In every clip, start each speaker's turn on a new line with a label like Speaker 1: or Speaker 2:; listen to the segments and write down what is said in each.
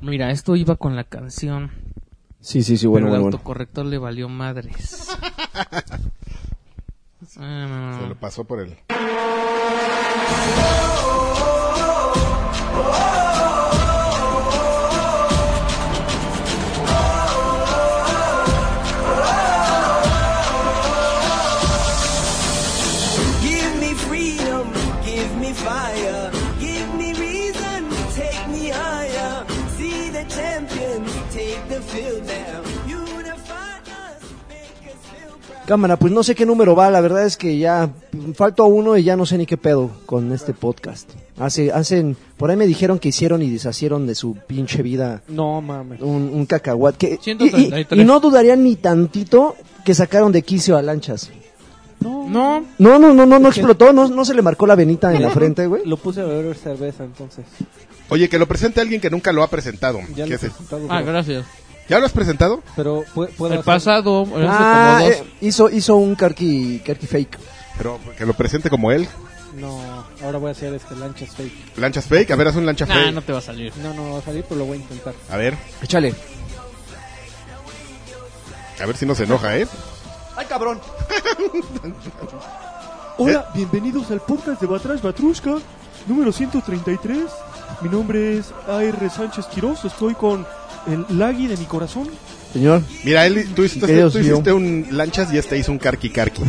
Speaker 1: Mira, esto iba con la canción.
Speaker 2: Sí, sí, sí,
Speaker 1: pero
Speaker 2: bueno,
Speaker 1: el
Speaker 2: bueno, bueno.
Speaker 1: autocorrector le valió madres. Ah,
Speaker 3: Se lo pasó por él.
Speaker 4: Give me freedom, give me fire, give me reason, take me higher. See the champions, take the field now. Unify us, make us feel proud.
Speaker 2: Cámara, pues no sé qué número va, la verdad es que ya falto a uno y ya no sé ni qué pedo con este podcast. Hace, hacen, por ahí me dijeron que hicieron y deshacieron de su pinche vida
Speaker 5: No mames.
Speaker 2: un, un cacahuat. Que, y- y,
Speaker 1: 133.
Speaker 2: y no dudaría ni tantito que sacaron de quicio a lanchas.
Speaker 1: no,
Speaker 2: No, no, no, no, no explotó, no, no se le marcó la venita en la frente, güey.
Speaker 5: Lo puse a beber cerveza entonces.
Speaker 3: Oye, que lo presente alguien que nunca lo ha presentado.
Speaker 5: Ya
Speaker 3: ¿Qué
Speaker 5: lo he
Speaker 3: es eso?
Speaker 5: presentado,
Speaker 1: ah,
Speaker 5: pero-
Speaker 1: gracias.
Speaker 3: ¿Ya lo has presentado?
Speaker 5: Pero fue, puedo
Speaker 1: El
Speaker 5: hacer-
Speaker 1: pasado, hace
Speaker 2: Ah,
Speaker 1: como dos.
Speaker 2: eh, hizo, hizo un carqui, carqui fake.
Speaker 3: Pero que lo presente como él.
Speaker 5: No, ahora voy a hacer este lanchas fake.
Speaker 3: Lanchas fake. A ver, haz un lancha
Speaker 1: Nah,
Speaker 3: fake.
Speaker 1: no te va a salir.
Speaker 5: No, no va a salir, pero lo voy a intentar.
Speaker 3: A ver,
Speaker 2: Échale.
Speaker 3: a ver si no se enoja, ¿eh?
Speaker 2: Ay, cabrón.
Speaker 6: Hola, bienvenidos al podcast de Batrash Batrushka, número 133. Mi nombre es A.R. Sánchez Quiroz, estoy con el lagui de mi corazón.
Speaker 2: Señor,
Speaker 3: Mira, él, tú, hiciste,
Speaker 2: Dios
Speaker 3: tú
Speaker 2: mío.
Speaker 3: hiciste un lanchas y este hizo un carqui carqui.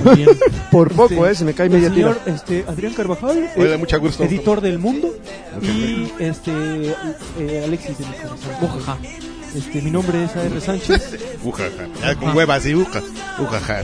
Speaker 2: por poco, eh, se me cae
Speaker 6: El
Speaker 2: media tira.
Speaker 6: señor este, Adrián Carvajal,
Speaker 3: Me da
Speaker 6: eh,
Speaker 3: mucho gusto.
Speaker 6: editor del mundo. Y este, eh, Alexis de mi corazón.
Speaker 1: Ujaja.
Speaker 6: Este, mi nombre es A.R. Sánchez.
Speaker 3: Ujaja.
Speaker 1: Ah,
Speaker 3: Ya con huevas y uja. Ujaja.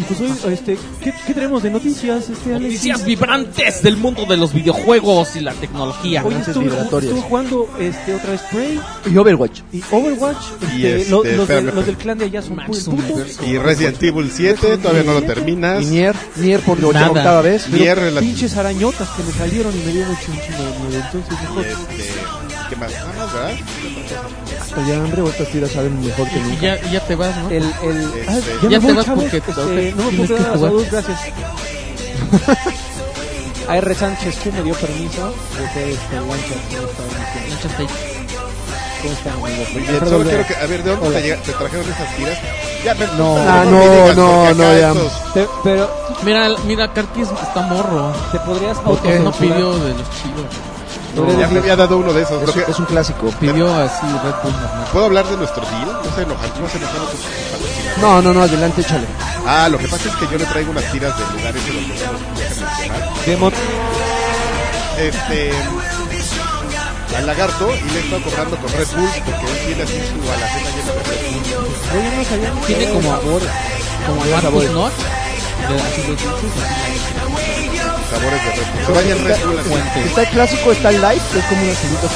Speaker 6: Y pues hoy, este, ¿qué, qué tenemos de noticias, este, Alexis?
Speaker 1: Noticias vibrantes del mundo de los videojuegos y la tecnología.
Speaker 6: Hoy estuve,
Speaker 2: vibratorias.
Speaker 6: estuve jugando este, otra vez Prey
Speaker 2: Y Overwatch.
Speaker 6: y Overwatch.
Speaker 3: Y
Speaker 6: este,
Speaker 3: este,
Speaker 6: lo- los, de-
Speaker 3: espérame,
Speaker 6: los del clan de allá son
Speaker 1: Max
Speaker 6: puros putos.
Speaker 3: Y Resident Evil 7, todavía no lo terminas.
Speaker 2: Y Nier, Nier por la
Speaker 1: Nada.
Speaker 2: octava vez.
Speaker 3: Nier,
Speaker 6: Pero
Speaker 3: la-
Speaker 6: pinches arañotas que me salieron y me dio mucho un chingo de miedo. Entonces,
Speaker 3: y
Speaker 6: mejor
Speaker 3: este, ¿Qué más? Nada más, ¿verdad?
Speaker 2: Hasta ya, hombre, estas tiras saben mejor que
Speaker 1: Y
Speaker 2: nunca.
Speaker 1: ya, y ya te vas, ¿no?
Speaker 5: Eh.
Speaker 6: el, el,
Speaker 3: Este,
Speaker 6: ah,
Speaker 3: ya
Speaker 6: ya, me
Speaker 1: te
Speaker 6: voy,
Speaker 1: vas
Speaker 6: chavos.
Speaker 1: porque-
Speaker 6: Este, no me
Speaker 1: tienes
Speaker 6: puedo
Speaker 1: que
Speaker 6: dar a
Speaker 1: jugar.
Speaker 6: salud, gracias. AR Sánchez Q me dio permiso de hacer este lancha en esta emisión.
Speaker 1: Échate ahí.
Speaker 6: ¿Cómo están, amigos?
Speaker 3: Muy bien,
Speaker 6: Perdón,
Speaker 3: solo
Speaker 6: ya.
Speaker 3: quiero que, a ver, ¿de dónde
Speaker 6: Hola.
Speaker 3: te, llega- te trajeron esas tiras? Ya, pues, pero,
Speaker 6: No.
Speaker 2: Ah, no, no, no, ya.
Speaker 6: Te- pero
Speaker 1: Mira, mira, Karki es- está morro.
Speaker 6: te podrías
Speaker 1: Porque no
Speaker 6: autocensurar.
Speaker 1: pidió de los chidos.
Speaker 6: Podrías
Speaker 3: ya me
Speaker 6: decir,
Speaker 3: había dado uno de esos. Lo
Speaker 2: Es,
Speaker 3: que-
Speaker 2: es un clásico.
Speaker 1: Pidió así Red Bull normal.
Speaker 3: ¿Puedo hablar de nuestro deal? No se enojan, no se enojan los patrocinadores.
Speaker 2: No, no, no, adelante, échale.
Speaker 3: Ah, lo que pasa es que yo le traigo unas tiras de lugares en los que no se dejan mencionar.
Speaker 6: demo-
Speaker 3: Este. Al lagarto y le he estado comprando con Red Bull porque él tiene así su alacena llena de Red Bull.
Speaker 6: Oye, no sabían
Speaker 1: Tiene
Speaker 6: que-
Speaker 1: como-
Speaker 6: sabores.
Speaker 1: Como Marcus Knott. de- así de dulces, así.
Speaker 3: Sabores de Red Bull. Se baña en Red Bull así.
Speaker 2: Está el clásico, está el light, que es como una celita que va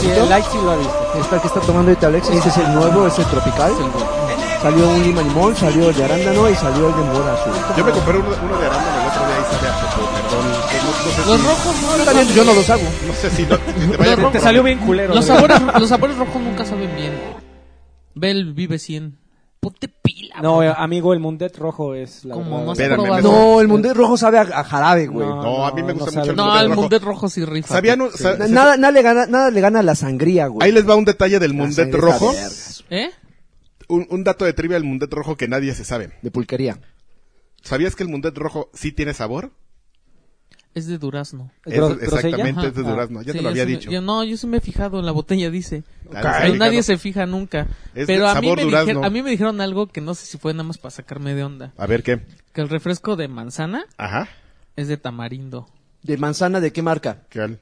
Speaker 6: Sí,
Speaker 2: de-
Speaker 6: el like sí lo ha visto.
Speaker 2: Está el que está tomando ahorita Alex, este es el nuevo, es el tropical. Salió un lima limón, salió el de arándano y salió el de mora azul.
Speaker 3: Yo me compré uno, uno de arándano el otro día y sabe a poco, perdón. que No, no sé si-
Speaker 1: Los rojos no
Speaker 2: Está bien, yo no los hago.
Speaker 3: No sé si no, que te vaya
Speaker 1: Los rojos.
Speaker 3: a
Speaker 5: Te
Speaker 3: comprar.
Speaker 5: salió bien culero.
Speaker 1: Los
Speaker 5: güey.
Speaker 1: sabores, los sabores rojos nunca saben bien. Ve el Vive 100. Ponte pila.
Speaker 5: No, eh, amigo, el mundet rojo es la
Speaker 1: Como
Speaker 5: verdad.
Speaker 1: no has
Speaker 3: Espérame,
Speaker 1: probado.
Speaker 2: No, el mundet rojo sabe a, a jarabe, güey.
Speaker 5: No,
Speaker 3: No, a mí me
Speaker 5: no
Speaker 3: gusta
Speaker 5: sabe.
Speaker 3: mucho el
Speaker 1: No,
Speaker 3: Mundet
Speaker 1: al
Speaker 3: rojo.
Speaker 1: Mundet rojo sí rifa.
Speaker 3: ¿Sabían? un- sa-
Speaker 2: Na- Nada, nada, le gana, nada le gana a la sangría, güey.
Speaker 3: Ahí les va un detalle del
Speaker 2: La
Speaker 3: Mundet
Speaker 2: sangría
Speaker 3: rojo.
Speaker 2: está vergas.
Speaker 1: ¿Eh?
Speaker 3: Un, un dato de trivia del Mundet rojo que nadie se sabe.
Speaker 2: De pulquería.
Speaker 3: ¿Sabías que el Mundet rojo sí tiene sabor?
Speaker 1: Es de durazno.
Speaker 5: ¿Es
Speaker 3: Es-
Speaker 5: gro- grosella?
Speaker 3: exactamente,
Speaker 1: Ajá.
Speaker 3: es de
Speaker 5: Ah,
Speaker 3: durazno. Ya
Speaker 1: Sí,
Speaker 3: te lo había
Speaker 1: sí me-
Speaker 3: dicho.
Speaker 1: yo- no, yo sí me he fijado en la botella, dice.
Speaker 3: Nadie
Speaker 1: Pero
Speaker 3: se ha fijado.
Speaker 1: nadie se fija nunca.
Speaker 3: Es
Speaker 1: Pero
Speaker 3: de
Speaker 1: a mí,
Speaker 3: sabor
Speaker 1: me
Speaker 3: durazno.
Speaker 1: dijeron, a mí me dijeron algo que no sé si fue nada más para sacarme de onda.
Speaker 3: A ver qué.
Speaker 1: Que el refresco de manzana
Speaker 3: Ajá.
Speaker 1: es de tamarindo.
Speaker 2: ¿De manzana de qué marca?
Speaker 3: ¿Qué Ah, tal?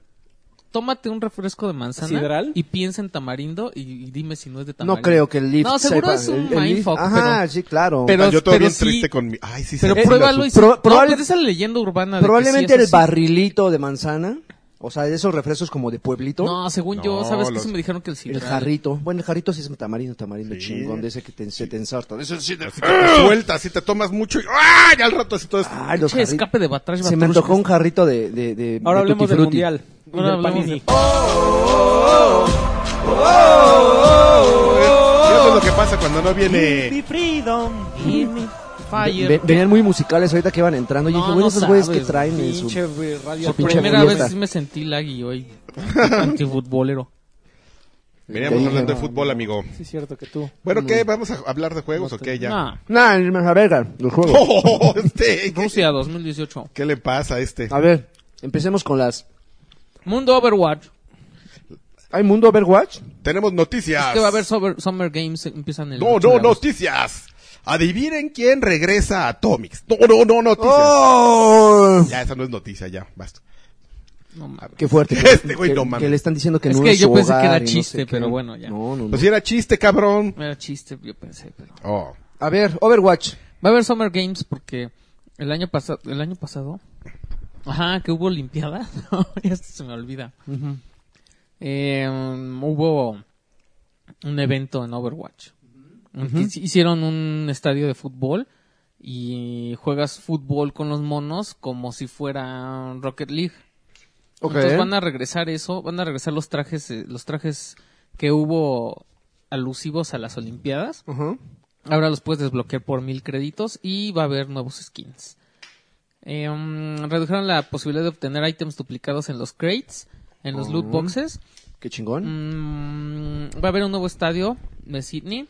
Speaker 1: Tómate un refresco de manzana
Speaker 5: ¿Sidral?
Speaker 1: y piensa en tamarindo y, y dime si no es de
Speaker 2: No
Speaker 1: tamarindo.
Speaker 2: creo que el Leaf
Speaker 1: No, seguro
Speaker 2: sepa-
Speaker 1: es un
Speaker 2: el- el Leaf-
Speaker 1: mindfuck,
Speaker 2: Ajá,
Speaker 1: pero-
Speaker 2: sí, claro.
Speaker 1: Pero-
Speaker 3: yo todo
Speaker 1: pero
Speaker 3: bien
Speaker 1: sí-
Speaker 3: triste con mi... Ay, sí, se
Speaker 1: Pero
Speaker 3: me
Speaker 1: pruébalo
Speaker 3: azul.
Speaker 1: y si-
Speaker 2: Pro-
Speaker 1: no,
Speaker 2: probable-
Speaker 1: pues esa leyenda urbana de que
Speaker 2: Probablemente
Speaker 1: sí, eso
Speaker 2: el
Speaker 1: sí.
Speaker 2: barrilito de manzana, o sea, de esos refrescos como de pueblito.
Speaker 1: No, según
Speaker 3: No,
Speaker 1: yo, ¿sabes qué?
Speaker 3: los-
Speaker 1: Sí me dijeron que el sidral.
Speaker 2: El jarrito. Bueno, el jarrito sí es un tamarindo, tamarindo
Speaker 3: Sí.
Speaker 2: chingón, de ese que te, se te ensarta. De ese sí de- ¡Ah!
Speaker 3: Así que te sueltas y te tomas mucho y... ¡Ah! Ya al rato así todo es...
Speaker 2: Ay, los
Speaker 1: Che,
Speaker 2: jarritos.
Speaker 1: escape de Batrash
Speaker 2: Se me
Speaker 1: Batrushka.
Speaker 2: antojó un jarrito de, de, de
Speaker 5: Ahora
Speaker 2: de
Speaker 5: hablemos
Speaker 2: Tutti
Speaker 5: del
Speaker 2: Frutti.
Speaker 5: mundial. y
Speaker 1: Ahora
Speaker 5: del
Speaker 1: hablamos
Speaker 5: Panini.
Speaker 1: de-
Speaker 3: Y eso es lo que pasa cuando no viene...
Speaker 1: Fire.
Speaker 2: Ve- Venían muy musicales ahorita que iban entrando. Yo
Speaker 1: No,
Speaker 2: dije, bueno,
Speaker 1: no
Speaker 2: esos güeyes que
Speaker 1: sabes,
Speaker 2: traen en su...
Speaker 5: Pinche güey, radio.
Speaker 2: Su pinche
Speaker 1: Primera
Speaker 2: fiesta.
Speaker 1: vez sí me sentí laggy hoy. Antifutbolero.
Speaker 3: Veníamos
Speaker 2: Sí,
Speaker 3: hablando de
Speaker 5: no,
Speaker 3: fútbol,
Speaker 5: no.
Speaker 3: amigo.
Speaker 5: Sí, es cierto que tú.
Speaker 3: Bueno, ¿qué? ¿Vamos a hablar de juegos o qué ya?
Speaker 1: Nah,
Speaker 2: Nah, ni me verga, los juegos.
Speaker 3: Oh, este, ¿qué,
Speaker 1: Rusia Ah. 2018.
Speaker 3: qué le pasa a este?
Speaker 2: A ver, empecemos con las.
Speaker 1: Mundo Overwatch.
Speaker 2: ¿Hay mundo Overwatch?
Speaker 3: Tenemos noticias.
Speaker 1: Es que va a haber Summer, Summer Games. Empiezan el.
Speaker 3: No,
Speaker 1: 8
Speaker 3: no,
Speaker 1: de agosto.
Speaker 3: noticias. Adivinen quién regresa a Atomics. No, no, no, noticias.
Speaker 2: ¡Oh!
Speaker 3: Ya, esa no es noticia, ya, basta.
Speaker 1: No mames.
Speaker 2: Qué fuerte.
Speaker 3: Este güey,
Speaker 2: que,
Speaker 3: no mames.
Speaker 2: que le están diciendo que
Speaker 1: Es
Speaker 2: no
Speaker 1: que
Speaker 2: es
Speaker 1: yo
Speaker 2: su
Speaker 1: pensé que
Speaker 2: hogar
Speaker 1: era
Speaker 2: y no
Speaker 1: chiste,
Speaker 2: sé qué.
Speaker 1: pero bueno, ya.
Speaker 2: No, no, no.
Speaker 3: Pues si era chiste, cabrón.
Speaker 1: Era chiste, yo pensé, pero.
Speaker 3: Oh.
Speaker 2: A ver, Overwatch.
Speaker 1: Va a haber Summer Games porque el año pasado, el año pasado, ajá, que hubo Olimpiada, ya hasta se me olvida. Eh, um, hubo un evento en Overwatch. en que hici- Hicieron un estadio de fútbol y juegas fútbol con los monos como si fuera Rocket League.
Speaker 2: Ok.
Speaker 1: Entonces van a regresar eso, van a regresar los trajes, eh, los trajes que hubo alusivos a las Olimpiadas.
Speaker 2: Ujú.
Speaker 1: Ahora los puedes desbloquear por mil créditos y va a haber nuevos skins. Eh, mm, redujeron la posibilidad de obtener ítems duplicados en los crates, en los loot boxes.
Speaker 2: Qué chingón.
Speaker 1: Mm, va a haber un nuevo estadio de Sydney.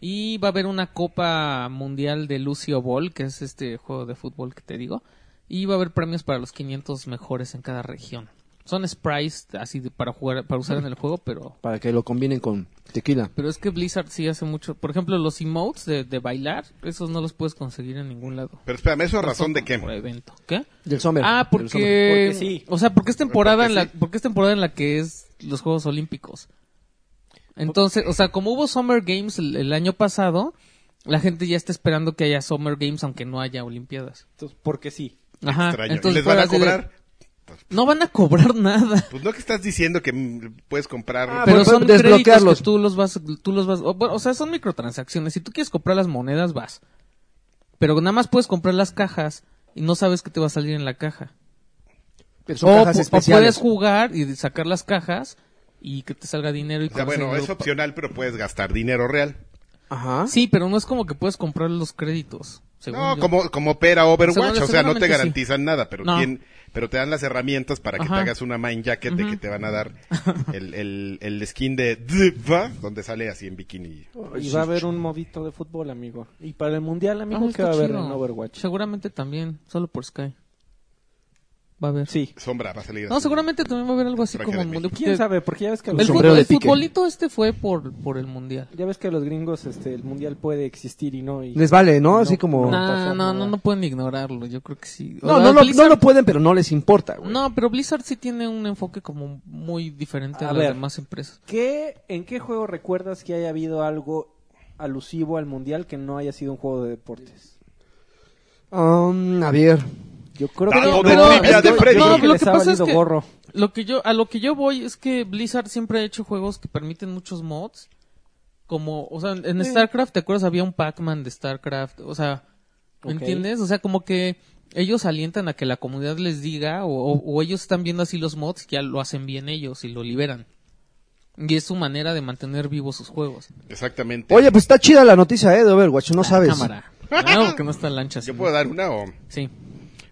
Speaker 1: Y va a haber una Copa Mundial de Lucio Ball, que es este juego de fútbol que te digo. Y va a haber premios para los 500 mejores en cada región. Son sprites así de- para jugar, para usar en el juego, pero
Speaker 2: Para que lo combinen con tequila.
Speaker 1: pero es que Blizzard sí hace mucho. Por ejemplo, los emotes de, de bailar, esos no los puedes conseguir en ningún lado.
Speaker 3: Pero espérame, ¿eso a razón de qué?
Speaker 1: Por evento. ¿Qué?
Speaker 2: Del Summer.
Speaker 1: ah, porque.
Speaker 2: Del Summer.
Speaker 5: Porque sí.
Speaker 1: O sea, porque es temporada
Speaker 3: Porque
Speaker 1: en la,
Speaker 3: sí.
Speaker 1: porque es temporada en la que es los Juegos Olímpicos. Entonces, o sea, como hubo Summer Games el, el año pasado, la gente ya está esperando que haya Summer Games aunque no haya Olimpiadas.
Speaker 5: Entonces, porque sí.
Speaker 1: Ajá.
Speaker 3: Extraño. ¿Y
Speaker 1: Ah, Entonces
Speaker 3: les van
Speaker 1: fue
Speaker 3: a
Speaker 1: así de-
Speaker 3: cobrar?
Speaker 1: no van a cobrar nada.
Speaker 3: Pues no que estás diciendo que mm, puedes comprar...
Speaker 2: Ah,
Speaker 1: Pero
Speaker 2: pues,
Speaker 1: son
Speaker 2: desbloquearlos.
Speaker 1: desbloquearlos. Tú los vas, tú los vas, o, bueno, o sea, son microtransacciones. Si tú quieres comprar las monedas, vas. Pero nada más puedes comprar las cajas y no sabes qué te va a salir en la caja.
Speaker 2: Pero son
Speaker 1: O,
Speaker 2: cajas
Speaker 1: Oh, pu- o
Speaker 2: especiales.
Speaker 1: puedes jugar y sacar las cajas y que te salga dinero y
Speaker 3: o sea,
Speaker 1: con
Speaker 3: bueno,
Speaker 1: ese
Speaker 3: es
Speaker 1: dinero-
Speaker 3: opcional, pero puedes gastar dinero real.
Speaker 2: Ajá.
Speaker 1: Ah, Sí, pero no es como que puedes comprar los créditos. según
Speaker 3: No,
Speaker 1: yo.
Speaker 3: como, como opera Overwatch,
Speaker 1: Seguro-
Speaker 3: o sea, no te
Speaker 1: seguramente sí.
Speaker 3: garantizan nada, pero
Speaker 1: No.
Speaker 3: tien- pero te dan las herramientas para que
Speaker 1: Ajá.
Speaker 3: te hagas una mind jacket de que te van a dar el, el, el skin de Diva, donde sale así en bikini.
Speaker 5: Y va a haber un modito de fútbol, amigo. Y para el mundial,
Speaker 1: Ah,
Speaker 5: amigo, ¿qué
Speaker 1: está
Speaker 5: va a haber en
Speaker 1: chido.
Speaker 5: Overwatch?
Speaker 1: Seguramente también, solo por Sky. Va a haber.
Speaker 5: Sí.
Speaker 3: Sombra va a salir.
Speaker 1: No,
Speaker 3: así.
Speaker 1: seguramente también va a haber algo así
Speaker 3: Traje
Speaker 1: como
Speaker 3: de
Speaker 1: el
Speaker 3: México.
Speaker 1: mundial.
Speaker 5: ¿Quién sabe? Porque ya ves que
Speaker 1: El,
Speaker 5: los,
Speaker 2: sombrero
Speaker 1: fútbol-
Speaker 2: de
Speaker 1: el
Speaker 2: pique.
Speaker 1: futbolito este fue por, por el mundial.
Speaker 5: ya ves que los gringos este, el mundial puede existir y no. Y...
Speaker 2: Les vale, ¿no? Así
Speaker 5: No.
Speaker 2: como...
Speaker 5: Nah.
Speaker 1: No,
Speaker 5: pasa
Speaker 1: no, no,
Speaker 5: nada.
Speaker 1: no pueden ignorarlo, yo creo que sí. O
Speaker 2: No,
Speaker 1: sea,
Speaker 2: no, lo,
Speaker 1: Blizzard-
Speaker 2: no lo pueden, pero no les importa, güey.
Speaker 1: no, pero Blizzard sí tiene un enfoque como muy diferente a,
Speaker 5: A
Speaker 1: las
Speaker 5: ver.
Speaker 1: demás empresas.
Speaker 5: ¿Qué, ¿En qué juego recuerdas que haya habido algo alusivo al mundial que no haya sido un juego de deportes?
Speaker 2: Um, a ver.
Speaker 5: Yo creo
Speaker 3: Dato
Speaker 5: que
Speaker 3: de
Speaker 5: no,
Speaker 3: trivia
Speaker 5: yo-
Speaker 3: de
Speaker 5: yo
Speaker 3: Freddy.
Speaker 5: creo
Speaker 3: No,
Speaker 1: lo
Speaker 5: les
Speaker 1: que
Speaker 5: ha
Speaker 1: pasa es
Speaker 5: valido
Speaker 1: que-
Speaker 5: gorro.
Speaker 1: Lo que yo a lo que yo voy es que Blizzard siempre ha hecho juegos que permiten muchos mods, como, o sea, en StarCraft, ¿te acuerdas había un Pac-Man de StarCraft? O sea, ¿me
Speaker 5: Ok.
Speaker 1: entiendes? O sea, como que ellos alientan a que la comunidad les diga o, o- o ellos están viendo así los mods, ya lo hacen bien ellos y lo liberan. Y es su manera de mantener vivos sus juegos.
Speaker 3: Exactamente.
Speaker 2: Oye, pues está chida la noticia, ¿eh? De Overwatch, no
Speaker 1: Ah,
Speaker 2: sabes.
Speaker 1: Cámara. No, porque no está lancha. sí.
Speaker 3: ¿Yo puedo dar una o...?
Speaker 1: Sí.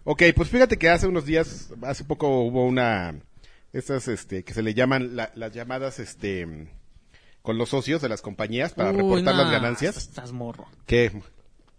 Speaker 3: Ok, pues fíjate que hace unos días, hace poco hubo una, estas, este, que se le llaman la- las llamadas, este, mm, con los socios de las compañías para
Speaker 1: Uy,
Speaker 3: reportar
Speaker 1: nah,
Speaker 3: las ganancias.
Speaker 1: Estás morro.
Speaker 3: ¿Qué?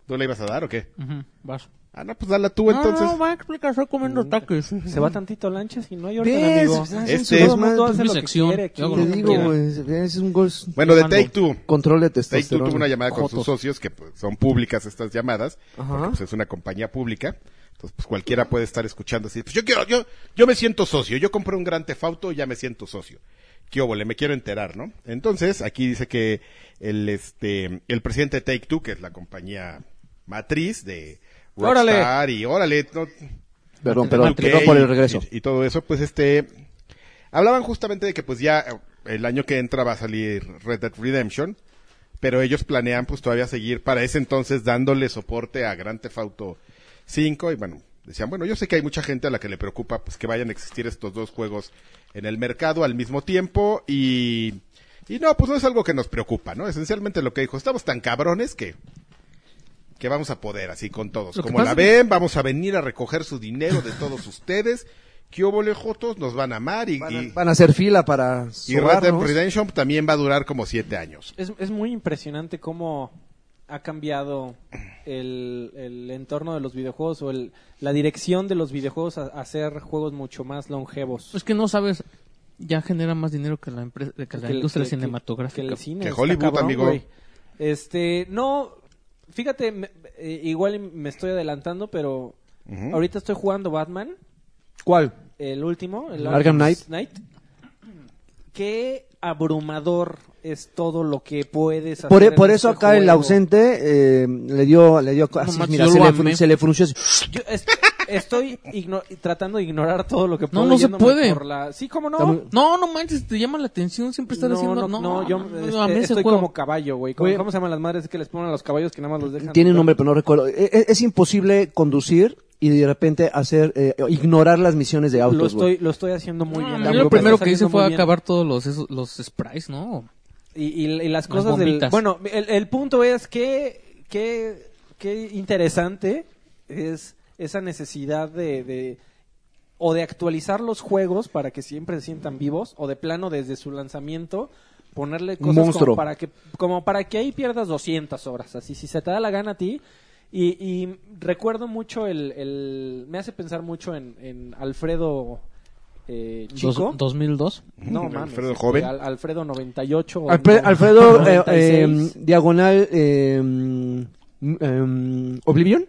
Speaker 3: ¿Tú la ibas a dar o qué?
Speaker 1: Ujú, vas.
Speaker 3: Ah, no, pues dala tú entonces.
Speaker 1: No, no, va a explicar, estoy comiendo tacos.
Speaker 5: Se va tantito lanchas y no hay orden,
Speaker 2: ¿Ves?
Speaker 5: amigo.
Speaker 2: Pues hacen
Speaker 3: Este-
Speaker 2: su
Speaker 5: Todo el mundo
Speaker 2: desmadre.
Speaker 1: es
Speaker 5: hace
Speaker 1: mi
Speaker 5: lo que
Speaker 1: sección,
Speaker 5: quiere aquí.
Speaker 1: yo hago
Speaker 2: Te
Speaker 1: lo que
Speaker 2: digo,
Speaker 1: quiera.
Speaker 2: güey, es un gol.
Speaker 3: bueno, de
Speaker 1: Mando.
Speaker 3: Take Two.
Speaker 2: Control de
Speaker 3: Take Two
Speaker 2: testosterona.
Speaker 3: tuvo una llamada con sus
Speaker 1: Jotos.
Speaker 3: socios, que pues, son públicas estas llamadas,
Speaker 2: Ajá.
Speaker 3: porque pues, es una compañía pública. Entonces, pues cualquiera puede estar escuchando así, pues yo quiero, yo, yo me siento socio, yo compré un gran tefauto y ya me siento socio. Qué óvole, me quiero enterar, ¿no? Entonces, aquí dice que el, este, el presidente de Take Two, que es la compañía matriz de
Speaker 1: ¡Órale!
Speaker 3: Rockstar y órale, no,
Speaker 2: Perdón, perdón,
Speaker 3: Ok,
Speaker 2: perdón por el regreso.
Speaker 3: Y, y todo eso, pues este. Hablaban justamente de que, pues ya eh, el año que entra va a salir Red Dead Redemption. Pero ellos planean, pues todavía seguir para ese entonces dándole soporte a Grand Theft Auto 5. Y bueno, decían, bueno, yo sé que hay mucha gente a la que le preocupa, pues que vayan a existir estos dos juegos en el mercado al mismo tiempo. Y. Y no, pues no es algo que nos preocupa, ¿no? Esencialmente lo que dijo, estamos tan cabrones que que vamos a poder así con todos.
Speaker 1: Lo que
Speaker 3: Como la
Speaker 1: pasa
Speaker 3: ven, vamos a venir a recoger su dinero de todos ustedes ¿Qué óvole, Jotos? Nos van a amar y,
Speaker 2: Van
Speaker 3: y,
Speaker 2: a, van a hacer fila para
Speaker 3: y Red Dead
Speaker 2: sobarnos.
Speaker 3: Redemption también va a durar como siete años.
Speaker 5: Es, es muy impresionante cómo ha cambiado el, el entorno de los videojuegos o el- la dirección de los videojuegos a, a hacer juegos mucho más longevos.
Speaker 1: Es que no sabes, ya genera más dinero que la, empresa, que la
Speaker 5: Que el-
Speaker 1: industria
Speaker 5: que- que-
Speaker 1: cinematográfica.
Speaker 5: que el cine
Speaker 3: Que
Speaker 5: está
Speaker 3: Hollywood,
Speaker 5: cabrón,
Speaker 3: amigo.
Speaker 5: güey. Este, no, fíjate, me- eh, igual me estoy adelantando, pero
Speaker 3: Ujú.
Speaker 5: ahorita estoy jugando Batman.
Speaker 2: ¿Cuál?
Speaker 5: el último, el
Speaker 2: Arkham Knight.
Speaker 5: Qué abrumador es todo lo que puedes hacer.
Speaker 2: Por, e-
Speaker 5: en
Speaker 2: por
Speaker 5: este
Speaker 2: eso acá el
Speaker 5: juego.
Speaker 2: ausente eh, le dio, le dio, así,
Speaker 1: macho,
Speaker 2: mira,
Speaker 1: yo
Speaker 2: se
Speaker 1: lo
Speaker 2: le,
Speaker 1: amé.
Speaker 2: fru- se le frunció así.
Speaker 5: Yo est- estoy igno- tratando de ignorar todo lo que puedo.
Speaker 1: no se
Speaker 5: yéndome
Speaker 1: puede.
Speaker 5: por la- Sí, ¿cómo
Speaker 2: Está
Speaker 5: no?
Speaker 2: muy-
Speaker 1: No, no manches, te llama la atención siempre estar
Speaker 5: no,
Speaker 1: haciendo...
Speaker 5: no, no, yo
Speaker 1: no,
Speaker 5: este,
Speaker 1: a mí ese
Speaker 5: estoy
Speaker 1: juego-
Speaker 5: como caballo, güey. ¿Cómo,
Speaker 2: Güey.
Speaker 5: cómo se llaman las madres que les ponen a los caballos que nada más los dejan?
Speaker 2: Tiene un nombre, pero no recuerdo. E- e- Es, imposible conducir y de repente hacer, eh, ignorar las misiones de autos.
Speaker 5: Lo
Speaker 2: güey.
Speaker 5: estoy, lo estoy haciendo muy
Speaker 1: No,
Speaker 5: bien.
Speaker 1: a mí
Speaker 5: amigo,
Speaker 1: lo
Speaker 5: me
Speaker 1: primero
Speaker 5: está
Speaker 1: que hice
Speaker 5: saliendo
Speaker 1: fue
Speaker 5: muy bien.
Speaker 1: acabar todos los, esos- los sprites, ¿no?
Speaker 5: Y, y- y las
Speaker 1: Las
Speaker 5: cosas del...
Speaker 1: bombitas.
Speaker 5: Bueno, el, el punto es que, que, que interesante es esa necesidad de, de- o de actualizar los juegos para que siempre se sientan vivos o de plano desde su lanzamiento ponerle cosas
Speaker 2: Monstruo.
Speaker 5: como para que como para que ahí pierdas 200 horas así si se te da la gana a ti y, y recuerdo mucho el, el- me hace pensar mucho en, en Alfredo eh, chico
Speaker 1: Dos- 2002.
Speaker 5: no, mames.
Speaker 3: Alfredo
Speaker 5: este,
Speaker 3: joven.
Speaker 5: Al- Alfredo 98. o
Speaker 2: Alfre-
Speaker 5: no-
Speaker 2: Alfredo, eh,
Speaker 5: 96.
Speaker 2: eh, diagonal, eh, mm, mm, Oblivion.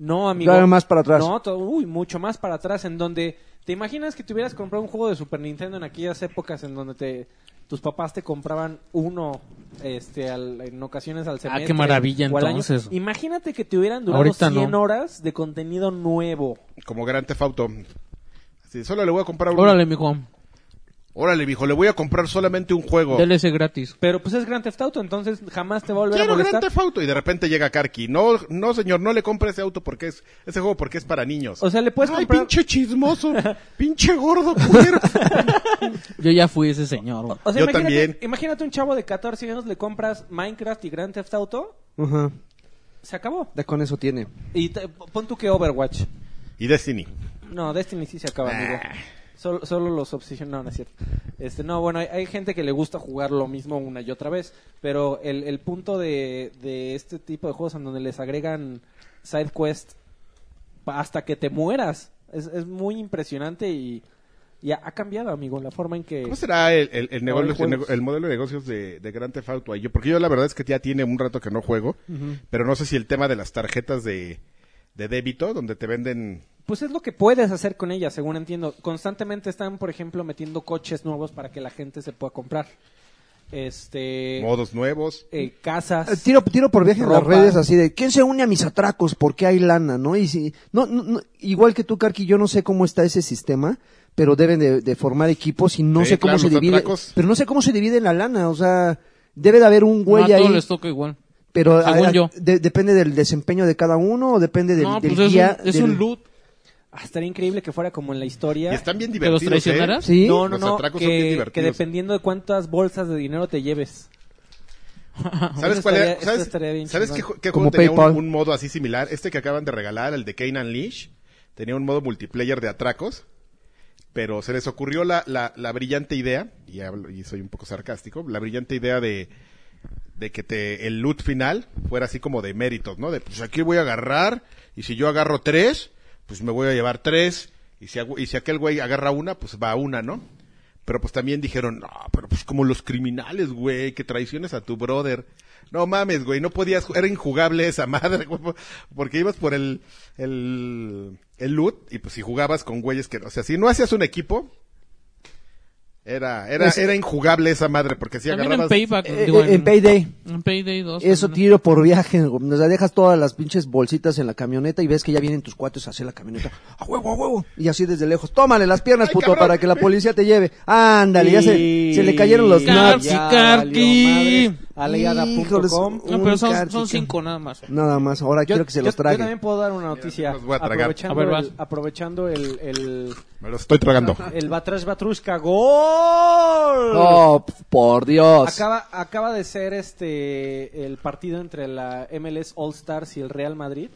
Speaker 5: no, amigo.
Speaker 2: Claro, más para atrás.
Speaker 5: No, to- uy, mucho más para atrás. En donde. ¿Te imaginas que te hubieras comprado un juego de Super Nintendo en aquellas épocas en donde te, tus papás te compraban uno este, al- en ocasiones al semestre?
Speaker 1: Ah, qué maravilla,
Speaker 5: o al año?
Speaker 1: entonces.
Speaker 5: Imagínate que te hubieran durado
Speaker 1: Ahorita
Speaker 5: 100
Speaker 1: no.
Speaker 5: horas de contenido nuevo.
Speaker 3: Como Grand Theft Auto. Así, solo le voy a comprar un...
Speaker 1: Órale, mijo,
Speaker 3: Órale, mijo, le voy a comprar solamente un
Speaker 5: Oh.
Speaker 3: juego.
Speaker 1: DLC gratis.
Speaker 5: Pero pues es Grand Theft Auto, entonces jamás te va a volver
Speaker 3: Quiero
Speaker 5: a molestar.
Speaker 3: Grand Theft Auto. Y de repente llega Karki. No, no, señor, no le compre ese auto porque es... Ese juego porque es para niños.
Speaker 5: O sea, le puedes
Speaker 3: Ay,
Speaker 5: comprar.
Speaker 3: pinche chismoso. pinche gordo, culero.
Speaker 1: Yo ya fui ese señor. güey.
Speaker 5: O sea,
Speaker 3: Yo
Speaker 5: imagínate,
Speaker 3: también.
Speaker 5: Imagínate un chavo de 14 años, le compras Minecraft y Grand Theft Auto,
Speaker 2: Ajá.
Speaker 5: se acabó.
Speaker 2: Ya con eso tiene.
Speaker 5: Y te- pon tú que Overwatch.
Speaker 3: y Destiny.
Speaker 5: No, Destiny sí se acaba, amigo. Solo, solo los obsesionados, no, no es cierto. Este, no, bueno, hay, hay gente que le gusta jugar lo mismo una y otra vez, pero el, el punto de, de este tipo de juegos en donde les agregan side quest pa- hasta que te mueras, es, es muy impresionante y, y ha, ha cambiado, amigo, la forma en que...
Speaker 3: ¿Cómo será el, el- el negocio-
Speaker 5: Ahora hay juegos.
Speaker 3: el modelo de negocios de, de Grand Theft Auto? ahí? Yo- Porque yo la verdad es que ya tiene un rato que no juego, pero no sé si el tema de las tarjetas de, de débito, donde te venden...
Speaker 5: Pues es lo que puedes hacer con ella, según entiendo. Constantemente están, por ejemplo, metiendo coches nuevos para que la gente se pueda comprar. Este.
Speaker 3: modos nuevos.
Speaker 5: eh,
Speaker 2: Eh,
Speaker 5: casas.
Speaker 2: Tiro, tiro por viaje en las
Speaker 5: Ropa.
Speaker 2: redes así de ¿quién se une a mis atracos? Porque hay lana, ¿no? Y si, no, no, no, igual que tú, Karki, yo no sé cómo está ese sistema, pero deben de, de formar equipos y no
Speaker 3: Sí,
Speaker 2: sé cómo
Speaker 3: claro,
Speaker 2: se
Speaker 3: los
Speaker 2: divide.
Speaker 3: atracos.
Speaker 2: Pero no sé cómo se divide la lana, o sea, debe de haber un
Speaker 1: No,
Speaker 2: güey
Speaker 1: a todos
Speaker 2: ahí.
Speaker 1: les toca igual.
Speaker 2: Pero a-
Speaker 1: según
Speaker 2: a-
Speaker 1: yo.
Speaker 2: de- depende del desempeño de cada uno o depende del,
Speaker 1: no,
Speaker 2: del
Speaker 1: pues es,
Speaker 2: día.
Speaker 1: un, es
Speaker 2: del-
Speaker 1: un loot.
Speaker 5: Ah, estaría increíble que fuera como en la
Speaker 3: Y
Speaker 5: historia.
Speaker 3: están bien
Speaker 1: ¿Que los
Speaker 3: divertidos. ¿eh?
Speaker 1: traicionaras?
Speaker 2: Sí.
Speaker 5: No, no,
Speaker 3: Los
Speaker 5: no.
Speaker 3: atracos son bien
Speaker 5: Que,
Speaker 3: divertidos.
Speaker 5: que dependiendo de cuántas bolsas de dinero te lleves.
Speaker 3: ¿Sabes
Speaker 5: Eso
Speaker 3: cuál
Speaker 5: estaría-
Speaker 3: era?
Speaker 5: eso
Speaker 3: ¿Sabes,
Speaker 5: estaría bien
Speaker 3: ¿sabes qué,
Speaker 5: chingón.
Speaker 3: ju- qué
Speaker 2: Como
Speaker 3: juego tenía un,
Speaker 2: PayPal.
Speaker 3: un modo así similar? Este que acaban de regalar, el de Kane Leash, tenía un modo multiplayer de atracos, pero se les ocurrió la, la, la brillante idea, y, hablo- y soy un poco sarcástico, la brillante idea de, de que te, el loot final fuera así como de méritos, ¿no? De pues aquí voy a agarrar, y si yo agarro tres, pues me voy a llevar tres, y si, hago- y si aquel güey agarra una, pues va a una, ¿no? Pero pues también dijeron, no, pero pues como los criminales, güey, que traiciones a tu brother. No mames, güey, no podías, era injugable esa madre, güey, porque ibas por el, el, el loot y pues si jugabas con güeyes que, o sea, si no hacías un equipo, era, era, era injugable esa madre, porque si
Speaker 1: Pues, También en
Speaker 3: agarrabas...
Speaker 1: Payback.
Speaker 2: Eh,
Speaker 1: digo,
Speaker 2: eh, en Payday.
Speaker 1: en Payday 2.
Speaker 2: Eso
Speaker 1: también.
Speaker 2: tiro por viaje, güey. o sea, dejas todas las pinches bolsitas en la camioneta y ves que ya vienen tus cuates a hacer la camioneta. A huevo, a huevo. Y así desde lejos, tómale las piernas,
Speaker 3: Ay,
Speaker 2: puto,
Speaker 3: cabrón.
Speaker 2: para que la policía te lleve. Ándale, ya se,
Speaker 5: Y-
Speaker 2: se le cayeron los
Speaker 1: Ya,
Speaker 2: naps.
Speaker 1: ya.
Speaker 5: valió
Speaker 1: Carqui.
Speaker 5: madres. Aliada.com.
Speaker 2: Híjoles.
Speaker 1: No, pero son,
Speaker 2: Unica,
Speaker 1: son
Speaker 2: chica.
Speaker 1: cinco nada más.
Speaker 2: Nada más, ahora quiero que se los trague.
Speaker 5: Yo también puedo dar una noticia.
Speaker 3: los voy a tragar.
Speaker 5: aprovechando
Speaker 1: A ver, vas.
Speaker 5: el, aprovechando el, el,
Speaker 3: Me lo estoy tragando.
Speaker 5: el Batrash Batrushka. ¡Gol!
Speaker 2: Oh, por Dios.
Speaker 5: Acaba, acaba de ser este el partido entre la MLS All Stars y el Real
Speaker 1: Ah,
Speaker 5: Madrid.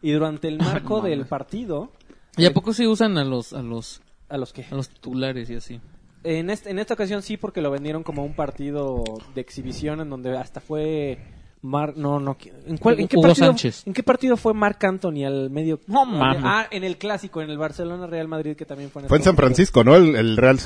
Speaker 5: Y durante el marco del partido,
Speaker 1: ¿Y a poco sí usan a los, a los
Speaker 5: ¿A los que
Speaker 1: a los titulares y así.
Speaker 5: En, este- en esta ocasión sí, porque lo vendieron como un partido de exhibición en donde hasta fue... Mar, no, no. ¿En, cuál, en, qué
Speaker 1: Hugo
Speaker 5: partido,
Speaker 1: Sánchez.
Speaker 5: ¿En qué partido fue Marc Anthony al medio?
Speaker 1: No mames.
Speaker 5: Ah, en el clásico, en el Barcelona-Real Madrid, que también fue en
Speaker 3: Fue en
Speaker 5: esta
Speaker 3: San
Speaker 5: ocasión.
Speaker 3: Francisco, ¿no? El, el Real.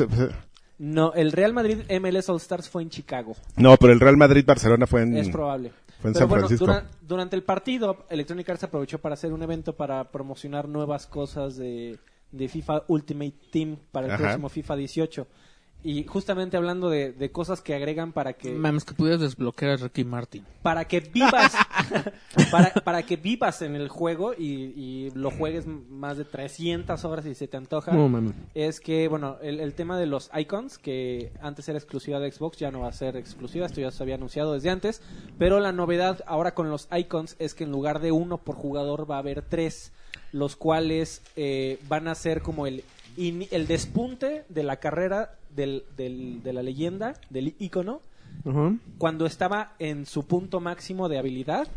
Speaker 5: No, el Real Madrid MLS All Stars fue en Chicago.
Speaker 3: No, pero el Real Madrid-Barcelona fue en.
Speaker 5: Es probable.
Speaker 3: Fue en
Speaker 5: Pero
Speaker 3: San
Speaker 5: bueno,
Speaker 3: Francisco.
Speaker 5: dura- durante el partido, Electronic Arts aprovechó para hacer un evento para promocionar nuevas cosas de, de FIFA Ultimate Team para el
Speaker 3: Ajá.
Speaker 5: próximo FIFA 18. Y justamente hablando de, de cosas que agregan para que
Speaker 1: Mames, que pudieras desbloquear a Ricky Martin.
Speaker 5: para que vivas para, para que vivas en el juego y, y lo juegues más de 300 horas y se te antoja
Speaker 2: No, mami.
Speaker 5: es que bueno el, el tema de los icons que antes era exclusiva de Xbox ya no va a ser exclusiva esto ya se había anunciado desde antes pero la novedad ahora con los icons es que en lugar de uno por jugador va a haber tres los cuales eh, van a ser como el in- el despunte de la carrera del- del- de la leyenda del icono
Speaker 2: Ajá.
Speaker 5: cuando estaba en su punto máximo de habilidad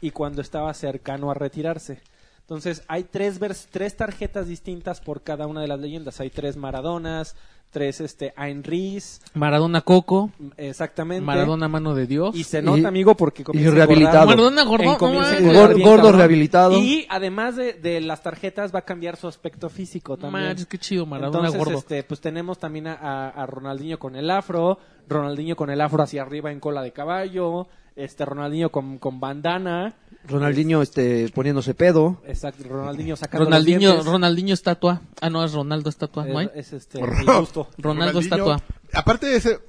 Speaker 5: y cuando estaba cercano a retirarse. Entonces hay tres, vers- tres tarjetas distintas por cada una de las leyendas. Hay tres Maradonas, tres este, Heinrichs,
Speaker 1: Maradona Coco,
Speaker 5: exactamente.
Speaker 1: Maradona Mano de Dios.
Speaker 5: Y se
Speaker 2: Y-
Speaker 5: nota, amigo, porque comienza a
Speaker 2: rehabilitado.
Speaker 5: engordar.
Speaker 1: Maradona gordo,
Speaker 5: En-
Speaker 1: no
Speaker 5: comienza a
Speaker 1: mames.
Speaker 5: engordar
Speaker 2: Gor-
Speaker 5: bien,
Speaker 2: gordo
Speaker 5: cabrón.
Speaker 2: rehabilitado.
Speaker 5: Y además de, de las tarjetas va a cambiar su aspecto físico también.
Speaker 1: Manches, qué chido, Maradona
Speaker 5: Entonces,
Speaker 1: gordo.
Speaker 5: este, pues tenemos también a, a- a Ronaldinho con el afro, Ronaldinho con el afro hacia arriba en cola de caballo, este Ronaldinho con, con bandana,
Speaker 2: Ronaldinho este, poniéndose pedo.
Speaker 5: exacto, Ronaldinho sacando
Speaker 1: Ronaldinho,
Speaker 5: los dientes.
Speaker 1: Ronaldinho estatua. Ah, no, es Ronaldo estatua, ¿no hay?
Speaker 5: es, es, este
Speaker 3: Ro-
Speaker 5: el gusto.
Speaker 1: Ronaldo estatua.
Speaker 3: Aparte de ese,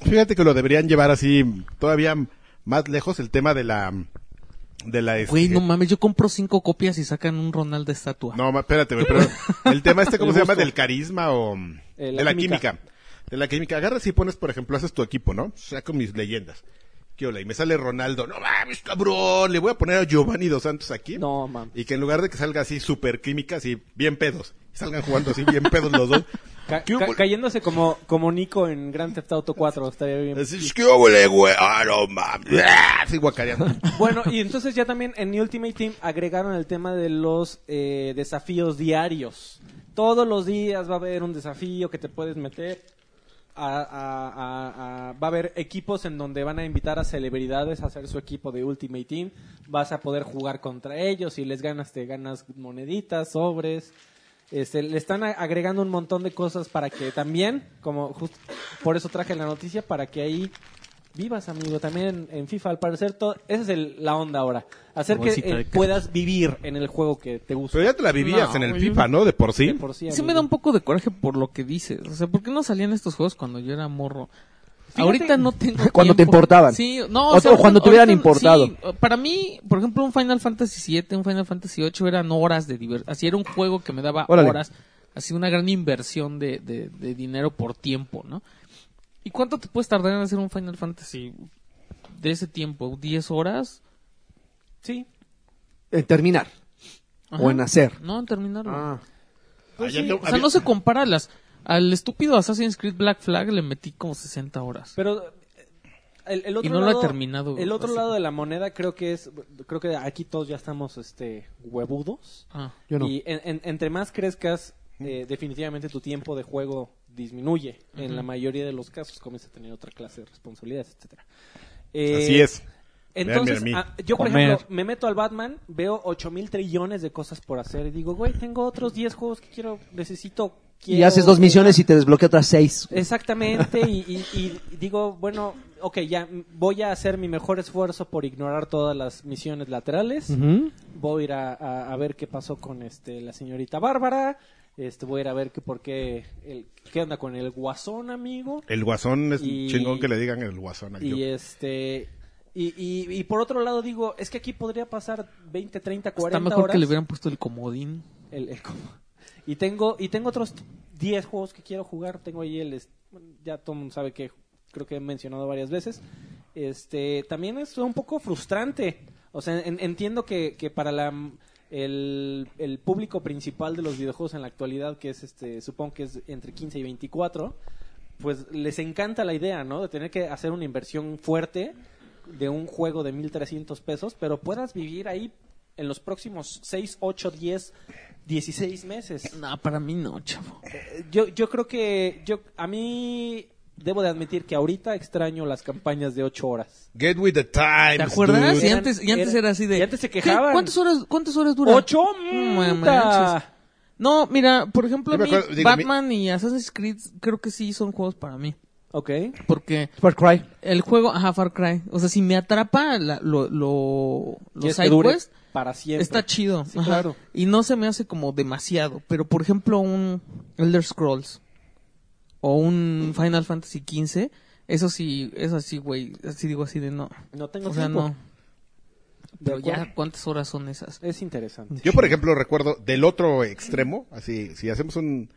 Speaker 3: fíjate que lo deberían llevar así todavía más lejos el tema de la de la este-
Speaker 1: Güey, no mames, yo compro cinco copias y sacan un Ronaldo estatua.
Speaker 3: No, ma- espérate, güey, pero el tema este cómo
Speaker 5: El
Speaker 3: se llama
Speaker 5: gusto.
Speaker 3: del carisma o mm,
Speaker 5: Eh, la
Speaker 3: de la
Speaker 5: química.
Speaker 3: química. De la química. Agarras y pones, por ejemplo, haces tu equipo, ¿no? Saco mis leyendas. ¿Qué hola? Y me sale Ronaldo. No mames, cabrón, le voy a poner a Giovanni dos Santos aquí.
Speaker 5: No, mames.
Speaker 3: Y que en lugar de que salga así super química, así bien pedos, salgan jugando así bien pedos los dos.
Speaker 5: Ca-
Speaker 3: ¿Qué
Speaker 5: ca-
Speaker 3: hubo?
Speaker 5: cayéndose como, como Nico en Grand Theft Auto 4, estaría bien.
Speaker 3: Así, "Es que óvole, güey, ah, no mames, ah", así guacareando.
Speaker 5: Bueno, y entonces ya también en Ultimate Team agregaron el tema de los eh, desafíos diarios. Todos los días va a haber un desafío que te puedes meter. A- a- a- a- va a haber equipos en donde van a invitar a celebridades a hacer su equipo de Ultimate Team. Vas a poder jugar contra ellos. Si les ganas, te ganas moneditas, sobres. Este, le están a- agregando un montón de cosas para que también, como jus- por eso traje la noticia, para que ahí vivas, amigo. También en FIFA, al parecer, todo, esa es el- la onda ahora. Hacer que
Speaker 1: Bolsita de
Speaker 5: eh,
Speaker 1: carne.
Speaker 5: puedas vivir en el juego que te gusta.
Speaker 3: Pero ya te la vivías
Speaker 1: No,
Speaker 3: en el
Speaker 1: güey.
Speaker 3: FIFA, ¿no? De por sí.
Speaker 5: De por sí,
Speaker 1: Sí
Speaker 5: amigo.
Speaker 1: me da un poco de coraje por lo que dices. O sea, ¿por qué no salían estos juegos cuando yo era morro?
Speaker 5: Fíjate-
Speaker 1: ahorita no tengo
Speaker 2: Cuando te
Speaker 1: tiempo.
Speaker 2: importaban.
Speaker 1: Sí, no,
Speaker 2: O te- cuando te hubieran importado.
Speaker 1: sí, para mí, por ejemplo, un Final Fantasy VII, un Final Fantasy VIII eran horas de diversión. Así era un juego que me daba
Speaker 2: Órale.
Speaker 1: horas. Así una gran inversión de, de- de dinero por tiempo, ¿no? ¿Y cuánto te puedes tardar en hacer un Final Fantasy de ese tiempo? ¿10 horas?
Speaker 5: Sí.
Speaker 2: En terminar.
Speaker 1: Ajá.
Speaker 2: O en hacer.
Speaker 1: No, en terminarlo.
Speaker 3: Ah, ya
Speaker 1: Sí,
Speaker 3: te-
Speaker 1: o sea,
Speaker 3: había-
Speaker 1: no se compara a las... Al estúpido Assassin's Creed Black Flag le metí como 60 horas.
Speaker 5: Pero eh, el, el otro
Speaker 1: Y no lo
Speaker 5: lado,
Speaker 1: ha terminado, güey,
Speaker 5: El otro
Speaker 1: así.
Speaker 5: lado de la moneda creo que es, creo que aquí todos ya estamos, este, huevudos.
Speaker 1: Ah.
Speaker 2: Yo no. Mm.
Speaker 5: Y en- en- entre más crezcas, eh, definitivamente tu tiempo de juego disminuye. En la mayoría de los casos comienza a tener otra clase de responsabilidades, etcétera. Eh,
Speaker 3: Así es.
Speaker 5: Entonces,
Speaker 3: Véanme a mí.
Speaker 5: ah, yo por
Speaker 1: Comer.
Speaker 5: ejemplo, me meto al Batman, veo 8 mil trillones de cosas por hacer y digo, güey, tengo otros 10 juegos que quiero, necesito,
Speaker 2: Y haces dos
Speaker 5: misiones
Speaker 2: misiones y te desbloquea otras seis.
Speaker 5: Exactamente, y, y- y digo, bueno, ok, ya m- voy a hacer mi mejor esfuerzo por ignorar todas las misiones laterales.
Speaker 2: Ujú.
Speaker 5: Voy a ir a, a- a ver qué pasó con este la señorita Bárbara. Este, voy a ir a ver qué, por qué, el, qué onda con el guasón, amigo.
Speaker 3: El guasón es
Speaker 5: Y-
Speaker 3: chingón que le digan el guasón aquí.
Speaker 5: Y este. Y, y- y por otro lado digo, es que aquí podría pasar 20, 30, 40
Speaker 1: Está mejor
Speaker 5: horas.
Speaker 1: que le hubieran puesto el comodín.
Speaker 5: El- el como- y tengo y tengo otros 10 juegos que quiero jugar. Tengo ahí el... es- bueno, Ya todo el mundo sabe que creo que he mencionado varias veces. Este, también es un poco frustrante. O sea, en- entiendo que, que para la, el, el público principal de los videojuegos en la actualidad, que es este, supongo que es entre 15 y 24, pues les encanta la idea, ¿no? De tener que hacer una inversión fuerte de un juego de 1300 pesos, pero puedas vivir ahí en los próximos 6, 8, 10, 16 meses.
Speaker 1: No, para mí no, chavo.
Speaker 5: Yo, yo creo que yo a mí debo de admitir que ahorita extraño las campañas de 8 horas.
Speaker 3: Get with the times.
Speaker 1: ¿Te acuerdas?
Speaker 3: dude.
Speaker 1: Y antes, y antes
Speaker 5: pues, Era-
Speaker 1: era así de...
Speaker 5: y antes se
Speaker 1: ¿qué?
Speaker 5: quejaban.
Speaker 1: ¿Cuántas horas, cuántas horas dura?
Speaker 5: ¡Ocho!
Speaker 1: No
Speaker 5: ¡Muta!
Speaker 1: manches. No, mira, por ejemplo,
Speaker 3: Yo
Speaker 1: a
Speaker 3: me
Speaker 1: mí,
Speaker 3: acuerdo- digo,
Speaker 1: Batman y Assassin's Creed creo que sí son juegos para mí.
Speaker 5: Ok.
Speaker 1: Porque
Speaker 2: Far Cry.
Speaker 1: el juego, ajá, Far Cry. O sea, si me atrapa la- lo, lo, los
Speaker 5: Y es que
Speaker 1: side
Speaker 5: dure
Speaker 1: quests,
Speaker 5: para siempre.
Speaker 1: está chido.
Speaker 5: Sí,
Speaker 1: ajá.
Speaker 5: claro.
Speaker 1: Y no se me hace como demasiado. Pero, por ejemplo, un Elder Scrolls o un Final Fantasy XV, eso sí, eso sí, güey. Así digo así de no.
Speaker 5: No tengo
Speaker 1: O sea,
Speaker 5: tiempo.
Speaker 1: no. Pero
Speaker 5: De
Speaker 1: ya,
Speaker 5: acuerdo.
Speaker 1: ¿cuántas horas son esas?
Speaker 5: Es interesante.
Speaker 3: Yo, por ejemplo, recuerdo del otro extremo, así, si hacemos un,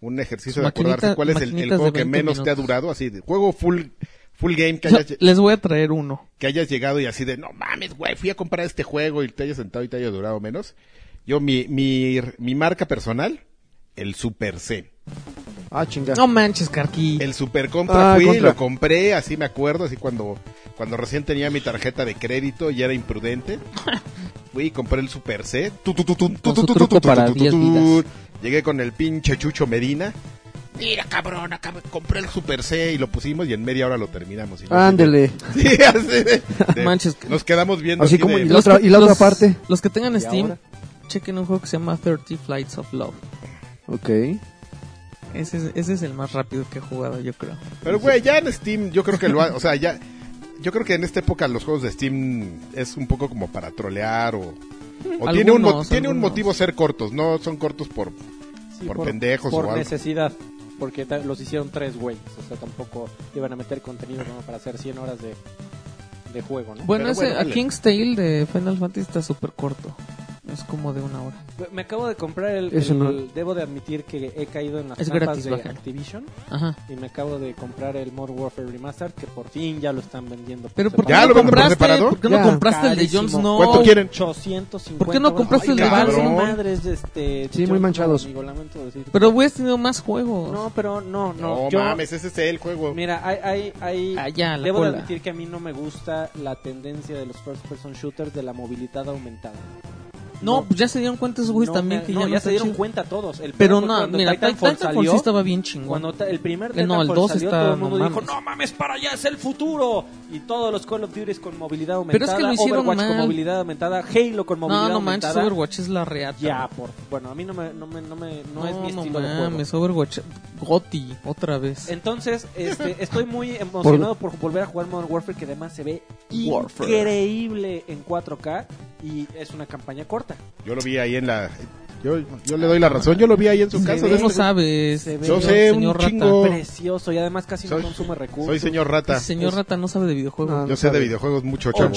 Speaker 3: un ejercicio de
Speaker 1: Maquinita-
Speaker 3: acordarse cuál es el- el,
Speaker 1: maquinitas de
Speaker 3: juego que
Speaker 1: 20
Speaker 3: menos te ha
Speaker 1: minutos.
Speaker 3: durado, así, de juego full, full game que
Speaker 1: O sea,
Speaker 3: hayas,
Speaker 1: les voy a traer uno.
Speaker 3: que hayas llegado y así de, no mames, güey, fui a comprar este juego y te hayas sentado y te haya durado menos. Yo, mi, mi, mi marca personal, el Super C.
Speaker 2: Ah, chinga.
Speaker 1: No manches, Carqui.
Speaker 3: El Super Contra
Speaker 2: Ah,
Speaker 3: fui,
Speaker 2: Contra.
Speaker 3: lo compré, así me acuerdo, así cuando, cuando recién tenía mi tarjeta de crédito y era imprudente. Fui y compré el Super C. Tu, tu, tu, tu, tu,
Speaker 1: Con
Speaker 3: tu,
Speaker 1: su
Speaker 3: tu,
Speaker 1: truco
Speaker 3: tu, tu,
Speaker 1: para
Speaker 3: tu, tu,
Speaker 1: 10
Speaker 3: tu.
Speaker 1: vidas.
Speaker 3: Llegué con el pinche Chucho Medina. Mira, cabrón, acá me- compré el Super C y lo pusimos y en media hora lo terminamos. Y yo así de-
Speaker 2: Ándele.
Speaker 3: Sí, así de- de-
Speaker 1: Ah. Manches.
Speaker 3: Nos quedamos viendo
Speaker 2: Así
Speaker 3: así
Speaker 2: como-
Speaker 3: de-
Speaker 2: y la otra- y la otra parte.
Speaker 1: Los que tengan
Speaker 2: ¿Y
Speaker 1: Steam,
Speaker 2: ahora?
Speaker 1: chequen un juego que se llama 30 Flights of Love.
Speaker 2: Ok.
Speaker 1: Ese es, ese es el más rápido que he jugado, yo creo.
Speaker 3: Pero güey, ya en Steam yo creo que lo ha- o sea, ya yo creo que en esta época los juegos de Steam es un poco como para trolear o o tiene un mo-
Speaker 1: Algunos,
Speaker 3: tiene un
Speaker 1: algunos.
Speaker 3: motivo ser cortos, no son cortos por
Speaker 5: Sí,
Speaker 3: por pendejos
Speaker 5: por
Speaker 3: o algo.
Speaker 5: necesidad. Porque ta- los hicieron tres güeyes. O sea, tampoco iban a meter contenido como para hacer 100 horas de, de juego, ¿no?
Speaker 1: Bueno,
Speaker 3: Pero
Speaker 1: ese,
Speaker 3: bueno,
Speaker 1: a
Speaker 3: dale.
Speaker 1: King's Tale de Final Fantasy está súper corto. Es como de una hora.
Speaker 5: Me acabo de comprar el,
Speaker 2: Eso
Speaker 5: el-
Speaker 2: no.
Speaker 5: Debo de admitir que he caído en las
Speaker 1: Es
Speaker 5: trampas
Speaker 1: gratis,
Speaker 5: de
Speaker 1: bájalo.
Speaker 5: Activision.
Speaker 1: Ajá.
Speaker 5: Y me acabo de comprar el Modern Warfare Remastered, que por fin ya lo están vendiendo. por
Speaker 1: Pero ¿por qué
Speaker 3: ¿Ya
Speaker 5: separado.
Speaker 1: no
Speaker 3: lo venden por
Speaker 1: compraste?
Speaker 3: separado?
Speaker 1: ¿Por qué no
Speaker 2: Ya.
Speaker 1: compraste el de Jon
Speaker 5: Carísimo.
Speaker 1: Snow?
Speaker 3: ¿Cuánto quieren?
Speaker 5: 850.
Speaker 1: ¿Por qué no compraste
Speaker 3: el de
Speaker 5: Ay,
Speaker 3: Valve?
Speaker 5: cabrón. madres, este,
Speaker 2: Sí, muy
Speaker 5: yo- no,
Speaker 2: manchados.
Speaker 5: amigo, lamento decir.
Speaker 1: Pero hubieras tenido más juegos.
Speaker 5: no, pero no, no.
Speaker 3: No
Speaker 5: yo-
Speaker 3: mames, ese es el juego.
Speaker 5: Mira, hay, hay, hay-
Speaker 1: Ah, ya, la
Speaker 5: debo
Speaker 1: cola.
Speaker 5: de admitir que a mí no me gusta la tendencia de los first person shooters de la movilidad aumentada.
Speaker 1: No,
Speaker 5: no.
Speaker 1: pues ya se dieron cuenta esos güeyes
Speaker 5: No
Speaker 1: también
Speaker 5: me-
Speaker 1: que
Speaker 5: no,
Speaker 1: ya, no
Speaker 5: ya, se
Speaker 1: están
Speaker 5: dieron
Speaker 1: chidos.
Speaker 5: cuenta todos. El
Speaker 1: Pero
Speaker 5: peor fue
Speaker 1: no,
Speaker 5: cuando
Speaker 1: mira,
Speaker 5: Titanfall
Speaker 1: Titanfall, sí
Speaker 5: salió,
Speaker 1: estaba bien chingón.
Speaker 5: Cuando ta- el primer
Speaker 1: Eh, no,
Speaker 5: Titanfall
Speaker 1: el dos
Speaker 5: salió,
Speaker 1: está-
Speaker 5: todo el mundo
Speaker 1: no
Speaker 5: dijo,
Speaker 1: mames.
Speaker 5: no mames, para allá es el futuro. Y todos los Call of Duty con movilidad aumentada,
Speaker 1: es que lo hicieron
Speaker 5: Overwatch con
Speaker 1: mal.
Speaker 5: movilidad aumentada, Halo con movilidad
Speaker 1: No, no manches,
Speaker 5: aumentada.
Speaker 1: Overwatch es la reata.
Speaker 5: Ya, por... Bueno, a mí no me... No, me, no, me, no, es mi estilo de juego.
Speaker 1: mames, Overwatch. Gotti, otra vez.
Speaker 5: Entonces, este, estoy muy emocionado por volver a jugar Modern Warfare, que además se ve
Speaker 1: Warfare.
Speaker 5: increíble en 4K y es una campaña corta.
Speaker 3: Yo lo vi ahí en la yo, yo le doy la razón, yo lo vi ahí en su
Speaker 1: Se
Speaker 3: casa.
Speaker 1: ve-
Speaker 3: de
Speaker 1: no
Speaker 3: este-
Speaker 1: sabes.
Speaker 5: se ve-
Speaker 3: Yo
Speaker 1: señor-
Speaker 3: sé un
Speaker 1: señor Rata.
Speaker 3: chingo. Oh.
Speaker 5: Precioso y además casi
Speaker 3: Soy-
Speaker 5: no consume recursos.
Speaker 3: Soy señor
Speaker 1: Ese
Speaker 3: rata.
Speaker 1: señor Rata no sabe de videojuegos.
Speaker 2: No,
Speaker 3: Yo sé de videojuegos mucho, chavo.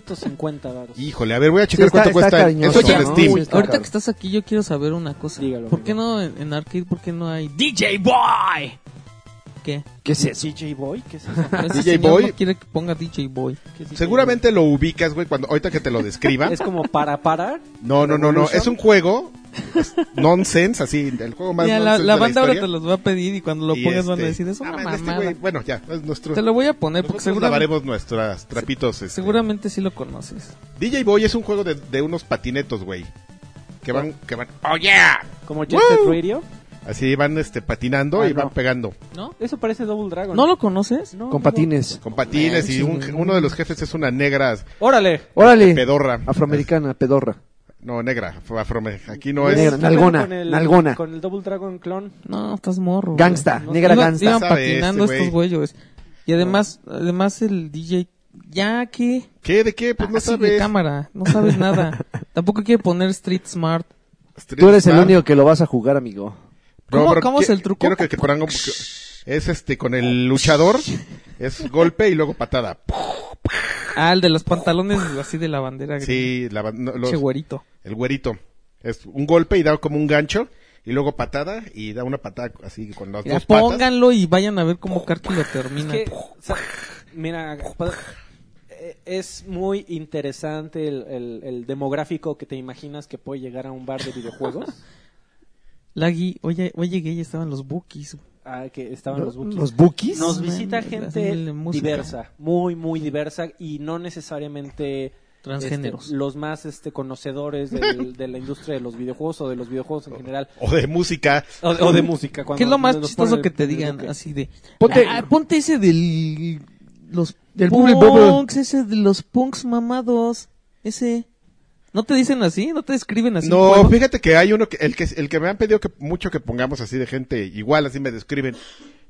Speaker 5: 850 varos.
Speaker 3: Híjole, a ver, voy a checar
Speaker 2: está-
Speaker 3: cuánto
Speaker 2: está
Speaker 3: cuesta en-
Speaker 2: cariñoso,
Speaker 3: eso en
Speaker 1: ¿no?
Speaker 3: Steam.
Speaker 2: Uy,
Speaker 1: Ahorita
Speaker 2: Claro.
Speaker 1: que estás aquí, yo quiero saber una cosa.
Speaker 5: Dígalo,
Speaker 1: ¿Por qué
Speaker 5: amigo.
Speaker 1: no en, en arcade? ¿Por qué no hay DJ Boy? ¿Qué?
Speaker 2: ¿Qué es eso?
Speaker 5: DJ Boy, ¿qué es eso?
Speaker 1: Ese
Speaker 3: DJ
Speaker 1: señor
Speaker 3: Boy.
Speaker 1: No quiere que ponga DJ Boy.
Speaker 5: ¿Qué es DJ?
Speaker 3: Seguramente lo ubicas, güey, cuando ahorita que te lo describa.
Speaker 5: es como para parar.
Speaker 3: No, no, no, no, es un juego es nonsense, así, el juego más
Speaker 1: Mira, la,
Speaker 3: nonsense
Speaker 1: la
Speaker 3: de la
Speaker 1: banda ahora
Speaker 3: historia.
Speaker 1: te los va a pedir y cuando lo
Speaker 3: Y
Speaker 1: pongas
Speaker 3: este-
Speaker 1: van a decir, es una
Speaker 3: Ah, bueno, este
Speaker 1: mamada.
Speaker 3: güey, bueno, ya, es nuestro.
Speaker 1: Te lo voy a poner porque
Speaker 3: Nosotros
Speaker 1: seguramente,
Speaker 3: lavaremos nuestras trapitos. este.
Speaker 1: seguramente sí lo conoces.
Speaker 3: DJ Boy es un juego de, de unos patinetos, güey. Que van, que van, oh yeah.
Speaker 5: Como Jet Set Radio.
Speaker 3: Así van este, patinando
Speaker 5: Ah,
Speaker 3: y van
Speaker 5: no.
Speaker 3: pegando.
Speaker 1: ¿No?
Speaker 5: Eso parece Double Dragon.
Speaker 1: ¿No lo conoces?
Speaker 5: No,
Speaker 2: Con
Speaker 5: no.
Speaker 2: patines.
Speaker 3: Con patines y un-
Speaker 1: Manches, güey.
Speaker 3: uno de los jefes es una negra,
Speaker 5: ¡Órale!
Speaker 2: Órale.
Speaker 3: pedorra.
Speaker 2: Afroamericana, pedorra.
Speaker 3: No, negra, afrome- Aquí no
Speaker 2: Negra,
Speaker 3: es.
Speaker 5: ¿Qué
Speaker 2: nalgona,
Speaker 5: con el-
Speaker 2: nalgona.
Speaker 5: Con el Double Dragon clon.
Speaker 1: No, estás morro. güey.
Speaker 2: Gangsta, negra
Speaker 1: Iba-
Speaker 2: gangsta.
Speaker 1: Iban
Speaker 3: Sabe
Speaker 1: patinando
Speaker 3: este
Speaker 1: estos
Speaker 3: güey.
Speaker 1: güeyes. Y además, además el DJ, ya que...
Speaker 3: ¿Qué? ¿De qué? Pues no
Speaker 1: Ah, sí, de
Speaker 3: sabes.
Speaker 1: cámara, no sabes nada. Tampoco quiere poner Street Smart.
Speaker 3: Street
Speaker 2: Tú eres el
Speaker 3: Smart.
Speaker 2: único que lo vas a jugar, amigo.
Speaker 3: No,
Speaker 1: ¿Cómo-
Speaker 3: pero
Speaker 1: cómo es
Speaker 3: qui-
Speaker 1: el truco?
Speaker 3: Quiero que, que pongan un- que- es este con el luchador, es golpe y luego patada.
Speaker 1: Ah, el de los pantalones así de la bandera. gringa.
Speaker 3: Sí, la, ban- no, los-
Speaker 1: Che güerito.
Speaker 3: el güerito. Es un golpe y da como un gancho y luego patada y da una patada así con las
Speaker 1: Mira,
Speaker 3: dos patas.
Speaker 1: pónganlo y vayan a ver cómo Karki lo termina.
Speaker 5: que, o sea, mira, pa- eh, es muy interesante el, el- el demográfico que te imaginas que puede llegar a un bar de videojuegos.
Speaker 1: Lagui, oye, oye, llegué y estaban los bookies.
Speaker 5: ah, que estaban los bookies.
Speaker 2: ¿Los bookies?
Speaker 5: Nos visita
Speaker 1: Haciéndole
Speaker 5: gente
Speaker 1: música.
Speaker 5: diversa, muy, muy diversa y no necesariamente
Speaker 1: Transgéneros.
Speaker 5: este, los más este, conocedores del- de la industria de los videojuegos o de los videojuegos en general.
Speaker 3: O de música.
Speaker 5: O, o de música. cuando
Speaker 1: ¿Qué es lo más
Speaker 5: nos ponen
Speaker 1: chistoso
Speaker 5: el-
Speaker 1: que te
Speaker 5: el-
Speaker 1: digan?
Speaker 5: el-
Speaker 1: Así de.
Speaker 2: Ponte-
Speaker 1: Ponte, ponte ese del. Los
Speaker 2: Del
Speaker 1: punks,
Speaker 2: Bubble Bubble".
Speaker 1: ese de los punks mamados. Ese. ¿No te dicen así? ¿No te describen así? un
Speaker 3: No,
Speaker 1: juego?
Speaker 3: fíjate que hay uno que el que el que me han pedido que mucho que pongamos así de gente igual así me describen.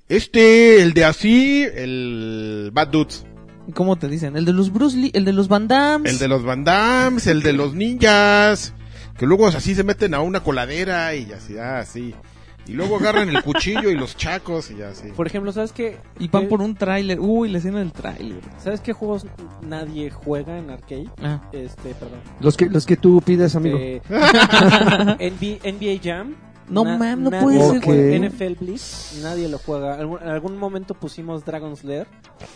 Speaker 3: Este, el de así, el Bad Dudes,
Speaker 1: ¿Cómo te dicen? El de los Bruce Lee, el de los Van Damme.
Speaker 3: el de los Van Dams, el de los ninjas, que luego así se meten a una coladera y así, ah, así. Y luego agarran el cuchillo y los chacos y así.
Speaker 5: Por ejemplo, ¿sabes qué?
Speaker 1: Y van
Speaker 5: qué-
Speaker 1: por un tráiler. Uy, la escena del tráiler.
Speaker 5: ¿Sabes qué juegos nadie juega en arcade?
Speaker 1: Ah,
Speaker 5: Este, perdón.
Speaker 2: Los que, los que tú pides, amigo.
Speaker 1: Este,
Speaker 5: Eh, NBA, NBA Jam.
Speaker 1: No,
Speaker 5: na-
Speaker 1: mam, no
Speaker 5: nadie
Speaker 1: puede
Speaker 5: lo
Speaker 2: ser.
Speaker 5: juega.
Speaker 2: Ok.
Speaker 5: NFL Blitz, nadie lo juega. Algún- en algún momento pusimos Dragon Slayer.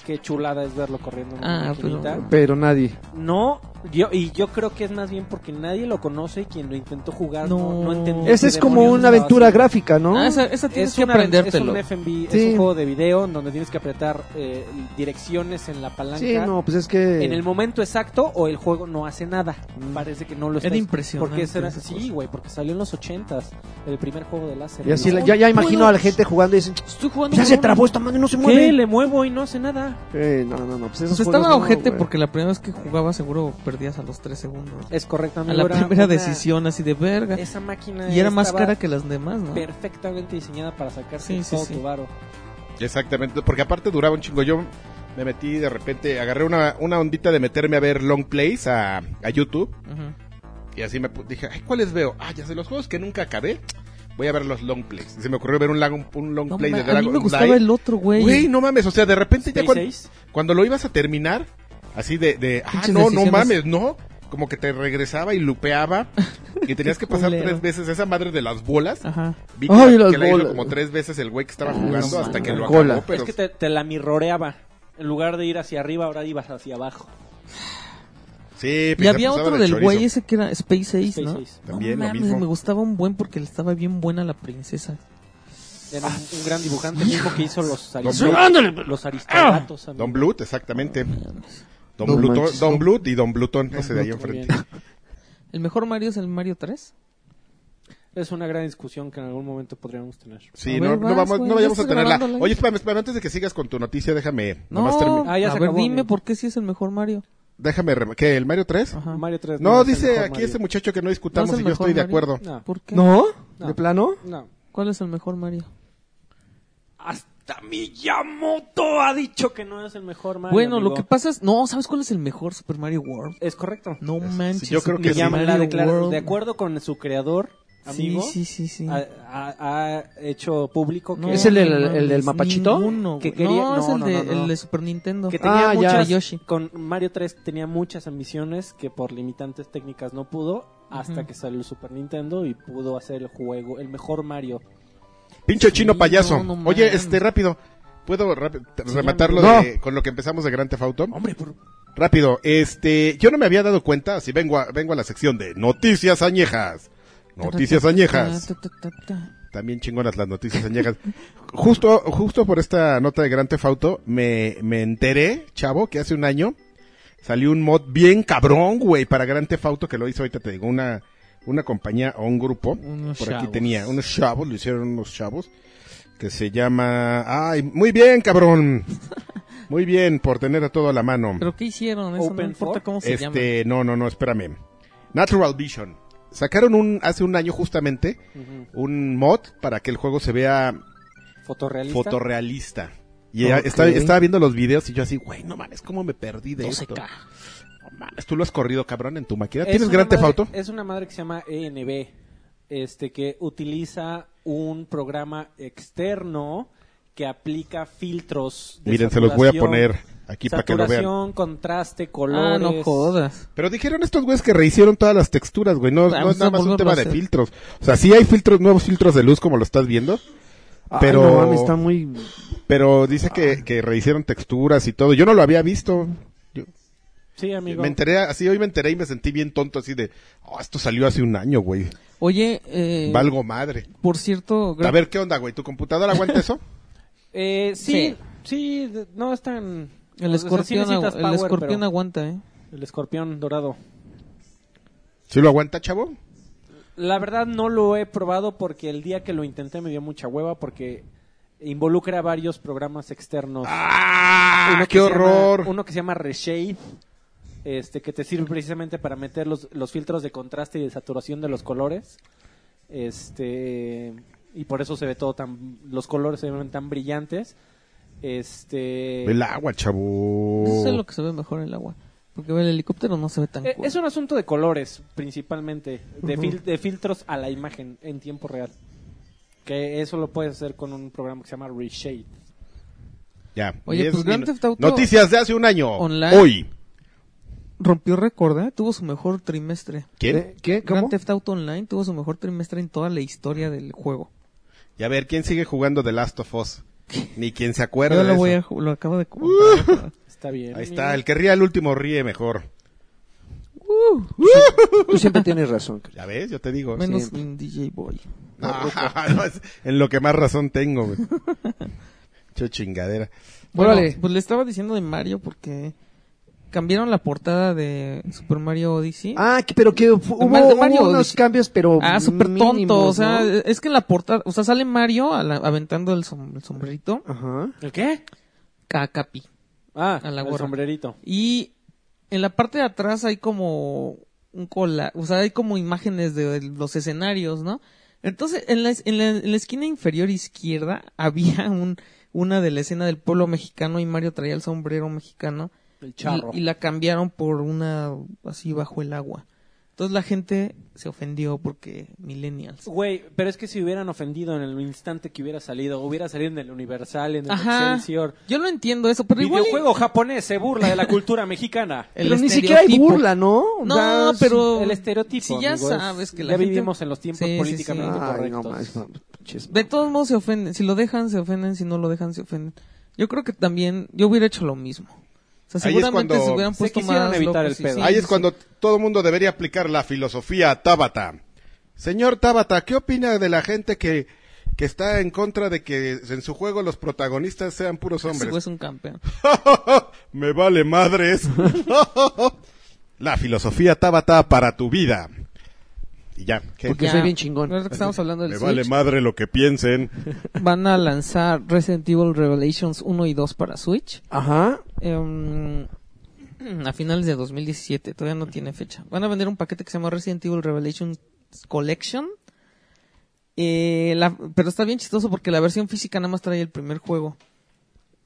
Speaker 5: Qué chulada es verlo corriendo. en una
Speaker 1: Ah, pero-
Speaker 5: maquinita.
Speaker 2: Pero nadie.
Speaker 5: No, yo, y yo creo que es más bien porque nadie lo conoce y quien lo intentó jugar no,
Speaker 1: No.
Speaker 5: no entendió.
Speaker 2: Esa
Speaker 5: qué
Speaker 2: es como una
Speaker 5: demonios estaba
Speaker 2: aventura
Speaker 5: haciendo.
Speaker 2: gráfica, ¿no?
Speaker 1: Ah, esa, esa tienes
Speaker 5: Es,
Speaker 1: que
Speaker 5: una-
Speaker 1: aprendértelo.
Speaker 5: es un FMV, es
Speaker 2: Sí.
Speaker 5: un juego de video en donde tienes que apretar eh, direcciones en la palanca.
Speaker 2: sí, no, pues es que.
Speaker 5: En el momento exacto o el juego no hace nada. Parece que no lo está.
Speaker 1: Era Mm. impresionante
Speaker 5: Porque ese era,
Speaker 1: esa
Speaker 5: sí,
Speaker 1: cosa.
Speaker 5: güey, porque salió en los ochentas el primer juego de láser.
Speaker 2: Y así,
Speaker 5: No,
Speaker 2: la- ya, ya
Speaker 1: No
Speaker 2: imagino
Speaker 1: puedo.
Speaker 2: a la gente jugando y dicen,
Speaker 1: Pues Estoy jugando.
Speaker 2: ya se
Speaker 1: con-
Speaker 2: trabó esta madre, no se
Speaker 5: ¿Qué?
Speaker 2: mueve.
Speaker 5: Le muevo y no hace nada.
Speaker 2: Eh, no, no, no, pues esos
Speaker 1: Pues estaba
Speaker 2: juegos no,
Speaker 1: ojete
Speaker 2: güey.
Speaker 1: porque la primera vez que jugaba seguro perdías a los 3 segundos.
Speaker 5: Es correcto,
Speaker 1: A
Speaker 5: amigo,
Speaker 1: la
Speaker 5: era
Speaker 1: primera
Speaker 5: una-
Speaker 1: decisión así de verga.
Speaker 5: Esa máquina
Speaker 1: Y era más
Speaker 5: estaba
Speaker 1: cara que las demás, ¿no?
Speaker 5: perfectamente diseñada para sacarse
Speaker 1: Sí, sí,
Speaker 5: todo
Speaker 1: sí.
Speaker 5: tu varo.
Speaker 3: Exactamente, porque aparte duraba un chingo. Yo me metí de repente, agarré una, una ondita de meterme a ver long plays a, a YouTube.
Speaker 1: Ajá.
Speaker 3: Y así me pu- dije, ay, ¿cuáles veo? Ah, ya sé, los juegos que nunca acabé. Voy a ver los long plays. Y se me ocurrió ver un, lang- un long
Speaker 1: No
Speaker 3: play
Speaker 1: ma-
Speaker 3: de
Speaker 1: a mí
Speaker 3: Dragon
Speaker 1: me gustaba
Speaker 3: Knight.
Speaker 1: el otro,
Speaker 3: Güey,
Speaker 1: güey.
Speaker 3: no mames, o sea, de repente ya
Speaker 5: Space
Speaker 3: cuando,
Speaker 5: Ace.
Speaker 3: cuando lo ibas a terminar, así de, de ah,
Speaker 1: Pinches
Speaker 3: no, no
Speaker 1: decisiones.
Speaker 3: mames, no. Como que te regresaba y lupeaba. Y tenías que pasar
Speaker 1: Culero.
Speaker 3: tres veces esa madre de las bolas.
Speaker 1: Ajá. Ah,
Speaker 3: Vi que,
Speaker 2: Ay,
Speaker 3: la-
Speaker 2: las
Speaker 3: que la hizo
Speaker 2: bolas.
Speaker 3: como tres veces el güey que estaba jugando
Speaker 2: no
Speaker 3: hasta que
Speaker 2: mames.
Speaker 3: lo
Speaker 2: Cola.
Speaker 3: acabó. Pero
Speaker 5: Es que te, te la mirroreaba. En lugar de ir hacia arriba, ahora ibas hacia abajo.
Speaker 3: sí,
Speaker 1: Y
Speaker 3: pues,
Speaker 1: había
Speaker 3: abusaba
Speaker 1: otro del
Speaker 3: del chorizo.
Speaker 1: güey ese que era Space Ace,
Speaker 5: Space
Speaker 1: ¿no?
Speaker 5: Ace.
Speaker 1: No
Speaker 3: También lo
Speaker 1: mames,
Speaker 3: mismo.
Speaker 1: Me gustaba un buen porque le estaba bien buena la princesa.
Speaker 5: Era un, un gran dibujante, mismo que hizo los,
Speaker 3: Don Ah.
Speaker 5: arist- los aristogatos. amigo.
Speaker 3: Don Bluth, exactamente. Don,
Speaker 2: No
Speaker 3: Blutón-
Speaker 2: manches,
Speaker 3: Don
Speaker 2: no.
Speaker 3: Bluth y Don Blutón, ese de ahí
Speaker 5: Muy bien.
Speaker 3: enfrente.
Speaker 1: El mejor Mario es el Mario 3.
Speaker 5: Es una gran discusión que en algún momento podríamos tener.
Speaker 3: Sí,
Speaker 1: A
Speaker 3: no,
Speaker 1: ver,
Speaker 3: no
Speaker 1: vas,
Speaker 3: vamos,
Speaker 1: güey,
Speaker 3: no
Speaker 1: ya
Speaker 3: vayamos a
Speaker 1: estoy
Speaker 3: tenerla.
Speaker 1: grabándola.
Speaker 3: Oye, espérame, espérame, antes de que sigas con tu noticia, déjame,
Speaker 1: No,
Speaker 3: nomás termi-
Speaker 5: Ah, ya
Speaker 1: a
Speaker 5: se
Speaker 1: ver,
Speaker 5: acabó,
Speaker 1: dime
Speaker 5: amigo.
Speaker 1: por qué si es el mejor Mario.
Speaker 3: déjame, rem- ¿qué, el Mario 3?
Speaker 1: Ajá.
Speaker 5: Mario 3.
Speaker 3: No,
Speaker 5: es el
Speaker 3: dice
Speaker 5: mejor
Speaker 3: aquí
Speaker 5: Mario.
Speaker 3: este muchacho que no discutamos
Speaker 1: ¿No es el
Speaker 3: y yo
Speaker 1: mejor
Speaker 3: estoy de
Speaker 1: Mario?
Speaker 3: acuerdo.
Speaker 5: No,
Speaker 1: ¿Por qué?
Speaker 2: ¿No?
Speaker 5: No.
Speaker 2: ¿De plano?
Speaker 5: no.
Speaker 1: ¿Cuál es el mejor Mario?
Speaker 5: Hasta Miyamoto ha dicho que no es el mejor Mario.
Speaker 1: bueno, lo
Speaker 5: amigo.
Speaker 1: que pasa es... No, ¿sabes cuál es el mejor Super Mario World?
Speaker 5: Es correcto.
Speaker 1: No manches.
Speaker 3: yo creo que
Speaker 1: Super
Speaker 3: sí.
Speaker 5: Miyamoto la
Speaker 1: Mario
Speaker 5: declara-
Speaker 1: World.
Speaker 5: de acuerdo con su creador, amigo,
Speaker 1: Sí, sí, sí, sí.
Speaker 5: Ha, ha- ha hecho público que,
Speaker 1: Ah, No,
Speaker 2: ¿Es el- el-
Speaker 1: no mames,
Speaker 2: el del mapachito?
Speaker 1: ninguno,
Speaker 5: Que
Speaker 1: güey.
Speaker 5: quería-
Speaker 1: No, es
Speaker 5: no,
Speaker 1: el,
Speaker 5: no,
Speaker 1: de,
Speaker 5: no, no.
Speaker 1: el de Super Nintendo.
Speaker 5: que tenía
Speaker 2: Ah, ya.
Speaker 5: muchas...
Speaker 1: Yoshi.
Speaker 5: Con Mario 3 tenía muchas ambiciones que por limitantes técnicas no pudo hasta
Speaker 1: Ujú.
Speaker 5: que salió el Super Nintendo y pudo hacer el juego, el mejor Mario.
Speaker 3: Pinche chino
Speaker 1: Sí,
Speaker 3: payaso.
Speaker 1: no, no
Speaker 3: Oye,
Speaker 1: mames.
Speaker 3: este, rápido. ¿Puedo rap- t-
Speaker 1: Sí,
Speaker 3: rematarlo
Speaker 2: amigo.
Speaker 3: de- con lo que empezamos de Gran Theft Auto? Hombre, Rápido, este, yo no me había dado cuenta, si vengo a, vengo a la sección de noticias añejas. Noticias añejas.
Speaker 1: Ta, ta, ta, ta, ta.
Speaker 3: También chingonas las noticias añejas. Justo, justo por esta nota de Gran Theft Auto, me, me enteré, chavo, que hace un año salió un mod bien cabrón, güey, para Gran Theft Auto, que lo hizo ahorita, te digo, una, una compañía o un grupo.
Speaker 1: Unos
Speaker 3: por aquí
Speaker 1: chavos.
Speaker 3: tenía unos chavos, lo hicieron unos chavos, que se llama... ¡Ay, muy bien, cabrón! Muy bien, por tener a todo a la mano.
Speaker 1: ¿Pero qué hicieron? Eso no
Speaker 5: Open
Speaker 1: importa
Speaker 5: for?
Speaker 1: cómo se llama.
Speaker 3: Este, no, no, no, espérame. Natural Vision. Sacaron un, hace un año justamente,
Speaker 5: Ujú.
Speaker 3: un mod para que el juego se vea
Speaker 5: Fotorrealista.
Speaker 3: fotorrealista. Y
Speaker 2: Ok.
Speaker 3: estaba, estaba viendo los videos y yo así, güey, no mames, ¿cómo me perdí de esto?
Speaker 1: 12K.
Speaker 3: No mames, tú lo has corrido, cabrón, en tu máquina.
Speaker 5: Es
Speaker 3: ¿Tienes
Speaker 5: una
Speaker 3: Gran Theft
Speaker 5: madre-
Speaker 3: Auto?
Speaker 5: Es una madre que se llama ENB, este, que utiliza un programa externo que aplica filtros. de
Speaker 3: Miren, se los voy a
Speaker 5: saturación-
Speaker 3: poner aquí para que lo vean.
Speaker 5: saturación, contraste, colores.
Speaker 1: Ah, no jodas.
Speaker 3: Pero dijeron estos güeyes que rehicieron todas las texturas, güey. No,
Speaker 1: Ah,
Speaker 3: no
Speaker 1: pues
Speaker 3: es
Speaker 1: no,
Speaker 3: nada más un
Speaker 1: volverlo
Speaker 3: tema
Speaker 1: a
Speaker 3: de
Speaker 1: hacer.
Speaker 3: filtros. O sea, sí hay filtros, nuevos filtros de luz, como lo estás viendo.
Speaker 2: Ay,
Speaker 3: Pero-
Speaker 2: no mames, está muy.
Speaker 3: Pero dice que, que rehicieron texturas y todo. Yo no lo había visto. Yo-
Speaker 5: Sí, amigo.
Speaker 3: me enteré, así hoy me enteré y me sentí bien tonto, así de, oh, esto salió hace un año, güey.
Speaker 1: Oye, eh,
Speaker 3: Valgo madre.
Speaker 1: por cierto... gra-
Speaker 3: A ver, ¿qué onda, güey? ¿Tu computadora aguanta eso?
Speaker 5: Eh, sí, sí, de- no es tan...
Speaker 1: El
Speaker 5: o sea, sí
Speaker 1: escorpión, agu-
Speaker 5: necesitas
Speaker 1: el
Speaker 5: power,
Speaker 1: escorpión
Speaker 5: pero-
Speaker 1: aguanta, ¿eh?
Speaker 5: El escorpión dorado.
Speaker 3: ¿Sí lo aguanta, chavo?
Speaker 5: La verdad no lo he probado porque el día que lo intenté me dio mucha hueva porque involucra varios programas externos.
Speaker 3: ¡Ah!
Speaker 5: Uno
Speaker 3: ¡Qué
Speaker 5: que se llama-
Speaker 3: horror!
Speaker 5: uno que se llama Reshade, este, que te sirve precisamente para meter los, los filtros de contraste y de saturación de los colores. Este, y por eso se ve todo tan, los colores se ven tan brillantes. Este,
Speaker 3: El agua, chavo.
Speaker 1: Eso es lo que se ve mejor el agua. Porque el helicóptero no se ve tan
Speaker 5: eh,
Speaker 1: cool.
Speaker 5: es un asunto de colores, principalmente, de, fil- de filtros a la imagen en tiempo real. Que eso lo puedes hacer con un programa que se llama Reshade.
Speaker 3: Ya.
Speaker 1: Oye,
Speaker 3: Diez
Speaker 1: pues, Grand
Speaker 3: minutos.
Speaker 1: Theft Auto-
Speaker 3: Noticias de hace un año.
Speaker 1: Online.
Speaker 3: Hoy.
Speaker 1: Rompió récord, ¿eh? Tuvo su mejor trimestre.
Speaker 3: ¿Quién?
Speaker 2: ¿Eh? ¿Qué?
Speaker 1: Grand
Speaker 2: ¿Cómo?
Speaker 1: Theft Auto Online tuvo su mejor trimestre en toda la historia del juego.
Speaker 3: Y a ver, ¿quién sigue jugando The Last of Us? Ni quien se acuerda
Speaker 1: Yo
Speaker 3: de
Speaker 1: lo,
Speaker 3: eso.
Speaker 1: voy a, ju- lo acabo de
Speaker 2: Uh.
Speaker 1: comprar.
Speaker 5: Está bien.
Speaker 3: Ahí
Speaker 5: amigo.
Speaker 3: está, el que ría el último ríe mejor.
Speaker 2: Tú siempre tienes razón. Carlos.
Speaker 3: Ya ves, yo te digo.
Speaker 1: Menos
Speaker 2: Siempre.
Speaker 1: un DJ Boy.
Speaker 3: Ah, no, es en lo que más razón tengo, güey. Cho chingadera.
Speaker 1: Bueno,
Speaker 2: Órale.
Speaker 1: pues le estaba diciendo de Mario porque cambiaron la portada de Super Mario Odyssey.
Speaker 2: Ah, que- pero que fu-
Speaker 1: De
Speaker 2: hubo,
Speaker 1: Mar- de Mario
Speaker 2: hubo unos
Speaker 1: dice-
Speaker 2: cambios, pero
Speaker 1: Ah, súper tonto.
Speaker 2: mínimos,
Speaker 1: O sea,
Speaker 2: ¿no?
Speaker 1: es que en la portada, o sea, sale Mario a la- aventando el, som- el sombrerito
Speaker 2: Ajá.
Speaker 5: ¿El qué?
Speaker 1: a Capi.
Speaker 5: Ah,
Speaker 1: A la
Speaker 5: el
Speaker 1: gorra.
Speaker 5: sombrerito.
Speaker 1: Y en la parte de atrás hay como un cola, o sea, hay como imágenes de los escenarios, ¿no? Entonces, en la, es- en la, en la esquina inferior izquierda había un, una de la escena del pueblo mexicano y Mario traía el sombrero mexicano
Speaker 5: El charro.
Speaker 1: y, y la cambiaron por una así bajo el agua. Entonces la gente se ofendió porque millennials.
Speaker 5: Güey, pero es que si hubieran ofendido en el instante que hubiera salido, hubiera salido en el Universal, en el
Speaker 1: Ajá.
Speaker 5: Excelsior.
Speaker 1: Yo no entiendo eso, pero igual
Speaker 5: Videojuego japonés se burla de la cultura mexicana.
Speaker 1: el
Speaker 2: pero ni siquiera hay
Speaker 1: estereotipo.
Speaker 2: burla, ¿no? O sea,
Speaker 1: No, pero
Speaker 5: el estereotipo.
Speaker 1: Si ya
Speaker 5: amigo, es-
Speaker 1: sabes que la
Speaker 5: ya
Speaker 1: gente-
Speaker 5: vivimos en los tiempos
Speaker 1: Sí, sí, sí.
Speaker 2: Ay,
Speaker 5: políticamente
Speaker 2: no,
Speaker 5: correctos.
Speaker 2: más, no, pinches-
Speaker 1: De todos modos se ofenden. Si lo dejan, se ofenden. Si no lo dejan, se ofenden. Yo creo que también yo hubiera hecho lo mismo. O sea,
Speaker 3: Ahí es
Speaker 1: seguramente
Speaker 3: cuando
Speaker 1: se hubieran
Speaker 5: se
Speaker 1: puesto
Speaker 5: quisieran
Speaker 1: más
Speaker 5: evitar
Speaker 1: locos
Speaker 5: el
Speaker 1: y-
Speaker 5: pedo.
Speaker 1: sí,
Speaker 3: Ahí es
Speaker 1: sí.
Speaker 3: cuando todo mundo debería aplicar la filosofía Tabata. Señor Tabata, ¿qué opina de la gente que, que está en contra de que en su juego los protagonistas sean puros
Speaker 1: Ese
Speaker 3: hombres?
Speaker 1: güey es un campeón.
Speaker 3: Me vale madres. la filosofía Tabata para tu vida. Y ya. ¿qué?
Speaker 2: Porque- Que
Speaker 1: Ya.
Speaker 2: soy bien chingón.
Speaker 1: Ahora que estamos hablando del
Speaker 3: Me
Speaker 1: Switch,
Speaker 3: vale madre lo que piensen.
Speaker 1: van a lanzar Resident Evil Revelations 1 y 2 para Switch.
Speaker 2: Ajá.
Speaker 1: em, a finales de 2017. Todavía no tiene fecha. Van a vender un paquete que se llama Resident Evil Revelations Collection. Eh, la- pero está bien chistoso porque la versión física nada más trae el primer juego.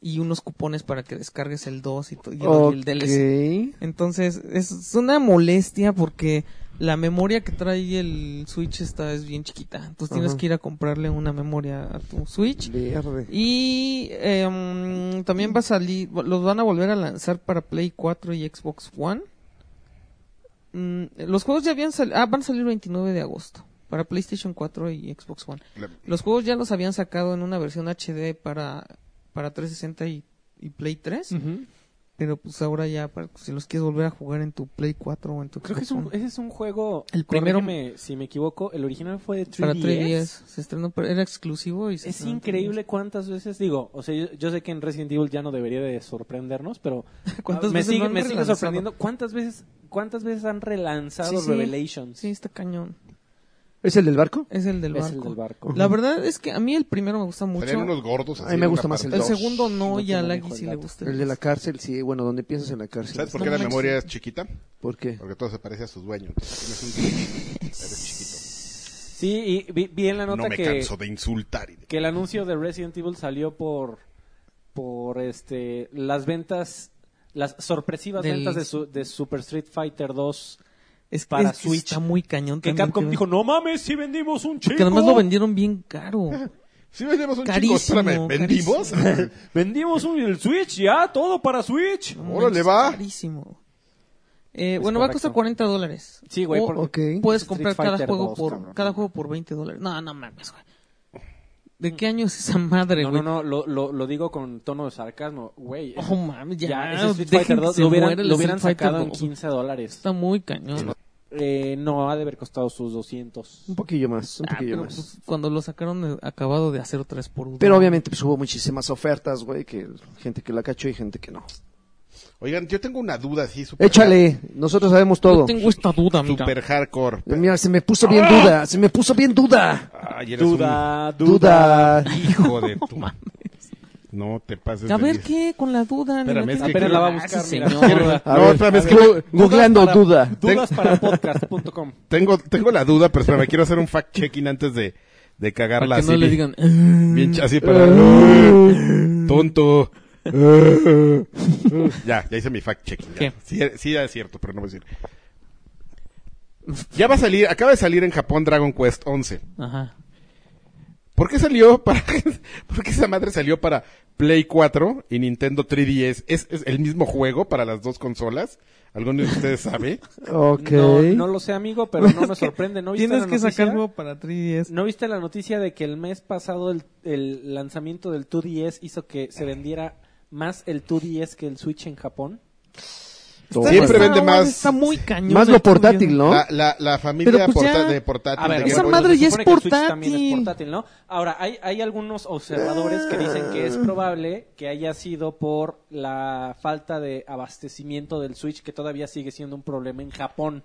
Speaker 1: Y unos cupones para que descargues el 2 y, to- y el- y el DLC.
Speaker 2: Ok.
Speaker 1: Entonces, es, es una molestia porque la memoria que trae el Switch está, es bien chiquita. Entonces tienes
Speaker 2: Ajá.
Speaker 1: que ir a comprarle una memoria a tu Switch.
Speaker 2: Verde.
Speaker 1: Y em, también va a salir, los van a volver a lanzar para Play 4 y Xbox One. Mm, los juegos ya habían salido, ah, van a salir 29 de agosto para PlayStation 4 y Xbox One. Los juegos ya los habían sacado en una versión HD para, para 360 y, y Play 3. Pero pues ahora ya, para- si los quieres volver a jugar en tu Play 4 o en tu
Speaker 5: Creo que
Speaker 1: Xbox
Speaker 5: es un,
Speaker 1: One.
Speaker 5: ese es un juego.
Speaker 1: El primero-
Speaker 5: corrígeme si me equivoco, el original fue de 3DS.
Speaker 1: para 3DS. Se estrenó, pero era exclusivo y se
Speaker 5: Es
Speaker 1: estrenó en
Speaker 5: increíble cuántas veces digo, o sea, yo, yo sé que en Resident Evil ya no debería de sorprendernos, pero
Speaker 1: ¿Cuántas
Speaker 5: me
Speaker 1: veces lo
Speaker 5: sigue,
Speaker 1: han
Speaker 5: me sigue
Speaker 1: relanzado?
Speaker 5: sorprendiendo cuántas veces cuántas veces han relanzado
Speaker 1: Sí, sí.
Speaker 5: Revelations.
Speaker 1: 3DS. Sí, está cañón.
Speaker 2: ¿Es el del barco?
Speaker 1: Es el del
Speaker 5: Es
Speaker 1: barco.
Speaker 5: el del barco.
Speaker 1: La verdad es que a mí el primero me gusta mucho.
Speaker 3: Serían unos gordos.
Speaker 2: A mí me gusta más
Speaker 1: El
Speaker 2: dos.
Speaker 1: segundo no,
Speaker 5: No
Speaker 1: y a
Speaker 5: te
Speaker 1: Lagui
Speaker 5: manejo el
Speaker 1: sí le
Speaker 5: dato.
Speaker 1: gusta.
Speaker 2: El de la cárcel, sí. Bueno, donde piensas en la cárcel.
Speaker 3: ¿Sabes por
Speaker 1: No
Speaker 3: qué la
Speaker 1: manches.
Speaker 3: memoria es chiquita?
Speaker 2: ¿Por qué?
Speaker 3: Porque todo se parece a sus dueños. Tienes un dueño, eres chiquito.
Speaker 5: Sí, y vi, vi en la nota
Speaker 3: No me
Speaker 5: que,
Speaker 3: canso de insultar. y de-
Speaker 5: que el anuncio de Resident Evil salió por por este las ventas las sorpresivas
Speaker 1: Del-
Speaker 5: ventas de, su- de Super Street Fighter 2
Speaker 1: Es que
Speaker 5: para
Speaker 1: es-
Speaker 5: Switch.
Speaker 1: Está muy cañón.
Speaker 5: que
Speaker 1: también,
Speaker 5: Capcom
Speaker 1: que-
Speaker 5: dijo, "No mames, si vendimos un chingo."
Speaker 1: Que además lo vendieron bien caro.
Speaker 3: Sí, vendemos un
Speaker 1: Carísimo,
Speaker 3: chico. Espérame, ¿vendimos?
Speaker 1: carísimo.
Speaker 5: Vendimos un, el Switch ya, todo para Switch.
Speaker 1: No
Speaker 3: Órale,
Speaker 1: manches,
Speaker 3: va.
Speaker 1: Carísimo. Eh,
Speaker 5: Es
Speaker 1: bueno, va a costar 40
Speaker 5: correcto.
Speaker 1: dólares.
Speaker 5: Sí, güey,
Speaker 1: O
Speaker 5: porque-
Speaker 2: Ok.
Speaker 1: Puedes
Speaker 5: Street
Speaker 1: comprar cada
Speaker 5: Fighter
Speaker 1: juego,
Speaker 5: 2,
Speaker 1: por,
Speaker 5: cabrón.
Speaker 1: cada juego por 20 dólares. No, no mames, güey. ¿De qué año es esa madre,
Speaker 5: No,
Speaker 1: güey?
Speaker 5: no, no, lo, lo, lo digo con tono de sarcasmo, güey.
Speaker 1: Oh, mames, ya.
Speaker 5: ya, ese Street
Speaker 1: dejen
Speaker 5: Fighter
Speaker 1: que
Speaker 5: 2
Speaker 1: se
Speaker 5: lo hubieran,
Speaker 1: muera el
Speaker 5: lo hubieran
Speaker 1: Street Fighter
Speaker 5: sacado en
Speaker 1: 2.
Speaker 5: 15 dólares.
Speaker 1: Está muy cañón.
Speaker 5: Eh, no, ha de haber costado sus 200.
Speaker 2: Un poquillo más, un
Speaker 1: Ah,
Speaker 2: poquillo
Speaker 1: pero,
Speaker 2: más.
Speaker 1: pues, cuando lo sacaron eh, acabado de hacer 3 por 1
Speaker 2: Pero obviamente pues, hubo muchísimas ofertas, güey, que gente que la cachó y gente que no.
Speaker 3: Oigan, yo tengo una duda así súper
Speaker 2: Échale, nosotros sabemos todo.
Speaker 1: Yo tengo ¡Ah! esta duda, mira.
Speaker 3: super hardcore.
Speaker 2: Mira, se me puso bien duda, se me puso bien duda.
Speaker 3: Ay, eres
Speaker 5: Duda,
Speaker 2: Duda.
Speaker 3: un hijo de tu No te pases
Speaker 1: A
Speaker 3: de
Speaker 1: ver
Speaker 3: listo.
Speaker 1: qué con la duda. Ni
Speaker 3: Espérame,
Speaker 1: me
Speaker 3: es
Speaker 1: tengo
Speaker 3: que-
Speaker 1: que-
Speaker 5: Apenas la va a
Speaker 1: Ah,
Speaker 5: buscar,
Speaker 1: sí,
Speaker 5: mira.
Speaker 1: señor.
Speaker 5: Duda.
Speaker 3: No, otra vez que
Speaker 2: Gu- Googleando duda.
Speaker 5: Dudas para podcast.com.
Speaker 3: tengo, tengo la duda, pero espérame, quiero hacer un fact checking antes de, de cagarla
Speaker 1: Para que
Speaker 3: así.
Speaker 1: no le digan.
Speaker 3: bien-
Speaker 1: "Mm".
Speaker 3: bien ch- así para tonto. ya, ya hice mi fact checking. ya.
Speaker 1: ¿Qué?
Speaker 3: Sí, era- sí era cierto, pero no voy a decir. Ya va a salir, acaba de salir en Japón Dragon Quest 11.
Speaker 1: Ajá.
Speaker 3: ¿Por qué salió para ¿Por qué esa madre salió para Play 4 y Nintendo 3DS? ¿Es, es el mismo juego para las dos consolas? ¿Alguno de ustedes sabe?
Speaker 2: Ok.
Speaker 5: No, no lo sé, amigo, pero no me sorprende. ¿No viste
Speaker 1: Pues Tienes
Speaker 5: la
Speaker 1: que
Speaker 5: noticia?
Speaker 1: sacar algo para 3DS.
Speaker 5: ¿No viste la noticia de que el mes pasado el, el lanzamiento del 2DS hizo que se vendiera más el 2DS que el Switch en Japón?
Speaker 2: Todo.
Speaker 3: Siempre
Speaker 1: Esa
Speaker 3: vende
Speaker 1: onda
Speaker 3: más-
Speaker 1: Está muy cañón.
Speaker 2: Más lo
Speaker 1: esto,
Speaker 2: portátil,
Speaker 1: mira.
Speaker 2: ¿no?
Speaker 3: La, la, la familia
Speaker 1: Pero pues
Speaker 3: porta-
Speaker 1: ya.
Speaker 3: de portátil.
Speaker 1: ver,
Speaker 3: de
Speaker 1: esa
Speaker 3: Game Boy.
Speaker 5: bueno,
Speaker 1: madre
Speaker 5: se
Speaker 1: ya es
Speaker 5: supone que el Switch también
Speaker 1: portátil.
Speaker 5: es portátil, ¿no? Ahora, hay, hay algunos observadores que dicen que es probable que haya sido por la falta de abastecimiento del Switch, que todavía sigue siendo un problema en Japón.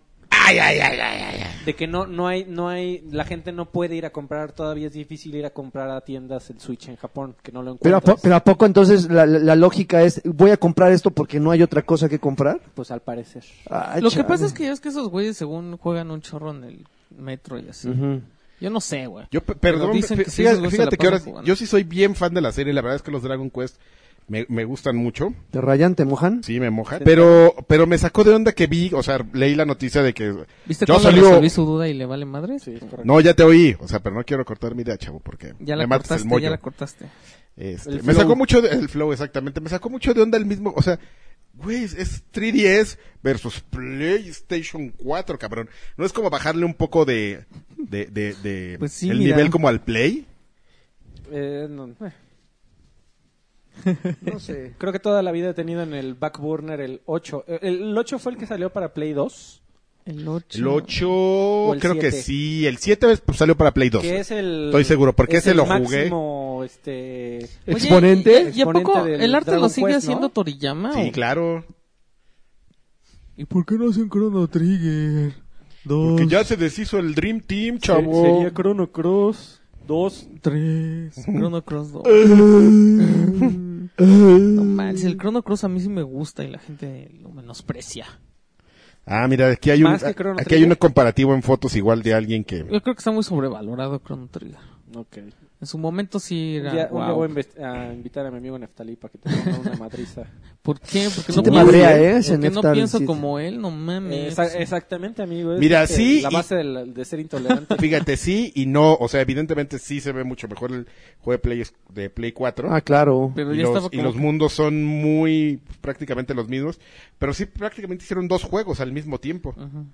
Speaker 5: De que no, no hay, no hay, la gente no puede ir a comprar, todavía es difícil ir a comprar a tiendas el Switch en Japón, que no lo
Speaker 2: Pero a,
Speaker 5: encuentras.
Speaker 2: po- pero a poco entonces la, la- la lógica es, voy a comprar esto porque no hay otra cosa que comprar.
Speaker 5: Pues al parecer.
Speaker 2: Ay,
Speaker 1: Lo que
Speaker 2: chale.
Speaker 1: pasa es que ya es que esos güeyes, según juegan un chorro en el metro y así. Yo no sé, güey.
Speaker 3: Yo, pe-
Speaker 1: Pero
Speaker 3: perdón,
Speaker 1: dicen
Speaker 3: fe-
Speaker 1: que sí,
Speaker 3: fíjate,
Speaker 1: esos güeyes se
Speaker 3: fíjate
Speaker 1: la
Speaker 3: que ahora
Speaker 1: pasan jugando.
Speaker 3: yo sí soy bien fan de la serie, la verdad es que los Dragon Quest me, me gustan mucho,
Speaker 2: ¿Te rayan, te mojan?
Speaker 3: sí me moja, pero pero me sacó de onda que vi, o sea, leí la noticia de que
Speaker 1: ¿Viste
Speaker 3: yo
Speaker 1: cómo
Speaker 3: salió-
Speaker 1: resolví su duda y le vale madre?
Speaker 3: no, ya te oí, o sea, pero no quiero cortar mi idea, chavo, porque
Speaker 1: Ya
Speaker 3: me
Speaker 1: la
Speaker 3: matas el
Speaker 1: cortaste,
Speaker 3: mollo.
Speaker 1: ya la cortaste.
Speaker 3: Este,
Speaker 5: El
Speaker 3: me
Speaker 5: flow.
Speaker 3: sacó mucho de- el flow exactamente, me sacó mucho de onda el mismo, o sea, güey, es- es 3DS versus PlayStation 4, cabrón. No es como bajarle un poco de de de, de-
Speaker 1: Pues sí,
Speaker 3: el
Speaker 1: mira.
Speaker 3: nivel como al Play.
Speaker 5: Eh, no.
Speaker 2: No sé.
Speaker 5: Creo que toda la vida he tenido en el Backburner el 8. Eh, El, el 8 fue el que salió para Play 2.
Speaker 1: El 8.
Speaker 3: El 8,
Speaker 5: el
Speaker 3: creo que
Speaker 5: siete.
Speaker 3: sí. El 7 pues, salió para Play 2.
Speaker 5: Que es el.
Speaker 3: Estoy seguro, porque ese lo jugué.
Speaker 5: máximo, este.
Speaker 2: ¿Exponente?
Speaker 1: ¿Y a
Speaker 5: Exponente
Speaker 1: poco
Speaker 5: del
Speaker 1: el arte lo
Speaker 5: Dragon
Speaker 1: sigue
Speaker 5: Quest,
Speaker 1: haciendo
Speaker 5: ¿no?
Speaker 1: Toriyama?
Speaker 3: Sí,
Speaker 1: o-
Speaker 3: claro.
Speaker 6: ¿Y por qué no hacen Chrono Trigger? Dos,
Speaker 3: Porque ya se deshizo el Dream Team,
Speaker 6: se-
Speaker 3: chavo.
Speaker 6: Sería Chrono Cross. Dos.
Speaker 1: Tres. Chrono Cross 2. no manches, el Chrono Cross a mí sí me gusta y la gente lo menosprecia.
Speaker 3: Ah, mira, aquí hay un
Speaker 5: Más que Chrono
Speaker 3: aquí hay
Speaker 5: Trigger.
Speaker 3: un comparativo en fotos igual de alguien que
Speaker 1: Yo creo que está muy sobrevalorado Chrono Trigger.
Speaker 5: Ok.
Speaker 1: En su momento sí
Speaker 5: Un
Speaker 1: era.
Speaker 5: día, un día
Speaker 1: guau.
Speaker 5: voy a invest- a, invitar a mi amigo Neftalí para que te ponga una matriza.
Speaker 1: ¿Por qué? Porque
Speaker 2: Sí
Speaker 1: no,
Speaker 2: te
Speaker 1: pienso,
Speaker 2: madrea, ¿eh? Ese
Speaker 1: porque no
Speaker 2: Neftal,
Speaker 1: pienso
Speaker 2: sí.
Speaker 1: como él, no mames.
Speaker 5: Esa- exactamente, amigo. es
Speaker 3: Mira,
Speaker 5: que
Speaker 3: sí,
Speaker 5: La
Speaker 3: y-
Speaker 5: base del- de, ser intolerante.
Speaker 3: Fíjate, sí y no, o sea, evidentemente sí se ve mucho mejor el juego de Play de Play 4.
Speaker 2: Ah, claro.
Speaker 1: Pero
Speaker 3: y
Speaker 1: ya
Speaker 3: los,
Speaker 1: estaba
Speaker 3: y
Speaker 1: como
Speaker 3: los
Speaker 1: que-
Speaker 3: mundos son muy prácticamente los mismos, pero sí prácticamente hicieron dos juegos al mismo tiempo.
Speaker 1: Ajá.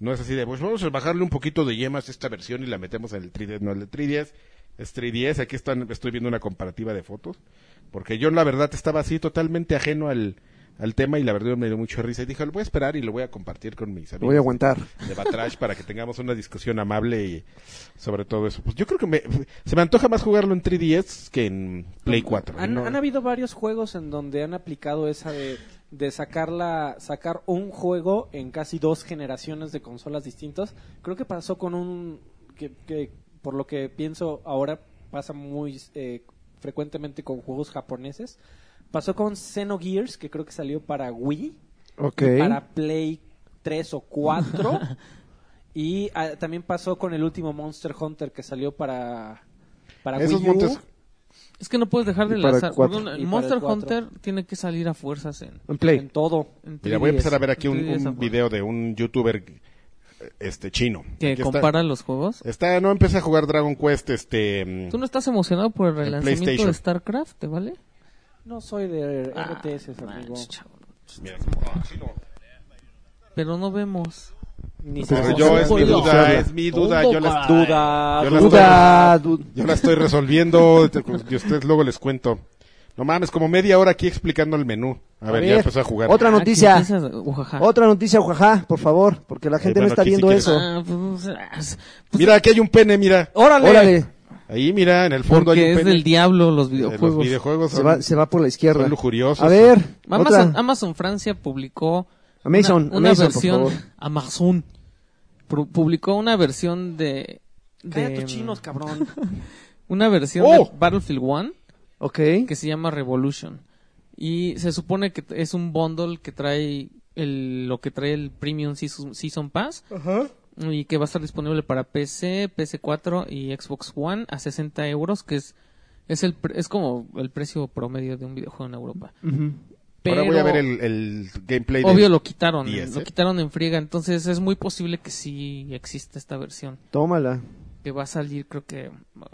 Speaker 3: No es así de, pues vamos a bajarle un poquito de yemas a esta versión y la metemos en el 3DS. No, el de 3DS es 3DS. Aquí están, estoy viendo una comparativa de fotos. Porque yo, la verdad, estaba así totalmente ajeno al, al tema y la verdad me dio mucha risa. Y dije, lo voy a esperar y lo voy a compartir con mis
Speaker 2: Lo voy a
Speaker 3: amigos
Speaker 2: aguantar.
Speaker 3: de Batrash para que tengamos una discusión amable y sobre todo eso. Pues yo creo que me, se me antoja más jugarlo en 3DS que en Play 4.
Speaker 5: han,
Speaker 3: No,
Speaker 5: han habido varios juegos en donde han aplicado esa de, de sacar, la- sacar un juego en casi dos generaciones de consolas distintas. Creo que pasó con un. Que, que por lo que pienso ahora pasa muy eh, frecuentemente con juegos japoneses. Pasó con Xenogears, que creo que salió para Wii
Speaker 2: Ok.
Speaker 5: para Play 3 o 4. y ah, también pasó con el último Monster Hunter que salió para, para
Speaker 3: Esos
Speaker 5: Wii U.
Speaker 3: montes-
Speaker 1: Es que no puedes dejar de
Speaker 2: Y para el
Speaker 1: lanzar.
Speaker 2: cuatro.
Speaker 1: porque un-
Speaker 5: Y para
Speaker 1: Monster
Speaker 5: el cuatro.
Speaker 1: Hunter tiene que salir a fuerzas en.
Speaker 2: En
Speaker 5: En
Speaker 2: Play.
Speaker 5: todo.
Speaker 1: en
Speaker 3: Mira, voy a
Speaker 1: 3DS,
Speaker 3: empezar a ver aquí un,
Speaker 1: en 3DS,
Speaker 3: un
Speaker 1: a fuerzas.
Speaker 3: video de un youtuber este chino.
Speaker 1: Que
Speaker 3: Aquí está.
Speaker 1: compara los juegos.
Speaker 3: Está, no empecé a jugar Dragon Quest, este... mm,
Speaker 1: ¿Tú no estás emocionado por el relanzamiento de
Speaker 3: PlayStation.
Speaker 1: StarCraft? ¿Te vale?
Speaker 5: No soy de RTS,
Speaker 1: Ah,
Speaker 5: amigo.
Speaker 1: chavo.
Speaker 3: mira, no, sí, no.
Speaker 1: Pero no vemos.
Speaker 5: Ni
Speaker 2: Pero
Speaker 5: sé.
Speaker 3: Pero yo, es mi
Speaker 2: Podido.
Speaker 3: duda, es mi duda, yo la, estoy-
Speaker 5: duda.
Speaker 3: yo la
Speaker 2: Duda. du-
Speaker 3: yo la estoy resolviendo y ustedes luego les cuento. No mames, como media hora aquí explicando el menú. A, ver, ya empezó a jugar.
Speaker 2: Otra
Speaker 1: Ah, que
Speaker 2: noticia.
Speaker 1: empiezas- ujaja.
Speaker 2: Otra noticia, ojaja, por favor, porque la gente
Speaker 3: Eh, bueno,
Speaker 2: no está
Speaker 3: aquí sí
Speaker 2: viendo
Speaker 3: quieres.
Speaker 2: eso.
Speaker 1: Ah, pues, ah, pues,
Speaker 3: Mira, aquí hay un pene, mira.
Speaker 2: Órale.
Speaker 3: Ahí, mira, en el fondo hay
Speaker 1: Porque
Speaker 3: un
Speaker 1: es
Speaker 3: pene.
Speaker 1: del diablo los
Speaker 3: Eh,
Speaker 1: videojuegos.
Speaker 3: Los videojuegos
Speaker 2: Se
Speaker 3: son,
Speaker 2: va, se va por la izquierda.
Speaker 3: son lujuriosos.
Speaker 2: A ver,
Speaker 1: Amazon,
Speaker 2: otra.
Speaker 1: Amazon Francia publicó una-
Speaker 2: Amazon,
Speaker 1: una,
Speaker 2: Amazon, por
Speaker 1: versión
Speaker 2: favor.
Speaker 1: Amazon pu- publicó una versión de, de,
Speaker 5: Cállate
Speaker 2: Em,
Speaker 5: tus chinos, cabrón.
Speaker 1: una versión
Speaker 3: ¡Oh!
Speaker 1: de Battlefield 1
Speaker 2: Ok.
Speaker 1: que se llama Revolution y se supone que es un bundle que trae el, lo que trae el Premium Season, Season Pass y que va a estar disponible para PC, PS4 y Xbox One a 60 euros que es es el pre- es como el precio promedio de un videojuego en Europa.
Speaker 3: Ahora voy a
Speaker 1: Pero-
Speaker 3: ver el, el gameplay. de-
Speaker 1: Obvio lo quitaron,
Speaker 3: 10,
Speaker 1: lo
Speaker 3: ¿eh?
Speaker 1: quitaron en friega, entonces es muy posible que sí exista esta versión,
Speaker 2: Tómala.
Speaker 1: que va a salir creo que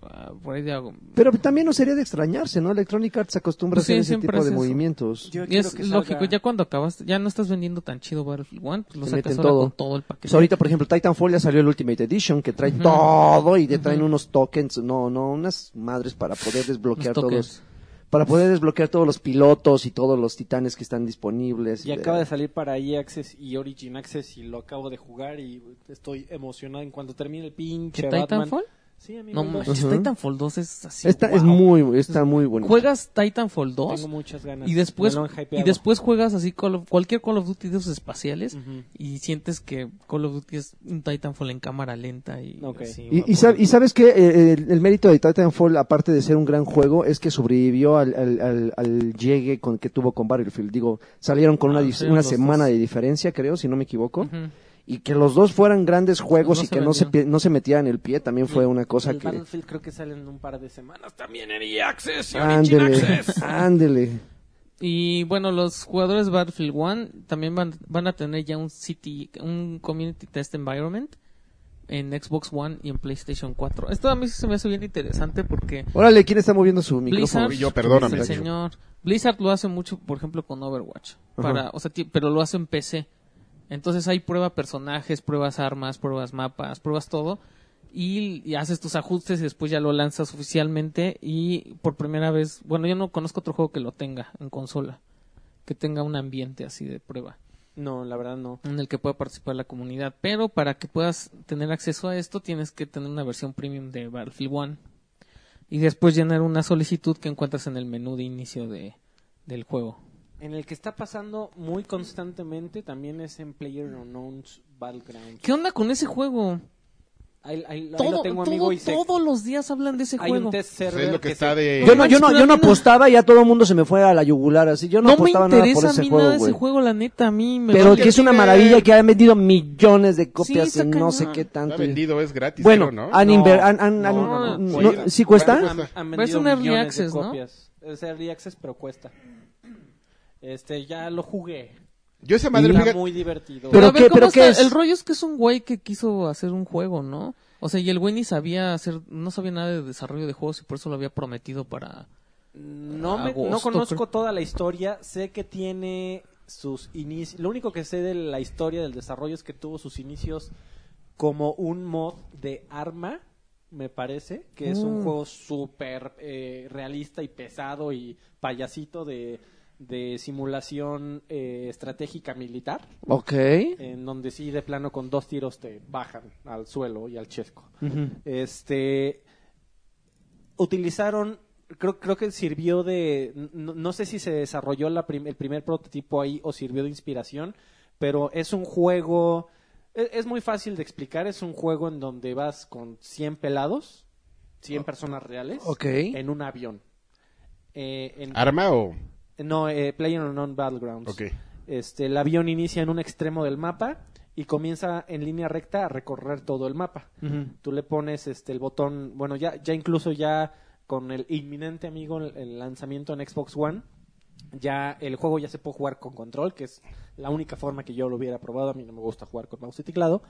Speaker 1: ah, por ahí de algo.
Speaker 2: Pero también no sería de extrañarse, ¿no? Electronic Arts acostumbra
Speaker 1: Pues sí,
Speaker 2: a hacer ese
Speaker 1: siempre
Speaker 2: tipo
Speaker 1: hace
Speaker 2: de
Speaker 1: eso.
Speaker 2: movimientos.
Speaker 1: Y es lógico, ya cuando acabas, ya no estás vendiendo tan chido Battlefield One, pues lo
Speaker 2: Te
Speaker 1: sacas
Speaker 2: meten
Speaker 1: ahora
Speaker 2: todo.
Speaker 1: con todo el paquete.
Speaker 2: Pues ahorita, por ejemplo, Titanfall ya salió el Ultimate Edition, que trae todo y te traen unos tokens, no, no, unas madres para poder
Speaker 1: Los
Speaker 2: desbloquear
Speaker 1: tokens.
Speaker 2: todos, para poder desbloquear todos los pilotos y todos los titanes que están disponibles.
Speaker 5: Y
Speaker 2: Eh,
Speaker 5: acaba de salir para EA Access y Origin Access y lo acabo de jugar y estoy emocionado en cuanto termine el pinche
Speaker 1: ¿Qué,
Speaker 5: Batman.
Speaker 1: Titanfall?
Speaker 5: Sí, amigo. pues,
Speaker 1: No
Speaker 5: lo-
Speaker 1: manches,
Speaker 2: Ujú.
Speaker 1: Titanfall 2 es así.
Speaker 2: Esta es
Speaker 1: wow.
Speaker 2: muy, está muy bonita.
Speaker 1: Juegas Titanfall 2
Speaker 5: Tengo muchas ganas.
Speaker 1: y después
Speaker 5: Me lo han hypeado.
Speaker 1: y después juegas así Call of- cualquier Call of Duty de esos espaciales
Speaker 5: Ujú.
Speaker 1: y sientes que Call of Duty es un Titanfall en cámara lenta y
Speaker 5: Ok.
Speaker 1: así,
Speaker 2: Y,
Speaker 1: va
Speaker 2: y
Speaker 1: por-
Speaker 2: sab- y sabes que eh, el, el mérito de Titanfall, aparte de ser un gran juego, es que sobrevivió al, al- al- al llegue con, que tuvo con Battlefield. Digo, salieron con una,
Speaker 1: Ah,
Speaker 2: dif-
Speaker 1: sí,
Speaker 2: una
Speaker 1: los
Speaker 2: semana
Speaker 1: dos.
Speaker 2: de diferencia, creo, si no me equivoco.
Speaker 1: Ujú.
Speaker 2: Y que los dos fueran grandes juegos
Speaker 1: No
Speaker 2: y
Speaker 1: se
Speaker 2: que no se,
Speaker 1: vendieron.
Speaker 2: pi- no se metieran el pie también fue una cosa
Speaker 5: el
Speaker 2: que...
Speaker 5: Battlefield creo que sale en un par de semanas también en EA Access y Origin
Speaker 2: Ándele,
Speaker 5: Access.
Speaker 2: ándele.
Speaker 1: Y bueno, los jugadores de Battlefield 1 también van, van a tener ya un city, un community test environment en Xbox One y en PlayStation 4. Esto a mí se me hace bien interesante porque
Speaker 2: Órale, ¿quién está moviendo su micrófono?
Speaker 1: Blizzard,
Speaker 3: yo, perdóname.
Speaker 1: el señor Blizzard lo hace mucho, por ejemplo, con Overwatch, para, o sea, ti- pero lo hace en PC. Entonces ahí prueba personajes, pruebas armas, pruebas mapas, pruebas todo y, y haces tus ajustes y después ya lo lanzas oficialmente y por primera vez, bueno, yo no conozco otro juego que lo tenga en consola, que tenga un ambiente así de prueba
Speaker 5: No, la verdad no.
Speaker 1: en el que pueda participar la comunidad, pero para que puedas tener acceso a esto tienes que tener una versión premium de Battlefield 1 y después llenar una solicitud que encuentras en el menú de inicio de, del juego.
Speaker 5: En el que está pasando muy constantemente también es en PlayerUnknown's Battlegrounds.
Speaker 1: ¿Qué onda con ese juego?
Speaker 5: Ahí, ahí- ahí
Speaker 1: Todo,
Speaker 5: lo tengo
Speaker 1: todo-
Speaker 5: amigo y sé-
Speaker 1: todos los días hablan de ese
Speaker 5: hay
Speaker 1: este juego.
Speaker 5: un test
Speaker 3: Pues
Speaker 5: server
Speaker 3: es lo que
Speaker 5: se-
Speaker 3: está de...
Speaker 2: Yo no, yo no, yo no
Speaker 1: manches, no,
Speaker 2: apostaba, ya todo el mundo se me fue a la yugular, así. Yo no,
Speaker 1: No me
Speaker 2: apostaba nada por
Speaker 1: interesa a
Speaker 2: ese
Speaker 1: mí
Speaker 2: juego,
Speaker 1: nada ese
Speaker 2: güey.
Speaker 1: juego, la neta, a mí me
Speaker 2: Pero
Speaker 1: vale-
Speaker 2: que es una maravilla que han vendido millones de copias
Speaker 1: está
Speaker 2: en no
Speaker 1: cañón.
Speaker 2: sé qué
Speaker 3: no ha
Speaker 2: tanto.
Speaker 3: vendido, es gratis,
Speaker 2: Bueno,
Speaker 3: creo, ¿no?
Speaker 2: han
Speaker 5: No,
Speaker 2: inver- han- han-
Speaker 5: no,
Speaker 2: han-
Speaker 1: no, no,
Speaker 2: no-
Speaker 5: cuesta.
Speaker 2: ¿sí cuesta?
Speaker 3: ¿Cuánto
Speaker 5: Han, han
Speaker 1: Pero es
Speaker 5: vendido
Speaker 1: un early
Speaker 5: millones
Speaker 1: access,
Speaker 5: de
Speaker 1: ¿no?
Speaker 5: copias. Es early access, pero cuesta. Este, ya lo jugué.
Speaker 3: Yo esa madre,
Speaker 5: Está
Speaker 3: fíjate,
Speaker 5: muy divertido.
Speaker 2: Pero
Speaker 1: a ver,
Speaker 2: qué-
Speaker 1: ¿cómo
Speaker 2: pero qué
Speaker 1: está?
Speaker 2: es?
Speaker 1: El rollo es que es un güey que quiso hacer un juego, ¿no? O sea, y el güey ni sabía hacer, no sabía nada de desarrollo de juegos y por eso lo había prometido para...
Speaker 5: no, me-
Speaker 1: agosto,
Speaker 5: no conozco
Speaker 1: creo.
Speaker 5: toda la historia. Sé que tiene sus inicios. Lo único que sé de la historia del desarrollo es que tuvo sus inicios como un mod de arma, me parece, que es
Speaker 1: Mm.
Speaker 5: un juego súper eh, realista y pesado y payasito de, de simulación eh, estratégica militar.
Speaker 2: Ok.
Speaker 5: en donde sí de plano con dos tiros te bajan al suelo y al chesco. Este utilizaron creo creo que sirvió de no, no sé si se desarrolló la prim- el primer prototipo ahí o sirvió de inspiración, pero es un juego e- es muy fácil de explicar, es un juego en donde vas con 100 pelados, 100 personas reales
Speaker 2: Ok.
Speaker 5: en un avión. Eh, en-
Speaker 3: ¿arma o...?
Speaker 5: no, eh, PlayerUnknown Battlegrounds.
Speaker 3: Ok.
Speaker 5: Este, el avión inicia en un extremo del mapa y comienza en línea recta a recorrer todo el mapa. Tú le pones este el botón, bueno, ya, ya incluso ya con el inminente amigo el- el lanzamiento en Xbox One, ya el juego ya se puede jugar con control, que es la única forma que yo lo hubiera probado. A mí no me gusta jugar con mouse y teclado.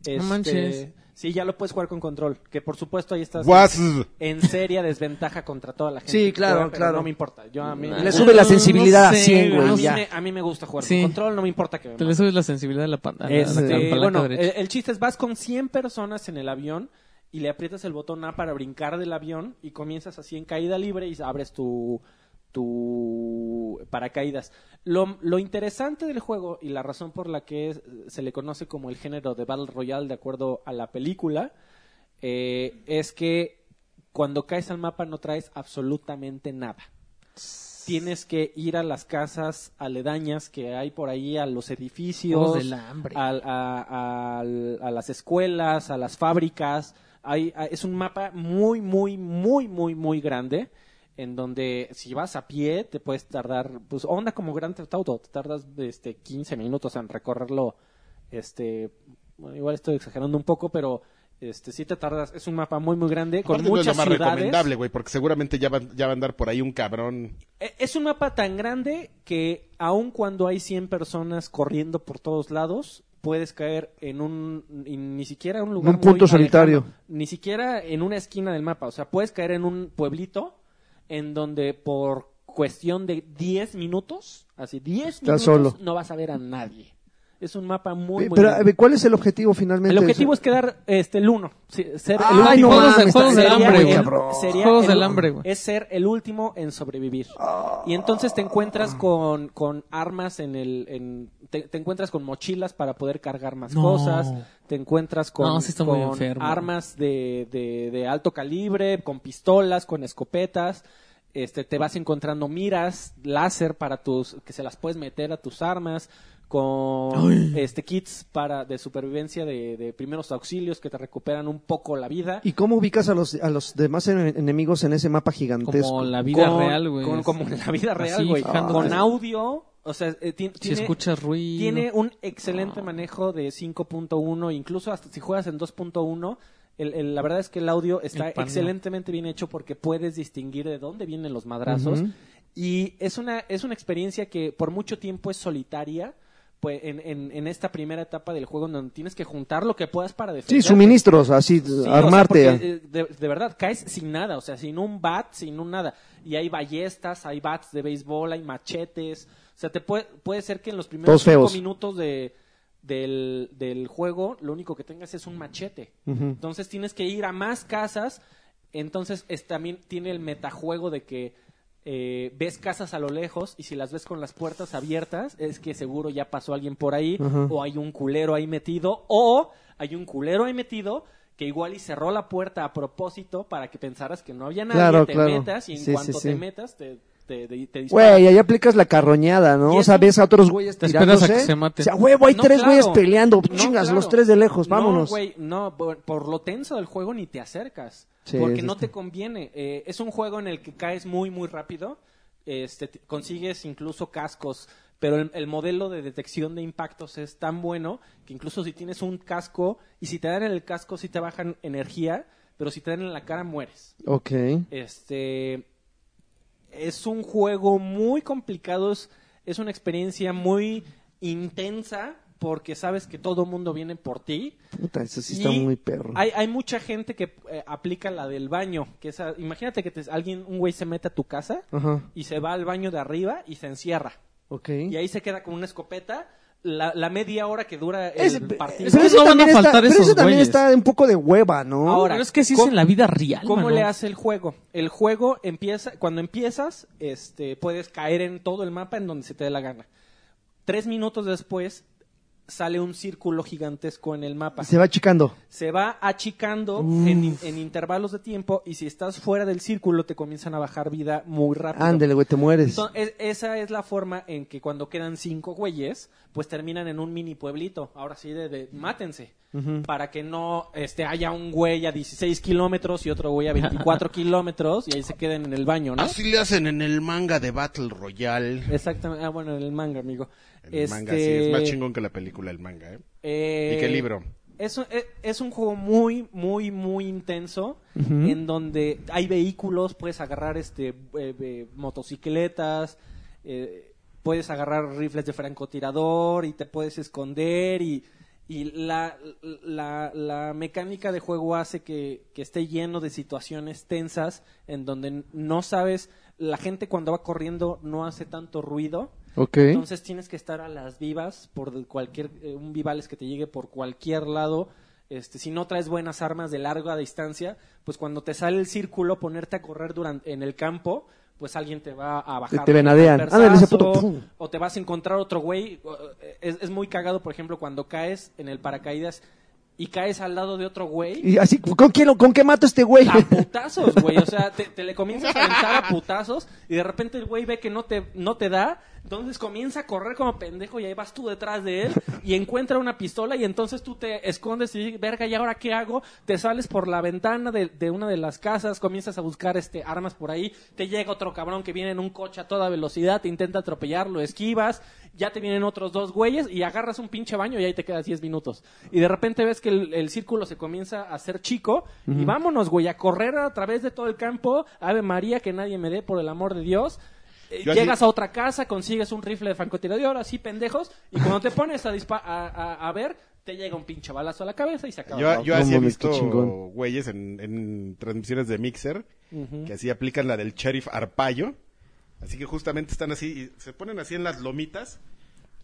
Speaker 5: Este,
Speaker 1: manches.
Speaker 5: Sí, ya lo puedes jugar con control, que por supuesto ahí estás
Speaker 3: Guas.
Speaker 5: en seria desventaja contra toda la gente.
Speaker 2: Sí,
Speaker 5: que
Speaker 2: claro,
Speaker 5: juega, pero
Speaker 2: claro.
Speaker 5: No me importa. Yo a mí
Speaker 2: Le sube la
Speaker 1: No,
Speaker 2: sensibilidad
Speaker 1: no
Speaker 2: a
Speaker 1: sé,
Speaker 2: 100,
Speaker 1: güey,
Speaker 5: a
Speaker 2: güey.
Speaker 5: mí,
Speaker 2: ya.
Speaker 5: me, a mí me gusta jugar
Speaker 1: Sí.
Speaker 5: con control, no me importa que me
Speaker 1: Te
Speaker 5: maten.
Speaker 1: le subes la sensibilidad a la, pan- a la- a la
Speaker 5: Este,
Speaker 1: palanca
Speaker 5: bueno, el,
Speaker 1: derecha.
Speaker 5: el chiste es vas con 100 personas en el avión y le aprietas el botón A para brincar del avión y comienzas así en caída libre y abres tu tu paracaídas. Lo, lo interesante del juego y la razón por la que es- se le conoce como el género de Battle Royale de acuerdo a la película eh, es que cuando caes al mapa no traes absolutamente nada. Tienes que ir a las casas aledañas que hay por ahí, a
Speaker 1: Oh,
Speaker 5: los edificios,
Speaker 1: Juegos del hambre.
Speaker 5: al- a, al- a las escuelas, a las fábricas. Hay, a- es un mapa muy, muy, muy, muy, muy grande. En donde si vas a pie te puedes tardar, pues onda como Grand Theft Auto, te tardas este, 15 minutos en recorrerlo. Este, bueno, igual estoy exagerando un poco, pero este sí te tardas. Es un mapa muy, muy grande con
Speaker 3: Aparte, no es lo
Speaker 5: muchas
Speaker 3: más
Speaker 5: ciudades.
Speaker 3: recomendable, güey, porque seguramente ya va, ya va a andar por ahí un cabrón.
Speaker 5: E- Es un mapa tan grande que aun cuando hay 100 personas corriendo por todos lados, puedes caer en un y ni siquiera en un lugar
Speaker 2: Un punto
Speaker 5: muy
Speaker 2: solitario.
Speaker 5: alejado, ni siquiera en una esquina del mapa, o sea, puedes caer en un pueblito en donde por cuestión de 10 minutos, así 10 minutos
Speaker 2: Estás solo.
Speaker 5: no vas a ver a nadie. Es un mapa muy muy
Speaker 2: Pero,
Speaker 5: grande.
Speaker 2: a ver, ¿cuál es el objetivo finalmente?
Speaker 5: El objetivo es quedar este, el uno. sí, Ser
Speaker 2: Ay,
Speaker 5: el
Speaker 1: Ay,
Speaker 5: último.
Speaker 1: juegos,
Speaker 2: mames,
Speaker 1: de- juegos del
Speaker 2: sería
Speaker 1: hambre,
Speaker 2: el-
Speaker 1: güey.
Speaker 2: cabrón.
Speaker 5: Sería
Speaker 1: Juegos
Speaker 5: el-
Speaker 1: del hambre, güey.
Speaker 5: Es ser el último en sobrevivir.
Speaker 2: Ah.
Speaker 5: Y entonces te encuentras con, con armas en el... En, te, te encuentras con mochilas para poder cargar más
Speaker 1: No.
Speaker 5: cosas. Te encuentras con,
Speaker 1: No, sí está muy
Speaker 5: con
Speaker 1: enfermo.
Speaker 5: armas de, de, de alto calibre, con pistolas, con escopetas. Este, te vas encontrando miras láser para tus que se las puedes meter a tus armas con este kits para de supervivencia de, de primeros auxilios que te recuperan un poco la vida
Speaker 2: ¿Y cómo ubicas a los, a los demás en- enemigos en ese mapa gigantesco?
Speaker 1: Como la vida
Speaker 5: con-
Speaker 1: real, güey.
Speaker 5: con- como en la vida real,
Speaker 1: Así,
Speaker 5: güey.
Speaker 1: fijándote.
Speaker 5: Con audio, o sea, eh, ti-
Speaker 1: Si
Speaker 5: tiene,
Speaker 1: escuchas ruido.
Speaker 5: tiene un excelente manejo de 5.1, incluso hasta si juegas en 2.1. el- el- la verdad es que el audio está
Speaker 1: El paneo.
Speaker 5: excelentemente bien hecho porque puedes distinguir de dónde vienen los madrazos.
Speaker 2: Ujú.
Speaker 5: Y es una, es una experiencia que por mucho tiempo es solitaria. Pues en, en- en esta primera etapa del juego, en donde tienes que juntar lo que puedas para defender.
Speaker 2: Sí, suministros, así,
Speaker 5: Sí,
Speaker 2: armarte.
Speaker 5: o sea, porque, eh, de, de verdad, caes sin nada, o sea, sin un bat, sin un nada. Y hay ballestas, hay bats de béisbol, hay machetes. O sea, te puede, puede ser que en los primeros
Speaker 2: Todos
Speaker 5: cinco
Speaker 2: feos.
Speaker 5: minutos de, del, del juego lo único que tengas es un machete. Entonces tienes que ir a más casas. Entonces es- también tiene el metajuego de que eh, ves casas a lo lejos y si las ves con las puertas abiertas es que seguro ya pasó alguien por ahí
Speaker 2: Ajá.
Speaker 5: o hay un culero ahí metido o hay un culero ahí metido que igual y cerró la puerta a propósito para que pensaras que no había nadie,
Speaker 2: Claro,
Speaker 5: te
Speaker 2: claro.
Speaker 5: metas y en
Speaker 2: Sí, sí,
Speaker 5: cuanto
Speaker 2: sí.
Speaker 5: te metas te, te, te- te disparan.
Speaker 2: Güey, ahí aplicas la carroñada,
Speaker 5: Y
Speaker 2: ¿no? O
Speaker 5: eso-
Speaker 2: sea, ves a otros güeyes
Speaker 1: Te esperas a
Speaker 2: tirándose.
Speaker 1: que se maten.
Speaker 2: O sea, huevo, hay
Speaker 5: No,
Speaker 2: tres
Speaker 5: claro.
Speaker 2: güeyes peleando.
Speaker 5: No,
Speaker 2: Chingas,
Speaker 5: claro.
Speaker 2: los tres de lejos, vámonos.
Speaker 5: No, güey, no, por, por lo tenso del juego ni te acercas.
Speaker 2: Sí,
Speaker 5: porque
Speaker 2: eso
Speaker 5: no
Speaker 2: está.
Speaker 5: te conviene. Eh, es un juego en el que caes muy, muy rápido. Este, t- consigues incluso cascos. Pero el, el modelo de detección de impactos es tan bueno que incluso si tienes un casco y si te dan en el casco, sí te bajan energía. Pero si te dan en la cara, mueres.
Speaker 2: Ok.
Speaker 5: Este es un juego muy complicado, es, es una experiencia muy intensa porque sabes que todo mundo viene por ti.
Speaker 2: Puta, eso sí está
Speaker 5: Y
Speaker 2: muy perro.
Speaker 5: Hay, hay mucha gente que eh, aplica la del baño, que es, a- imagínate que te- alguien un güey se mete a tu casa
Speaker 2: Ajá.
Speaker 5: y se va al baño de arriba y se encierra
Speaker 2: Ok.
Speaker 5: y ahí se queda con una escopeta la, la media hora que dura el
Speaker 2: Es-
Speaker 5: partido.
Speaker 1: es que Pues no van a
Speaker 2: también
Speaker 1: faltar
Speaker 2: pero
Speaker 1: esos
Speaker 2: eso también
Speaker 1: güeyes.
Speaker 2: está un poco de hueva, ¿no?
Speaker 5: Ahora,
Speaker 1: Pero es que sí es
Speaker 5: ¿cómo-
Speaker 1: en la vida real,
Speaker 5: ¿Cómo
Speaker 1: mano.
Speaker 5: le hace el juego? El juego empieza, cuando empiezas, este, puedes caer en todo el mapa en donde se te dé la gana. Tres minutos después sale un círculo gigantesco en el mapa.
Speaker 2: Se va achicando.
Speaker 5: Se va achicando en, en intervalos de tiempo y si estás fuera del círculo te comienzan a bajar vida muy rápido.
Speaker 2: Ándele, güey, te mueres.
Speaker 5: Entonces, es- esa es la forma en que cuando quedan cinco güeyes, pues terminan en un mini pueblito. Ahora sí, de, de- mátense. Para que no este, haya un güey a 16 kilómetros y otro güey a 24 kilómetros y ahí se queden en el baño, ¿no?
Speaker 3: le hacen en el manga de Battle Royale.
Speaker 5: Exactamente. Ah, bueno, en el manga, amigo.
Speaker 3: El manga, sí,
Speaker 5: Este,
Speaker 3: es más chingón que la película, el manga, ¿eh?
Speaker 5: eh,
Speaker 3: ¿Y qué libro?
Speaker 5: Es un, es- es un juego muy, muy, muy intenso, en donde hay vehículos, puedes agarrar este eh, eh, motocicletas, eh, puedes agarrar rifles de francotirador y te puedes esconder y, y la, la, la mecánica de juego hace que, que esté lleno de situaciones tensas en donde no sabes, la gente cuando va corriendo no hace tanto ruido.
Speaker 2: Ok.
Speaker 5: Entonces tienes que estar a las vivas por de- cualquier eh, un vivales que te llegue por cualquier lado. Este, si no traes buenas armas de larga distancia, pues cuando te sale el círculo ponerte a correr durante en el campo, pues alguien te va a bajar.
Speaker 2: Te- te
Speaker 5: con un
Speaker 2: venadean.
Speaker 5: persazo,
Speaker 2: Ándale, ese puto, pum.
Speaker 5: O eh, te vas a encontrar otro güey. o- Es, es muy cagado, por ejemplo, cuando caes en el paracaídas y caes al lado de otro güey.
Speaker 2: Y así, ¿con, quién, lo- ¿con qué mato a este güey?
Speaker 5: A putazos, güey. O sea, te, te le comienzas a aventar a putazos y de repente el güey ve que no te, no te da. Entonces comienza a correr como pendejo y ahí vas tú detrás de él y encuentra una pistola y entonces tú te escondes y dices, verga, ¿y ahora qué hago? Te sales por la ventana de, de una de las casas, comienzas a buscar este armas por ahí, te llega otro cabrón que viene en un coche a toda velocidad, te intenta atropellar, lo esquivas, ya te vienen otros dos güeyes y agarras un pinche baño y ahí te quedas 10 minutos. Y de repente ves que el, el círculo se comienza a hacer chico y vámonos, güey, a correr a través de todo el campo. Ave María, que nadie me dé, por el amor de Dios. Eh,
Speaker 3: Yo así-
Speaker 5: Llegas a otra casa, consigues un rifle de francotirador, así pendejos, y cuando te pones a, dispa- a, a- a ver, te llega un pinche balazo a la cabeza y se acaba.
Speaker 3: Yo, yo
Speaker 2: No
Speaker 3: así he
Speaker 2: mames, qué
Speaker 3: visto
Speaker 2: chingón.
Speaker 3: güeyes en, en transmisiones de Mixer que así aplican la del sheriff Arpaio. Así que justamente están así, y se ponen así en las lomitas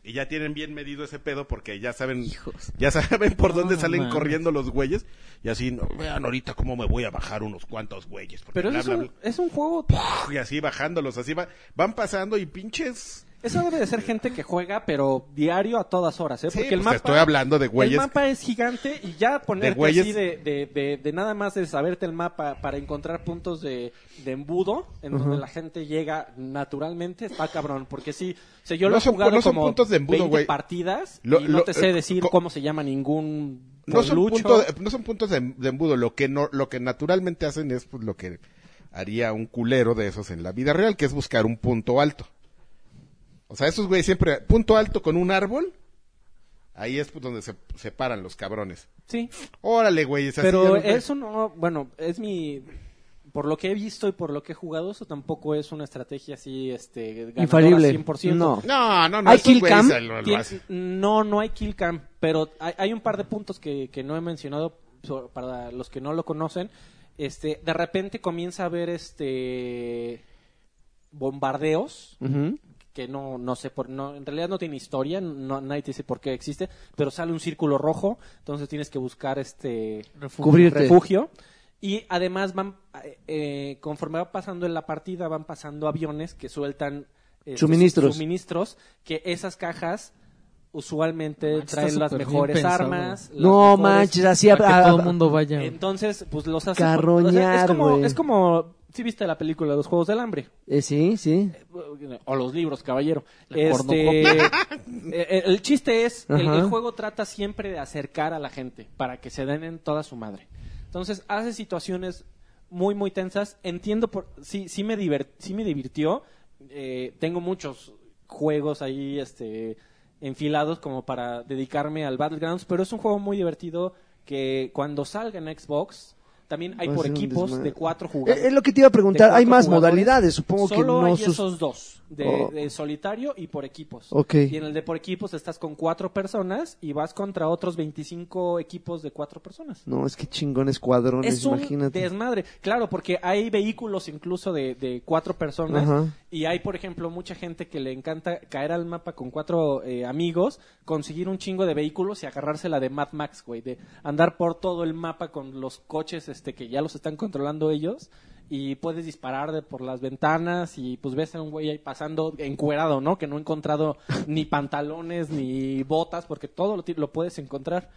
Speaker 3: y ya tienen bien medido ese pedo porque ya saben,
Speaker 1: Hijos.
Speaker 3: ya saben por dónde
Speaker 1: No
Speaker 3: salen
Speaker 1: mames.
Speaker 3: corriendo los güeyes y así, no, vean ahorita cómo me voy a bajar unos cuantos güeyes. porque
Speaker 5: Pero
Speaker 3: bla,
Speaker 5: eso es
Speaker 3: bla,
Speaker 5: un, es un juego...
Speaker 3: bla, Y así bajándolos, así va- van pasando y pinches...
Speaker 5: Eso debe de ser gente que juega, pero diario a todas horas, ¿eh?
Speaker 3: Sí,
Speaker 5: Porque el
Speaker 3: pues,
Speaker 5: mapa...
Speaker 3: te estoy hablando de
Speaker 5: El
Speaker 3: güeyes.
Speaker 5: mapa es gigante y ya ponerte
Speaker 3: güeyes.
Speaker 5: así de, de, de- de nada más de saberte el mapa para encontrar puntos de, de embudo en donde la gente llega naturalmente está cabrón. Porque sí, o sea, yo
Speaker 3: No
Speaker 5: lo he
Speaker 3: son-
Speaker 5: jugado
Speaker 3: no son
Speaker 5: como
Speaker 3: puntos de embudo,
Speaker 5: 20
Speaker 3: güey.
Speaker 5: partidas
Speaker 3: Lo-
Speaker 5: y no
Speaker 3: lo-
Speaker 5: te sé
Speaker 3: eh,
Speaker 5: decir
Speaker 3: co-
Speaker 5: cómo se llama ningún
Speaker 3: No son,
Speaker 5: pueblucho.
Speaker 3: punto de- no son puntos de, de embudo, lo que, no, lo que naturalmente hacen es pues, lo que haría un culero de esos en la vida real, que es buscar un punto alto. O sea, esos güeyes siempre, punto alto con un árbol, ahí es pues, donde se separan los cabrones.
Speaker 5: Sí,
Speaker 3: Órale, güey, es así, ya
Speaker 5: pero
Speaker 3: los ves.
Speaker 5: eso no... Bueno, es mi... Por lo que he visto y por lo que he jugado, eso tampoco es una estrategia así, este, ganadora
Speaker 2: Infalible.
Speaker 5: 100%.
Speaker 2: No.
Speaker 3: No, no, no,
Speaker 2: ¿Hay
Speaker 3: esos
Speaker 2: kill
Speaker 3: güeyes
Speaker 2: cam?
Speaker 3: se lo- lo
Speaker 5: Tien-
Speaker 3: hacen.
Speaker 5: no, no hay kill cam, pero hay, hay un par de puntos que, que no he mencionado so- para los que no lo conocen. Este, de repente comienza a haber este bombardeos
Speaker 2: Ujú.
Speaker 5: que no, no sé por no, en realidad no tiene historia, no, nadie te dice por qué existe, pero sale un círculo rojo, entonces tienes que buscar este
Speaker 2: Cubrirte.
Speaker 5: refugio. Y además van, eh, eh, conforme va pasando en la partida, van pasando aviones que sueltan este,
Speaker 2: Suministros.
Speaker 5: suministros, que esas cajas usualmente
Speaker 1: Manches,
Speaker 5: traen
Speaker 1: está
Speaker 5: las
Speaker 1: súper bien
Speaker 5: mejores
Speaker 1: pensado.
Speaker 5: armas. las
Speaker 2: No
Speaker 5: mejores-
Speaker 2: manches, así
Speaker 1: Para que
Speaker 2: a-
Speaker 1: todo
Speaker 2: a-
Speaker 1: el mundo vaya.
Speaker 5: Entonces, pues los hace...
Speaker 2: Carroñar,
Speaker 5: es como,
Speaker 2: güey.
Speaker 5: es como, si viste la película Los Juegos del Hambre,
Speaker 2: Eh, sí, sí.
Speaker 5: o los libros, caballero.
Speaker 1: La
Speaker 5: Este, eh, el chiste es, el,
Speaker 2: Ajá.
Speaker 5: el juego trata siempre de acercar a la gente para que se den en toda su madre. Entonces hace situaciones muy, muy tensas. Entiendo, por, sí, sí, me divert- sí me divirtió. Eh, tengo muchos juegos ahí este, enfilados como para dedicarme al Battlegrounds, pero es un juego muy divertido que cuando salga en Xbox... También hay
Speaker 2: Va a
Speaker 5: por
Speaker 2: ser Pues un
Speaker 5: equipos
Speaker 2: desmadre.
Speaker 5: de cuatro jugadores
Speaker 2: Eh, Es lo que te iba a preguntar.
Speaker 5: de
Speaker 2: Hay
Speaker 5: cuatro
Speaker 2: más
Speaker 5: jugadores,
Speaker 2: modalidades, supongo que
Speaker 5: solo
Speaker 2: no
Speaker 5: hay
Speaker 2: sus-
Speaker 5: esos dos, de,
Speaker 2: Oh.
Speaker 5: de solitario y por equipos.
Speaker 2: Ok.
Speaker 5: Y en el de por equipos estás con cuatro personas y vas contra otros 25 equipos de cuatro personas.
Speaker 2: No, es que chingones cuadrones,
Speaker 5: Es un
Speaker 2: imagínate.
Speaker 5: desmadre, claro, porque hay vehículos incluso de, de cuatro personas
Speaker 2: Ajá.
Speaker 5: y hay, por ejemplo, mucha gente que le encanta caer al mapa con cuatro eh, amigos, conseguir un chingo de vehículos y agarrársela de Mad Max, güey, de andar por todo el mapa con los coches este que ya los están controlando ellos y puedes disparar de por las ventanas y pues ves a un güey ahí pasando encuerado, ¿no? Que no ha encontrado ni pantalones ni botas porque todo lo, ti- lo puedes encontrar.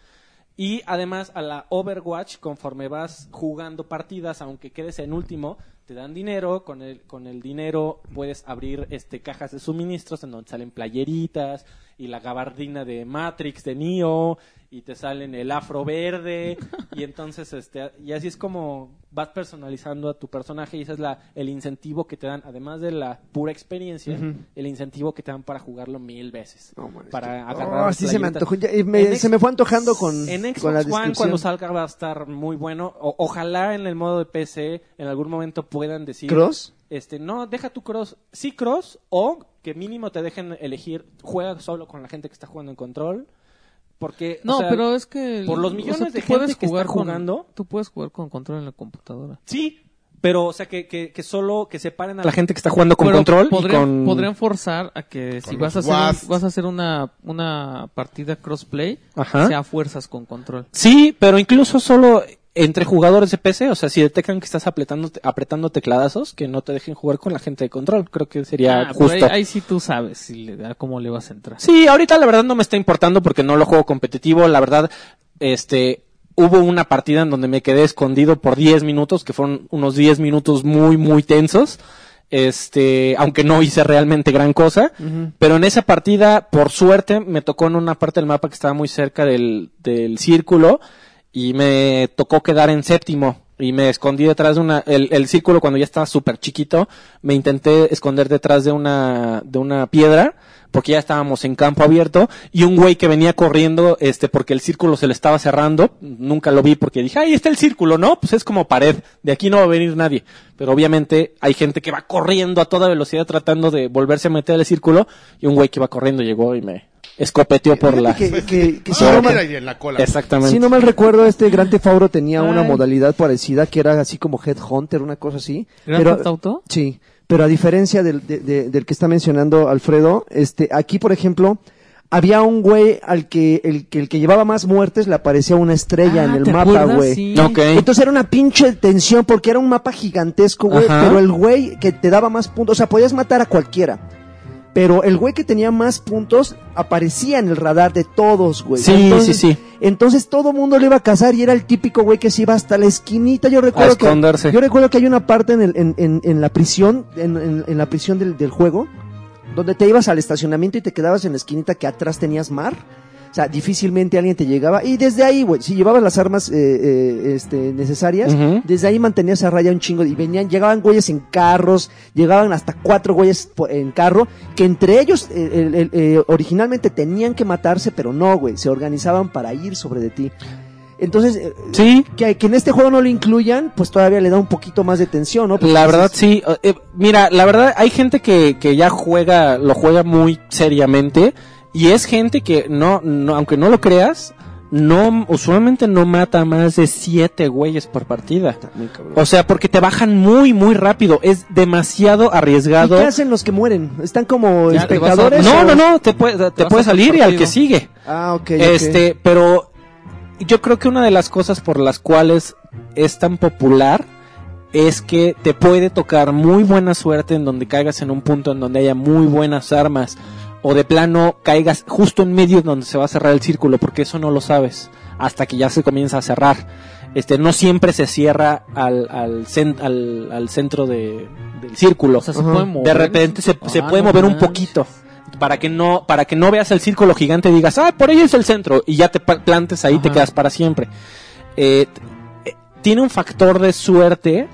Speaker 5: Y además a la Overwatch, conforme vas jugando partidas, aunque quedes en último, te dan dinero, con el, con el dinero puedes abrir este cajas de suministros en donde salen playeritas y la gabardina de Matrix de Neo y te salen el afro verde y entonces este y así es como vas personalizando a tu personaje y ese es la el incentivo que te dan además de la pura experiencia, el incentivo que te dan para jugarlo mil veces,
Speaker 2: No, man,
Speaker 5: para
Speaker 2: esto-
Speaker 5: agarrar
Speaker 2: Oh, sí se me
Speaker 5: playeritas.
Speaker 2: antojó. Ya, eh, me-
Speaker 5: En Ex-
Speaker 2: se me fue antojando con,
Speaker 5: en Xbox
Speaker 2: con la
Speaker 5: One
Speaker 2: descripción.
Speaker 5: cuando salga va a estar muy bueno. O- ojalá en el modo de PC en algún momento puedan decir
Speaker 2: ¿Cross?
Speaker 5: este, no, deja tu cross, sí cross o que mínimo te dejen elegir juega solo con la gente que está jugando en control porque o
Speaker 1: No,
Speaker 5: sea,
Speaker 1: pero es que
Speaker 5: por
Speaker 1: o
Speaker 5: los
Speaker 1: sea,
Speaker 5: millones
Speaker 1: tú
Speaker 5: de gente
Speaker 1: puedes
Speaker 5: que está
Speaker 1: jugar con-
Speaker 5: jugando-
Speaker 1: tú puedes jugar con control en la computadora.
Speaker 5: sí, pero o sea que, que, que solo que separen a la gente que está jugando con
Speaker 1: Pero
Speaker 5: control
Speaker 1: podrían,
Speaker 5: y con
Speaker 1: podrían forzar a que si
Speaker 3: Con
Speaker 1: vas a
Speaker 3: los
Speaker 1: hacer un-
Speaker 3: WASDs.
Speaker 1: vas a hacer una una partida crossplay
Speaker 5: Ajá.
Speaker 1: sea fuerzas con control.
Speaker 5: Sí, pero incluso solo entre jugadores de PC, o sea, si detectan que estás apretando, apretando tecladazos, que no te dejen jugar con la gente de control, creo que sería
Speaker 1: Ah, pero
Speaker 5: justo.
Speaker 1: ahí, ahí sí tú sabes si le, a cómo le vas a entrar.
Speaker 5: Sí, ahorita la verdad no me está importando porque no lo juego competitivo, la verdad este hubo una partida en donde me quedé escondido por 10 minutos, que fueron unos 10 minutos muy muy tensos. Este, aunque no hice realmente gran cosa, pero en esa partida, por suerte, me tocó en una parte del mapa que estaba muy cerca del, del círculo y me tocó quedar en séptimo y me escondí detrás de una, el, el círculo cuando ya estaba súper chiquito, me intenté esconder detrás de una, de una piedra, porque ya estábamos en campo abierto, y un güey que venía corriendo, este, porque el círculo se le estaba cerrando, nunca lo vi porque dije, ahí está el círculo, ¿no? Pues es como pared, de aquí no va a venir nadie. Pero obviamente hay gente que va corriendo a toda velocidad tratando de volverse a meter al círculo, y un güey que va corriendo llegó y me escopeteó por la...
Speaker 2: Fíjate que, que- que si
Speaker 3: Ah,
Speaker 2: no
Speaker 3: mira,
Speaker 2: mal-
Speaker 3: ahí en la cola.
Speaker 5: Exactamente.
Speaker 2: si no mal recuerdo, este Gran Theft Auto tenía una modalidad parecida que era así como Headhunter, una cosa así.
Speaker 1: ¿Grand
Speaker 2: pero,
Speaker 1: Theft Auto?
Speaker 2: Sí, pero a diferencia del, de- de- del que está mencionando Alfredo, este, aquí por ejemplo, había un güey al que el, que el que llevaba más muertes le aparecía una estrella
Speaker 1: Ah,
Speaker 2: en el
Speaker 1: ¿te
Speaker 2: mapa,
Speaker 1: acuerdas?
Speaker 2: güey.
Speaker 1: Sí.
Speaker 5: Ok.
Speaker 2: Entonces era una pinche tensión porque era un mapa gigantesco, güey.
Speaker 5: Ajá.
Speaker 2: Pero el güey que te daba más puntos, o sea, podías matar a cualquiera. Pero el güey que tenía más puntos aparecía en el radar de todos, güey.
Speaker 5: Sí, sí, sí.
Speaker 2: Entonces todo mundo le iba a cazar y era el típico güey que se iba hasta la esquinita. Yo recuerdo
Speaker 5: A esconderse.
Speaker 2: que yo recuerdo que hay una parte en, el- en, en- en la prisión, en, en- en la prisión del, del juego, donde te ibas al estacionamiento y te quedabas en la esquinita que atrás tenías mar. O sea, difícilmente alguien te llegaba. Y desde ahí, güey, si llevabas las armas eh, eh, este, necesarias,
Speaker 5: Ujú.
Speaker 2: desde ahí mantenías a raya un chingo. Y venían, llegaban güeyes en carros, llegaban hasta cuatro güeyes po- en carro, que entre ellos eh, el- el- eh, originalmente tenían que matarse, pero no, güey, se organizaban para ir sobre de ti. Entonces, eh,
Speaker 5: Sí,
Speaker 2: que, que en este juego no lo incluyan, pues todavía le da un poquito más de tensión, ¿no? pues, Porque
Speaker 5: La
Speaker 2: dices,
Speaker 5: verdad sí, Eh, eh, mira, la verdad hay gente que, que ya juega, lo juega muy seriamente y es gente que no, no aunque no lo creas, no usualmente no mata más de siete güeyes por partida.
Speaker 2: muy cabrón.
Speaker 5: O sea, porque te bajan muy muy rápido, es demasiado
Speaker 2: ¿Y
Speaker 5: arriesgado.
Speaker 2: qué hacen los que mueren? ¿Están como
Speaker 1: Ya, te vas a-
Speaker 2: espectadores?
Speaker 5: No,
Speaker 2: o-
Speaker 5: no, no, te puede, te
Speaker 1: vas
Speaker 5: puede
Speaker 1: a otro
Speaker 5: salir y al
Speaker 1: partido.
Speaker 5: que sigue.
Speaker 2: Ah, ok. ok.
Speaker 5: Este, pero yo creo que una de las cosas por las cuales es tan popular es que te puede tocar muy buena suerte en donde caigas en un punto en donde haya muy buenas armas o de plano caigas justo en medio donde se va a cerrar el círculo porque eso no lo sabes hasta que ya se comienza a cerrar. Este, no siempre se cierra al, al, cen- al, al centro de- del círculo.
Speaker 1: O sea, se
Speaker 2: Ajá.
Speaker 1: puede mover.
Speaker 5: De repente se, se
Speaker 1: Ah,
Speaker 5: puede
Speaker 1: no
Speaker 5: mover un
Speaker 1: manches.
Speaker 5: poquito. Para que no, para que no veas el círculo gigante y digas, ah, por ahí es el centro. Y ya te pa- plantes ahí, te
Speaker 1: Ajá.
Speaker 5: quedas para siempre. Eh, t- eh, tiene un factor de suerte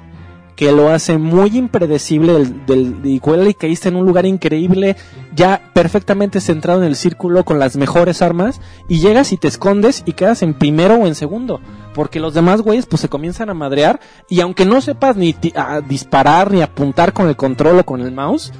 Speaker 5: que lo hace muy impredecible del, del, y cuál y caíste en un lugar increíble, ya perfectamente centrado en el círculo con las mejores armas, y llegas y te escondes y quedas en primero o en segundo, porque los demás güeyes pues se comienzan a madrear, y aunque no sepas ni ti- a disparar ni apuntar con el control o con el mouse,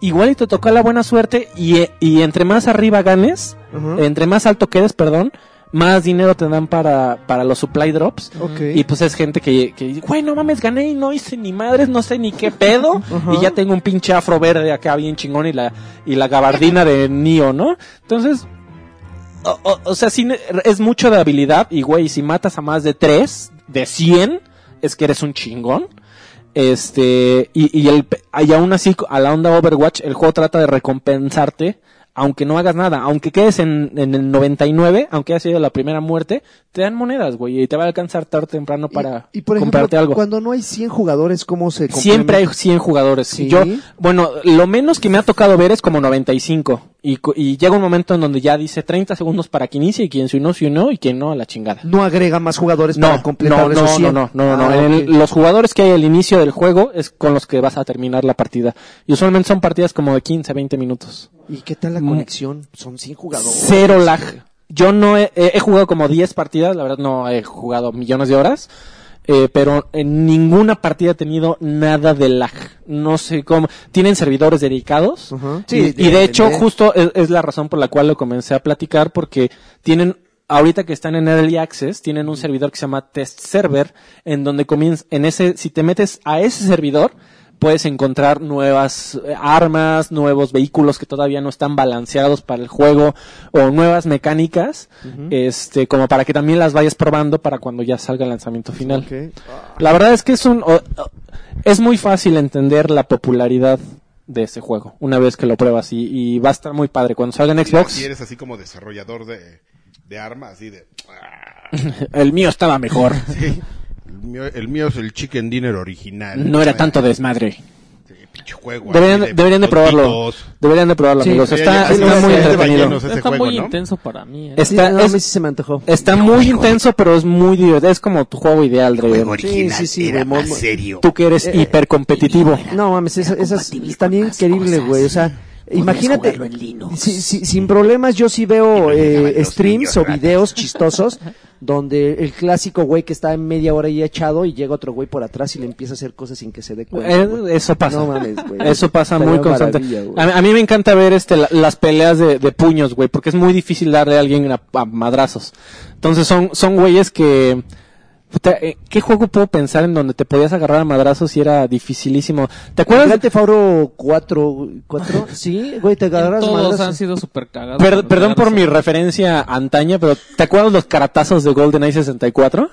Speaker 5: igual y te toca la buena suerte, y, eh, y entre más arriba ganes,
Speaker 2: Ajá.
Speaker 5: entre más alto quedes, perdón, más dinero te dan para, para los supply drops,
Speaker 2: Ok.
Speaker 5: y pues es gente que, que dice, güey, no mames, gané y no hice ni madres, no sé ni qué pedo.
Speaker 2: Ajá.
Speaker 5: Y ya tengo un pinche afro verde acá bien chingón y la, y la gabardina de Nio, ¿no? Entonces, o, o- o sea, sí, es mucho de habilidad. Y güey, si matas a más de tres, de 100, es que eres un chingón. Este, y, y, el, pe- y aún así, a la onda Overwatch, el juego trata de recompensarte, aunque no hagas nada, aunque quedes en, en el 99, aunque haya sido la primera muerte, te dan monedas, güey, y te va a alcanzar tarde o temprano
Speaker 2: Y-
Speaker 5: para
Speaker 2: y, por ejemplo,
Speaker 5: comprarte algo.
Speaker 2: cuando no hay 100 jugadores, ¿cómo se
Speaker 5: Siempre hay 100 jugadores.
Speaker 2: Sí.
Speaker 5: Yo, bueno, lo menos que me ha tocado ver es como 95. Y, cu- y llega un momento en donde ya dice 30 segundos para que inicie y quien se unió, se unió y quien no, a la chingada.
Speaker 2: No agrega más jugadores
Speaker 5: No,
Speaker 2: para completar
Speaker 5: no,
Speaker 2: esos
Speaker 5: no,
Speaker 2: 100.
Speaker 5: no, no, no, no.
Speaker 2: Ah,
Speaker 5: En el-
Speaker 2: ok.
Speaker 5: los jugadores que hay al inicio del juego es con los que vas a terminar la partida. Y usualmente son partidas como de 15, 20 minutos.
Speaker 2: ¿Y qué tal la
Speaker 5: Mm.
Speaker 2: conexión? Son 100 jugadores.
Speaker 5: Cero lag. Yo no he, he- he jugado como 10 partidas, la verdad no he jugado millones de horas, eh, pero en ninguna partida he tenido nada de lag. No sé cómo. Tienen servidores dedicados.
Speaker 2: Ajá.
Speaker 5: Y- y, de hecho, justo es, es la razón por la cual lo comencé a platicar, porque tienen, ahorita que están en Early Access, tienen un servidor que se llama Test Server, en donde comienza, en ese, si te metes a ese servidor, puedes encontrar nuevas eh, armas, nuevos vehículos que todavía no están balanceados para el juego, o nuevas mecánicas, este, como para que también las vayas probando para cuando ya salga el lanzamiento final.
Speaker 2: Ok.
Speaker 5: La verdad es que es un o- o- es muy fácil entender la popularidad de ese juego una vez que lo pruebas y, y va a estar muy padre cuando salga en
Speaker 3: pues, Si
Speaker 5: Xbox.
Speaker 3: eres así como desarrollador de, de armas, así de...
Speaker 5: El mío estaba mejor.
Speaker 3: El mío, el mío es el chicken dinner original.
Speaker 5: No era tanto desmadre.
Speaker 3: Sí, pinche juego
Speaker 5: Deberían
Speaker 3: ahí de
Speaker 5: deberían de probarlo.
Speaker 3: botoncitos.
Speaker 5: Deberían de probarlo,
Speaker 1: Sí.
Speaker 5: amigos.
Speaker 1: Sí,
Speaker 3: ya-
Speaker 5: Está
Speaker 3: ya
Speaker 5: está
Speaker 3: se
Speaker 5: muy
Speaker 3: hace de
Speaker 5: entretenido.
Speaker 3: ballenos ese
Speaker 1: Está
Speaker 3: juego,
Speaker 1: muy
Speaker 3: ¿no?
Speaker 1: intenso para mí. ¿eh?
Speaker 5: Está-
Speaker 2: no, a
Speaker 5: es-
Speaker 2: mí sí se me antojó.
Speaker 5: Está muy intenso, pero es muy divertido. Es como tu juego ideal, Dre.
Speaker 3: Juego original
Speaker 2: sí, sí,
Speaker 3: era
Speaker 2: güey,
Speaker 3: más
Speaker 2: muy-
Speaker 3: serio.
Speaker 5: Tú que eres hipercompetitivo.
Speaker 2: No mames, esa- esas están increíbles, güey. O sea, imagínate. Sí, sí, sin problemas, yo sí veo
Speaker 3: Y me llegaban
Speaker 2: eh,
Speaker 3: los
Speaker 2: streams
Speaker 3: niños
Speaker 2: o
Speaker 3: ratas.
Speaker 2: videos chistosos donde el clásico güey que está en media hora ahí echado y llega otro güey por atrás y le empieza a hacer cosas sin que se dé cuenta.
Speaker 5: Eh,
Speaker 2: güey.
Speaker 5: Eso pasa.
Speaker 2: No mames, güey.
Speaker 5: Eso pasa
Speaker 2: Estaría
Speaker 5: muy constante.
Speaker 2: maravilla, güey.
Speaker 5: A, a mí me encanta ver este la- las peleas de, de puños, güey, porque es muy difícil darle a alguien a, a madrazos. Entonces son son güeyes que puta, eh, ¿Qué juego puedo pensar en donde te podías agarrar a madrazos y era dificilísimo? ¿Te acuerdas?
Speaker 2: Grand Theft Auto 4, 4, sí, güey, te agarras
Speaker 1: Todos ah.
Speaker 2: madrazos.
Speaker 1: han sido súper cagados.
Speaker 5: Per-
Speaker 1: Pero
Speaker 5: perdón por
Speaker 1: claro,
Speaker 5: mi referencia antaña, pero ¿te acuerdas los caratazos de GoldenEye 64?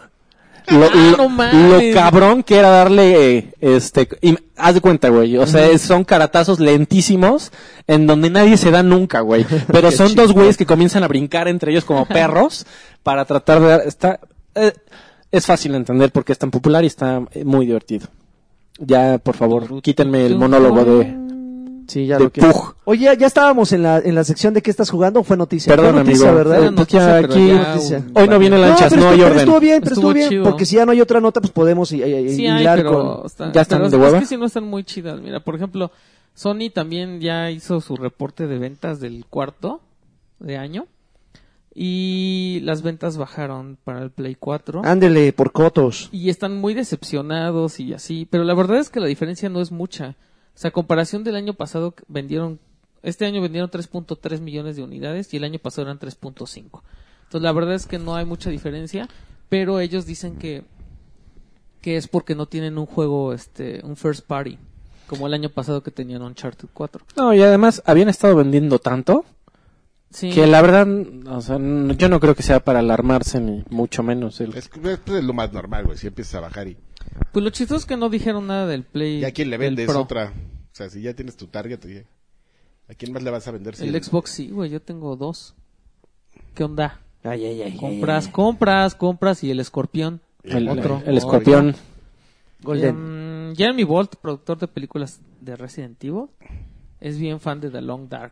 Speaker 5: Lo,
Speaker 1: Ah,
Speaker 5: lo-
Speaker 1: no mames.
Speaker 5: lo cabrón que era darle, eh, este, im- haz de cuenta, güey, o sea, son caratazos lentísimos en donde nadie se da nunca, güey, pero son dos güeyes que comienzan a brincar entre ellos como perros para tratar de dar, está, eh, es fácil de entender porque es tan popular y está eh, muy divertido. Ya, por favor, quítenme el monólogo de,
Speaker 2: Sí, ya
Speaker 5: de
Speaker 2: lo quiero.
Speaker 5: Pug.
Speaker 2: Oye, ya- ya estábamos en la, en la sección de qué estás jugando, fue noticia.
Speaker 5: Perdón,
Speaker 2: Fue noticia,
Speaker 5: amigo.
Speaker 2: ¿verdad?
Speaker 5: Eh,
Speaker 1: Era
Speaker 5: pues ya
Speaker 1: noticia, pero
Speaker 5: aquí-
Speaker 1: ya
Speaker 2: noticia.
Speaker 1: un-
Speaker 5: Hoy no viene
Speaker 2: No,
Speaker 5: lanchas,
Speaker 2: pero
Speaker 5: no,
Speaker 2: estuvo-
Speaker 5: hay
Speaker 2: pero
Speaker 5: orden.
Speaker 2: estuvo bien, pero estuvo,
Speaker 1: Estuvo
Speaker 2: bien,
Speaker 1: chido.
Speaker 2: porque si ya no hay otra nota, pues podemos hi- hi-
Speaker 1: Sí, hay,
Speaker 2: hilar
Speaker 1: pero
Speaker 2: con...
Speaker 1: está-
Speaker 5: ¿Ya están
Speaker 1: pero
Speaker 5: de
Speaker 1: es-
Speaker 5: hueva?
Speaker 1: Es que sí no están muy chidas. Mira, por ejemplo, Sony también ya hizo su reporte de ventas del cuarto de año. Y las ventas bajaron para el Play
Speaker 5: Ah,
Speaker 1: 4.
Speaker 2: Ándele, por cotos.
Speaker 1: Y están muy decepcionados y así. Pero la verdad es que la diferencia no es mucha. O sea, a comparación del año pasado, que vendieron. Este año vendieron 3.3 millones de unidades y el año pasado eran 3.5. Entonces, la verdad es que no hay mucha diferencia. Pero ellos dicen que. Que es porque no tienen un juego, este. Un first party. Como el año pasado que tenían Uncharted 4.
Speaker 5: No, y además habían estado vendiendo tanto
Speaker 1: Sí.
Speaker 5: que la verdad, o sea, n- yo no creo que sea para alarmarse ni mucho menos. El...
Speaker 3: Es, que, pues, es lo más normal, güey. Si empiezas a bajar y
Speaker 1: Pues lo chistoso es que no dijeron nada del Play.
Speaker 3: ya a quién le
Speaker 1: del
Speaker 3: vendes
Speaker 1: Pro.
Speaker 3: otra. O sea, si ya tienes tu target, oye, ¿a quién más le vas a vender? si
Speaker 1: El Xbox sí, güey. Yo tengo dos. ¿Qué onda?
Speaker 2: Ay, ay, ay.
Speaker 1: Compras, compras, compras y el escorpión.
Speaker 5: El,
Speaker 1: Otro.
Speaker 5: el escorpión.
Speaker 2: Golden.
Speaker 1: Mm, Jeremy Bolt, productor de películas de Resident Evil, es bien fan de The Long Dark.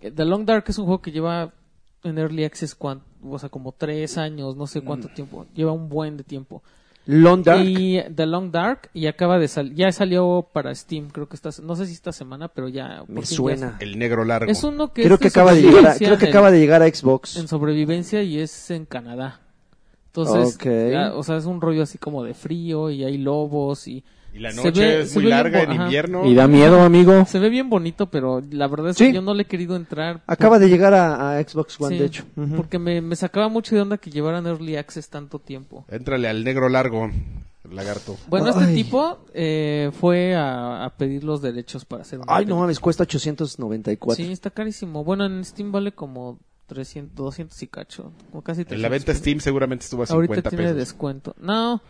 Speaker 1: Eh, The Long Dark es un juego que lleva en Early Access cuan- o sea, como tres años, no sé
Speaker 2: Mm.
Speaker 1: cuánto tiempo. Lleva un buen de tiempo.
Speaker 2: London.
Speaker 1: Y The Long Dark y acaba de salir, ya salió para Steam, creo que está, no sé si esta semana, pero ya. por
Speaker 2: Me
Speaker 1: fin ya
Speaker 2: suena.
Speaker 3: El negro largo.
Speaker 1: es- Es uno que
Speaker 2: Creo
Speaker 1: es
Speaker 2: que acaba de llegar a,
Speaker 1: supervivencia
Speaker 2: creo que
Speaker 1: en-
Speaker 2: acaba de llegar a Xbox.
Speaker 1: en sobrevivencia y es en Canadá. Entonces,
Speaker 2: Ok.
Speaker 1: ya, o sea, es un rollo así como de frío y hay lobos y
Speaker 3: Y la
Speaker 1: se
Speaker 3: noche
Speaker 1: ve-
Speaker 3: es
Speaker 1: se ve
Speaker 3: muy
Speaker 1: bien
Speaker 3: larga en
Speaker 1: bo- ajá.
Speaker 3: invierno.
Speaker 5: Y da miedo, amigo.
Speaker 1: se ve bien bonito, pero la verdad es
Speaker 2: Sí.
Speaker 1: que yo no le he querido entrar.
Speaker 2: Acaba de llegar a, a Xbox One,
Speaker 1: Sí,
Speaker 2: de hecho. Ujú.
Speaker 1: Porque me, me sacaba mucho de onda que llevaran Early Access tanto tiempo.
Speaker 3: Éntrale al negro largo, lagarto.
Speaker 1: Bueno, este
Speaker 2: Ay.
Speaker 1: tipo eh, fue a, a pedir los derechos para hacer un
Speaker 2: Ay, no mames, cuesta 894.
Speaker 1: Sí, está carísimo. Bueno, en Steam vale como 300, 200 y cacho. Como casi
Speaker 3: En la
Speaker 1: 300
Speaker 3: venta
Speaker 1: pesos.
Speaker 3: Steam seguramente estuvo a 50
Speaker 1: Ahorita tiene
Speaker 3: pesos.
Speaker 1: descuento. No,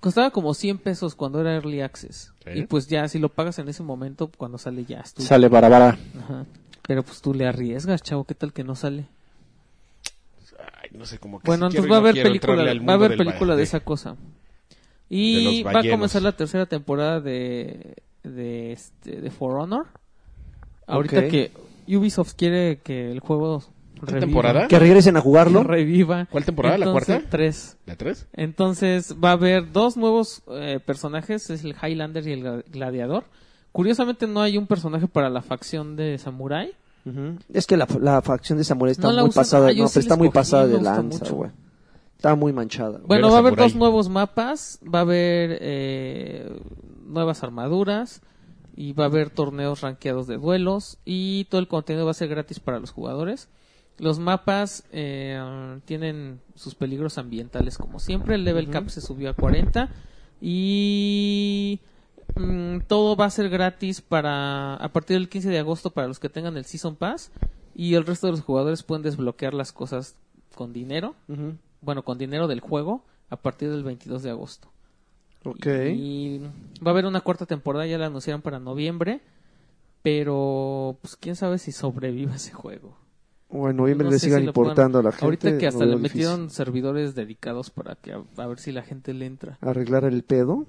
Speaker 1: costaba como 100 pesos cuando era Early Access.
Speaker 3: Sí.
Speaker 1: Y pues ya, si lo pagas en ese momento, cuando sale ya es tuyo.
Speaker 5: Sale barabara.
Speaker 1: Ajá. Pero pues tú le arriesgas, chavo, ¿qué tal que no sale?
Speaker 3: Ay, no sé, como que
Speaker 1: Bueno,
Speaker 3: sí
Speaker 1: entonces
Speaker 3: quiero
Speaker 1: va a
Speaker 3: y no
Speaker 1: haber
Speaker 3: quiero
Speaker 1: película,
Speaker 3: entrarle al
Speaker 1: va a
Speaker 3: mundo
Speaker 1: haber
Speaker 3: del
Speaker 1: película de
Speaker 3: baile.
Speaker 1: esa cosa.
Speaker 3: De
Speaker 1: Y
Speaker 3: los
Speaker 1: va a
Speaker 3: ballenos.
Speaker 1: comenzar la tercera temporada de de, este, de For Honor. Ahorita
Speaker 2: Ok.
Speaker 1: que Ubisof quiere que el juego reviva.
Speaker 3: temporada?
Speaker 2: Que regresen a
Speaker 1: Que
Speaker 2: jugarlo.
Speaker 1: reviva.
Speaker 3: ¿Cuál temporada? ¿La
Speaker 1: Entonces,
Speaker 3: cuarta?
Speaker 1: Tres.
Speaker 3: ¿La 3?
Speaker 1: Entonces va a haber dos nuevos eh, personajes, es el Highlander y el gla- Gladiador. Curiosamente no hay un personaje para la facción de Samurai.
Speaker 2: Ujú. Es que la, la facción de Samurai está
Speaker 1: No la
Speaker 2: muy
Speaker 1: usan.
Speaker 2: pasada.
Speaker 1: Ah, yo
Speaker 2: no,
Speaker 1: sí
Speaker 2: pero
Speaker 1: la
Speaker 2: está muy
Speaker 1: escogí,
Speaker 2: pasada
Speaker 1: me
Speaker 2: de
Speaker 1: gusta
Speaker 2: lanza,
Speaker 1: mucho.
Speaker 2: güey. Está muy manchada. güey.
Speaker 1: Bueno,
Speaker 3: era
Speaker 1: va a haber
Speaker 3: samurái.
Speaker 1: dos nuevos mapas, va a haber eh, nuevas armaduras y va a haber torneos ranqueados de duelos y todo el contenido va a ser gratis para los jugadores. Los mapas eh, tienen sus peligros ambientales como siempre, el level cap se subió a 40 y mm, todo va a ser gratis para a partir del 15 de agosto para los que tengan el Season Pass y el resto de los jugadores pueden desbloquear las cosas con dinero
Speaker 2: Ujú.
Speaker 1: bueno, con dinero del juego a partir del 22 de agosto.
Speaker 2: Ok.
Speaker 1: Y va a haber una cuarta temporada, ya la anunciaron para noviembre, pero pues quién sabe si sobreviva ese juego.
Speaker 2: o en noviembre
Speaker 1: No
Speaker 2: le
Speaker 1: sé
Speaker 2: sigan
Speaker 1: si lo
Speaker 2: importando a la gente.
Speaker 1: puedan- Ahorita que
Speaker 2: lo
Speaker 1: hasta
Speaker 2: veo
Speaker 1: le
Speaker 2: difícil.
Speaker 1: metieron servidores dedicados para que a, a ver si la gente le entra.
Speaker 2: Arreglar el pedo.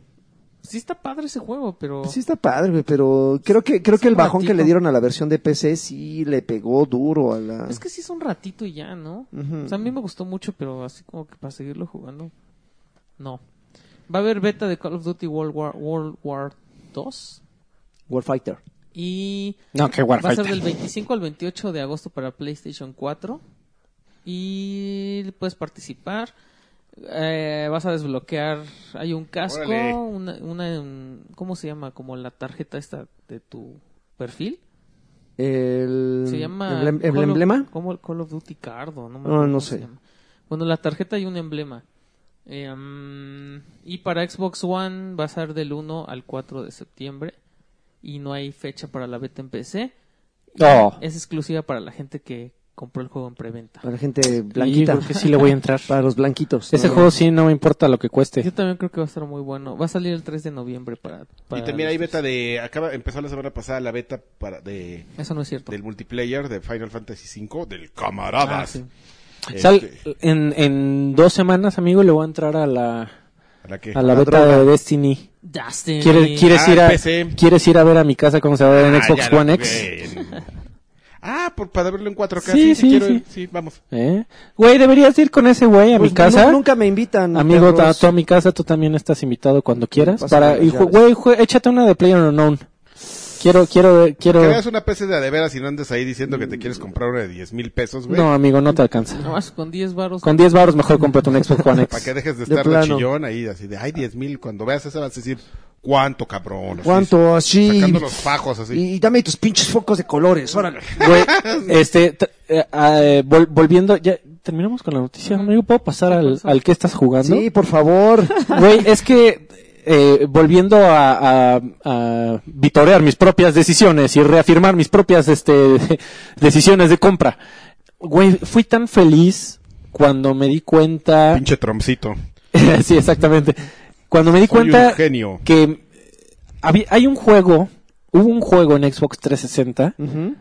Speaker 1: Sí está padre ese juego, pero
Speaker 2: Sí está padre, güey, pero creo que creo
Speaker 1: Es
Speaker 2: que el
Speaker 1: un
Speaker 2: bajón que
Speaker 1: ratito.
Speaker 2: le dieron a la versión de PC sí le pegó duro a la...
Speaker 1: es que sí es un ratito y ya, ¿no?
Speaker 2: Ujú.
Speaker 1: O sea, a mí me gustó mucho, pero así como que para seguirlo jugando, no. Va a haber beta de Call of Duty World War, World War 2
Speaker 2: Warfighter.
Speaker 1: y
Speaker 5: No, qué
Speaker 1: va a ser
Speaker 5: Warfighter.
Speaker 1: del 25 al 28 de agosto para PlayStation 4 y puedes participar. Eh, vas a desbloquear, hay un casco,
Speaker 3: Órale.
Speaker 1: una, una, mm, ¿cómo se llama? Como la tarjeta esta de tu perfil.
Speaker 2: El...
Speaker 1: Se llama...
Speaker 2: emblem-
Speaker 1: Call
Speaker 2: ¿El
Speaker 1: of-
Speaker 2: emblema?
Speaker 1: Como el Call of Duty Card o no me
Speaker 2: Ah,
Speaker 1: acuerdo
Speaker 2: no
Speaker 1: cómo
Speaker 2: sé.
Speaker 1: se llama. Bueno, la tarjeta y un emblema. Eh, mm, y para Xbox One va a ser del 1 al 4 de septiembre. Y no hay fecha para la beta en PC. Y
Speaker 5: Oh.
Speaker 1: Es exclusiva para la gente que compró el juego en preventa.
Speaker 2: Para la gente blanquita.
Speaker 5: Yo creo que sí le voy a entrar.
Speaker 2: Para los blanquitos.
Speaker 5: Ese
Speaker 2: ¿no?
Speaker 5: juego sí no me importa lo que
Speaker 1: Yo
Speaker 5: cueste.
Speaker 1: también creo que va a estar muy bueno. Va a salir el 3 de noviembre para... para
Speaker 3: Y también hay beta de. Acaba, empezó la semana pasada la beta para de,
Speaker 1: Eso no es cierto.
Speaker 3: del multiplayer de Final Fantasy V del Camaradas.
Speaker 1: Ah, sí.
Speaker 3: Este,
Speaker 5: Sal- en, en dos semanas, amigo, le voy a entrar a la,
Speaker 3: ¿a la qué?
Speaker 5: a la beta de Destiny.
Speaker 1: Destiny.
Speaker 5: ¿Quieres, quieres,
Speaker 3: Ah,
Speaker 5: ir
Speaker 3: PC.
Speaker 5: a, ¿Quieres ir a ver a mi casa cómo se va a ver en
Speaker 3: Ah,
Speaker 5: Xbox
Speaker 3: ya lo
Speaker 5: One X?
Speaker 3: jugué en- Ah, por, para verlo en 4K.
Speaker 5: Sí,
Speaker 3: Sí, sí,
Speaker 5: sí,
Speaker 3: quiero
Speaker 5: sí.
Speaker 3: ir. Sí, vamos.
Speaker 5: ¿Eh? Güey, deberías ir con ese güey a
Speaker 2: Pues
Speaker 5: mi casa.
Speaker 2: nu- Nunca me invitan.
Speaker 5: Amigo,
Speaker 2: perros.
Speaker 5: a tú a mi casa, tú también estás invitado cuando quieras.
Speaker 2: Pásame
Speaker 5: Para,
Speaker 2: las
Speaker 5: y ju-
Speaker 2: llaves.
Speaker 5: güey, jue- échate una de Player Unknown. Quiero, quiero, quiero.
Speaker 3: Que veas una PC de a de veras y no andes ahí diciendo que te quieres comprar una de 10 mil pesos, güey.
Speaker 5: Mm. No, amigo, no te alcanza.
Speaker 1: Nomás con 10 varos.
Speaker 5: Con 10 baros mejor cómprate un Xbox One
Speaker 3: Para
Speaker 5: X.
Speaker 3: que dejes de
Speaker 2: De
Speaker 3: estar de,
Speaker 2: plano.
Speaker 3: chillón ahí, así de, ay, 10 mil. Cuando veas esa vas a decir, ¿cuánto, cabrón? Así,
Speaker 2: ¿Cuánto? Así.
Speaker 3: Sacando los fajos, así.
Speaker 2: Y, y dame tus pinches focos de colores, órale.
Speaker 5: Güey, este, t- eh, eh, vol- volviendo, ya terminamos con la noticia, amigo. ¿Puedo pasar al, al que estás jugando?
Speaker 2: Sí, por favor.
Speaker 5: Güey, es que eh, volviendo a, a- a vitorear mis propias decisiones y reafirmar mis propias este, decisiones de compra. Güey, fui tan feliz cuando me di cuenta.
Speaker 3: Pinche trompcito.
Speaker 5: sí, exactamente. Cuando me di
Speaker 3: Soy
Speaker 5: cuenta
Speaker 3: un genio.
Speaker 5: que había- hay un juego, hubo un juego en Xbox 360
Speaker 2: Ujú.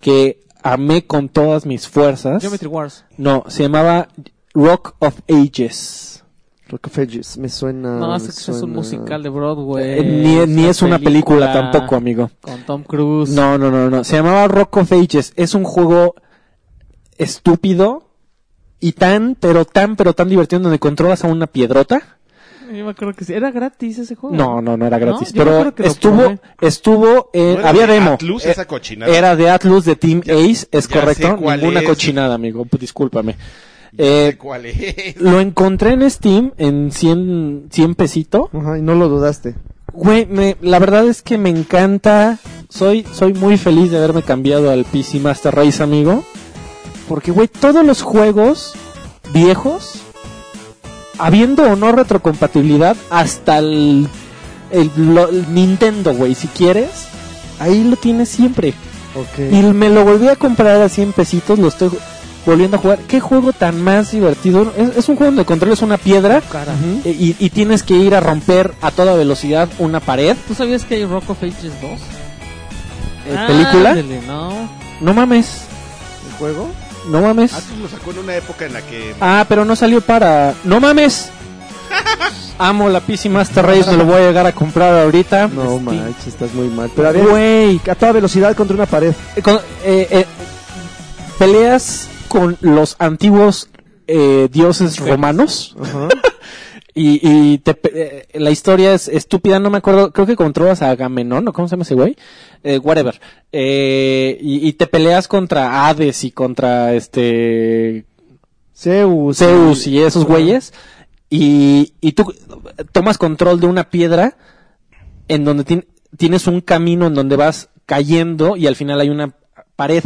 Speaker 5: que amé con todas mis fuerzas.
Speaker 1: Geometry Wars.
Speaker 5: No, se llamaba Rock of Ages.
Speaker 2: Rockefeller, me suena.
Speaker 1: No,
Speaker 2: me
Speaker 1: es que es
Speaker 2: suena.
Speaker 1: un musical de Broadway.
Speaker 5: Ah, Eh, ni ni es una película tampoco, amigo.
Speaker 1: Con Tom Cruise.
Speaker 5: No, no, no, no. Se llamaba Rock of Ages. Es un juego estúpido y tan, pero tan, pero tan divertido donde controlas a una piedrota.
Speaker 1: Yo me acuerdo que sí. Era gratis ese juego.
Speaker 5: No, no, no era gratis.
Speaker 1: Oh. Yo me acuerdo
Speaker 5: pero
Speaker 1: que lo
Speaker 5: estuvo,
Speaker 1: probé.
Speaker 5: estuvo, eh,
Speaker 3: ¿No era
Speaker 5: había
Speaker 3: de
Speaker 5: demo.
Speaker 3: Atlus
Speaker 5: Eh,
Speaker 3: esa cochinada?
Speaker 5: Era de Atlus de Team
Speaker 3: Ya-
Speaker 5: Ace, es
Speaker 3: ya sé
Speaker 5: correcto.
Speaker 3: cuál
Speaker 5: Ninguna
Speaker 3: es.
Speaker 5: cochinada, amigo. Pues, Discúlpame.
Speaker 3: Ya
Speaker 5: Eh,
Speaker 3: sé ¿Cuál es?
Speaker 5: lo encontré en Steam en 100, 100 pesito.
Speaker 2: Ajá, y no lo dudaste.
Speaker 5: Güey, me- la verdad es que me encanta. Soy, soy muy feliz de haberme cambiado al PC Master Race, amigo. Porque, güey, todos los juegos viejos, habiendo o no retrocompatibilidad, hasta el, el- lo- el Nintendo, güey, si quieres, ahí lo tienes siempre. Y
Speaker 2: Ok.
Speaker 5: me lo volví a comprar a 100 pesitos, lo estoy volviendo a jugar. ¿Qué juego tan más divertido? Es, es un juego donde controlas una piedra
Speaker 1: Cara.
Speaker 5: y, y tienes que ir a romper a toda velocidad una pared.
Speaker 1: ¿Tú sabías que hay Rock of Ages 2?
Speaker 5: eh, película.
Speaker 1: Ah, Ándale, no.
Speaker 5: No mames,
Speaker 2: ¿El juego?
Speaker 5: no mames.
Speaker 3: Atlus lo sacó en una época en la que...
Speaker 5: Ah, pero no salió para. ¡No mames! Amo la PC Master Race, me lo voy a llegar a comprar ahorita.
Speaker 2: No
Speaker 5: Este,
Speaker 2: manches, estás muy mal. Pero a ver,
Speaker 5: Güey,
Speaker 2: a toda velocidad contra una pared.
Speaker 5: eh, con- eh, eh, peleas con los antiguos eh, dioses romanos.
Speaker 2: Ajá.
Speaker 5: Y, y te pe- eh, la historia es estúpida, no me acuerdo, creo que controlas a Agamenón, ¿no? ¿Cómo se llama ese güey? Eh, whatever. Eh, y, y te peleas contra Hades y contra este
Speaker 2: Zeus.
Speaker 5: Zeus y esos güeyes. Y, y tú tomas control de una piedra en donde tien- tienes un camino en donde vas cayendo y al final hay una pared.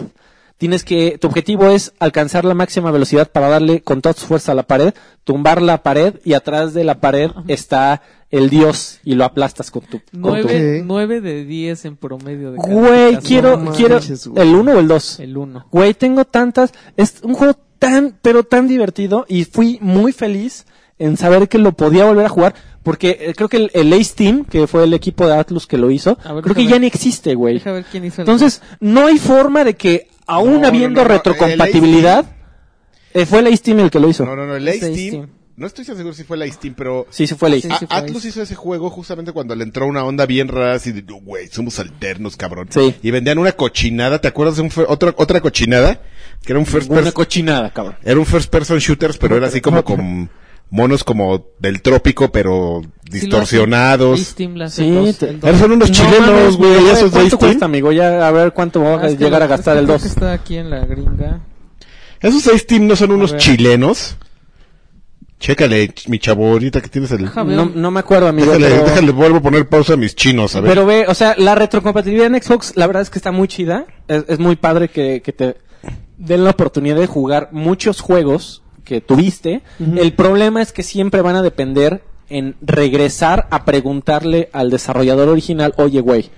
Speaker 5: Tienes que, tu objetivo es alcanzar la máxima velocidad para darle con toda su fuerza a la pared, tumbar la pared y atrás de la pared está el dios y lo aplastas con tu, con tu-
Speaker 1: Nueve,
Speaker 2: Ok.
Speaker 1: nueve de 10 en promedio de
Speaker 5: Güey,
Speaker 1: calificación.
Speaker 5: quiero,
Speaker 2: No
Speaker 5: quiero,
Speaker 2: manches, güey.
Speaker 5: el uno o el dos.
Speaker 1: El 1.
Speaker 5: Güey, tengo tantas. Es un juego tan, pero tan divertido. Y fui muy feliz en saber que lo podía volver a jugar. Porque eh, creo que el, el Ace Team, que fue el equipo de Atlus que lo hizo,
Speaker 1: A ver, deja
Speaker 5: creo que
Speaker 1: ver.
Speaker 5: ya ni existe, güey.
Speaker 1: Deja ver quién hizo el
Speaker 5: Entonces, no hay forma de que aún
Speaker 3: No,
Speaker 5: habiendo
Speaker 3: no, no,
Speaker 5: retrocompatibilidad, eh, fue el Ace Team el que lo hizo.
Speaker 3: No, no, no, el Ace
Speaker 1: Ace
Speaker 3: Team.
Speaker 1: Team.
Speaker 3: No estoy tan seguro si fue el Ace Team, pero
Speaker 5: Sí, sí fue el Ace.
Speaker 1: Sí,
Speaker 3: a-
Speaker 1: sí fue
Speaker 3: Atlus
Speaker 1: Ace.
Speaker 3: hizo ese juego justamente cuando le entró una onda bien rara así de, güey, somos alternos, cabrón.
Speaker 5: Sí.
Speaker 3: Y vendían una cochinada, ¿te acuerdas de un fir- otra otra cochinada? Que era un first
Speaker 5: Una
Speaker 3: person
Speaker 5: cochinada, cabrón.
Speaker 3: era un first person shooters, pero era así como con monos como del trópico, pero
Speaker 1: Sí lo hace. Ace
Speaker 3: distorsionados.
Speaker 1: Team la hace
Speaker 5: Sí,
Speaker 1: dos,
Speaker 5: te-
Speaker 1: el dos.
Speaker 3: Esos son unos
Speaker 5: Ah, No
Speaker 3: chilenos,
Speaker 5: mames,
Speaker 3: güey, esos
Speaker 5: güey,
Speaker 3: de
Speaker 5: ¿Cuánto
Speaker 3: Ace Team.
Speaker 5: cuesta, amigo? Ya, a ver cuánto me
Speaker 1: Ah,
Speaker 5: voy a
Speaker 1: es que
Speaker 5: llegar
Speaker 1: lo-
Speaker 5: a gastar
Speaker 1: es que
Speaker 5: el
Speaker 1: creo
Speaker 5: 2.
Speaker 1: que Está aquí en la gringa.
Speaker 3: Esos Ace Team no son unos
Speaker 1: ver.
Speaker 3: chilenos. Chécale, ch- mi chavo, ahorita que tienes el...
Speaker 1: Déjame
Speaker 5: No,
Speaker 1: ver.
Speaker 5: no me acuerdo, amigo.
Speaker 3: Déjale,
Speaker 5: pero-
Speaker 3: déjale, vuelvo a poner pausa a mis chinos, a ver.
Speaker 5: Pero ve, o sea, la retrocompatibilidad en Xbox, la verdad es que está muy chida. Es, es muy padre que, que te den la oportunidad de jugar muchos juegos que tuviste. El problema es que siempre van a depender en regresar a preguntarle al desarrollador original, oye, güey.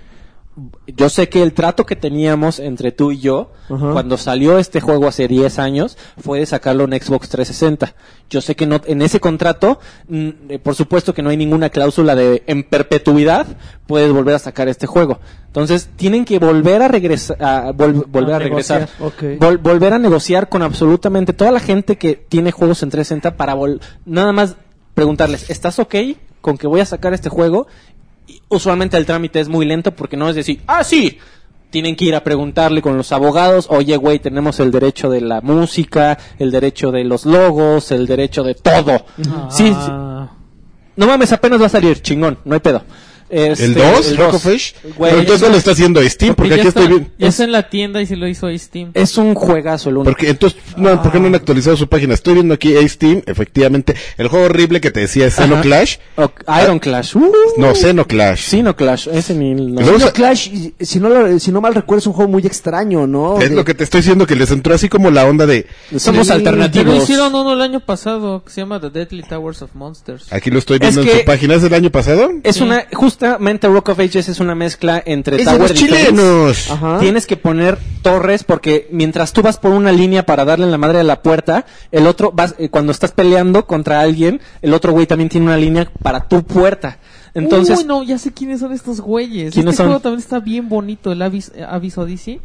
Speaker 5: Yo sé que el trato que teníamos entre tú y yo,
Speaker 2: Ajá.
Speaker 5: cuando salió este juego hace 10 años, fue de sacarlo en Xbox 360. Yo sé que no, en ese contrato, mm, eh, por supuesto que no hay ninguna cláusula de en perpetuidad puedes volver a sacar este juego. Entonces, tienen que volver a regresar, a vol- volver a,
Speaker 1: A
Speaker 5: regresar.
Speaker 1: negociar.
Speaker 2: Ok.
Speaker 5: Vol- volver a negociar con absolutamente toda la gente que tiene juegos en 360 para vol- nada más preguntarles, ¿estás ok con que voy a sacar este juego? Y usualmente el trámite es muy lento porque no es decir, ah, sí. Tienen que ir a preguntarle con los abogados, oye, güey, tenemos el derecho de la música, el derecho de los logos, el derecho de todo. Sí, sí.
Speaker 1: Ah,
Speaker 5: no mames, apenas va a salir, chingón, no hay pedo. Este,
Speaker 3: ¿El 2?
Speaker 5: el
Speaker 3: ¿Rock
Speaker 5: dos.
Speaker 3: of Fish?
Speaker 5: Güey,
Speaker 3: Pero entonces no lo está haciendo Ace Team, porque
Speaker 1: ya
Speaker 3: aquí estoy
Speaker 1: está-
Speaker 3: bien.
Speaker 1: ya está en la tienda y se lo hizo Ace Team.
Speaker 5: Es un juegazo el uno.
Speaker 3: Porque entonces, no, ¿por qué no han actualizado su página? Estoy viendo aquí Ace Team, efectivamente, el juego horrible que te decía es Xeno
Speaker 5: Ajá.
Speaker 3: Clash.
Speaker 5: O- Iron Clash. uh.
Speaker 3: No, Xeno Clash.
Speaker 5: Sí, no Clash, ese ni no.
Speaker 3: Luego
Speaker 2: Xeno
Speaker 3: sa-
Speaker 2: Clash, y- eh, si no, lo- si no mal recuerdo, es un juego muy extraño, ¿no?
Speaker 3: Es
Speaker 2: De-
Speaker 3: lo que te estoy diciendo, que les entró así como la onda de...
Speaker 5: Somos
Speaker 2: Sí,
Speaker 1: Pero
Speaker 5: alternativos.
Speaker 1: hicieron uno el año pasado que se llama The Deadly Towers of Monsters.
Speaker 3: Aquí lo estoy viendo
Speaker 5: Es
Speaker 3: en
Speaker 5: que-
Speaker 3: su página, ¿es del año pasado?
Speaker 5: Es
Speaker 1: Sí.
Speaker 5: una justamente Rock of Ages es una mezcla entre
Speaker 3: ¡Es de los
Speaker 5: Defense.
Speaker 3: chilenos!
Speaker 2: Ajá.
Speaker 5: Tienes que poner torres porque mientras tú vas por una línea para darle en la madre a la puerta, el otro vas eh, cuando estás peleando contra alguien, el otro güey también tiene una línea para tu puerta. Entonces,
Speaker 1: Uy, no, ya sé quiénes son estos güeyes.
Speaker 5: ¿Quiénes
Speaker 1: este
Speaker 5: son?
Speaker 1: juego también está bien bonito, el Abyss, eh, Abyss Odyssey.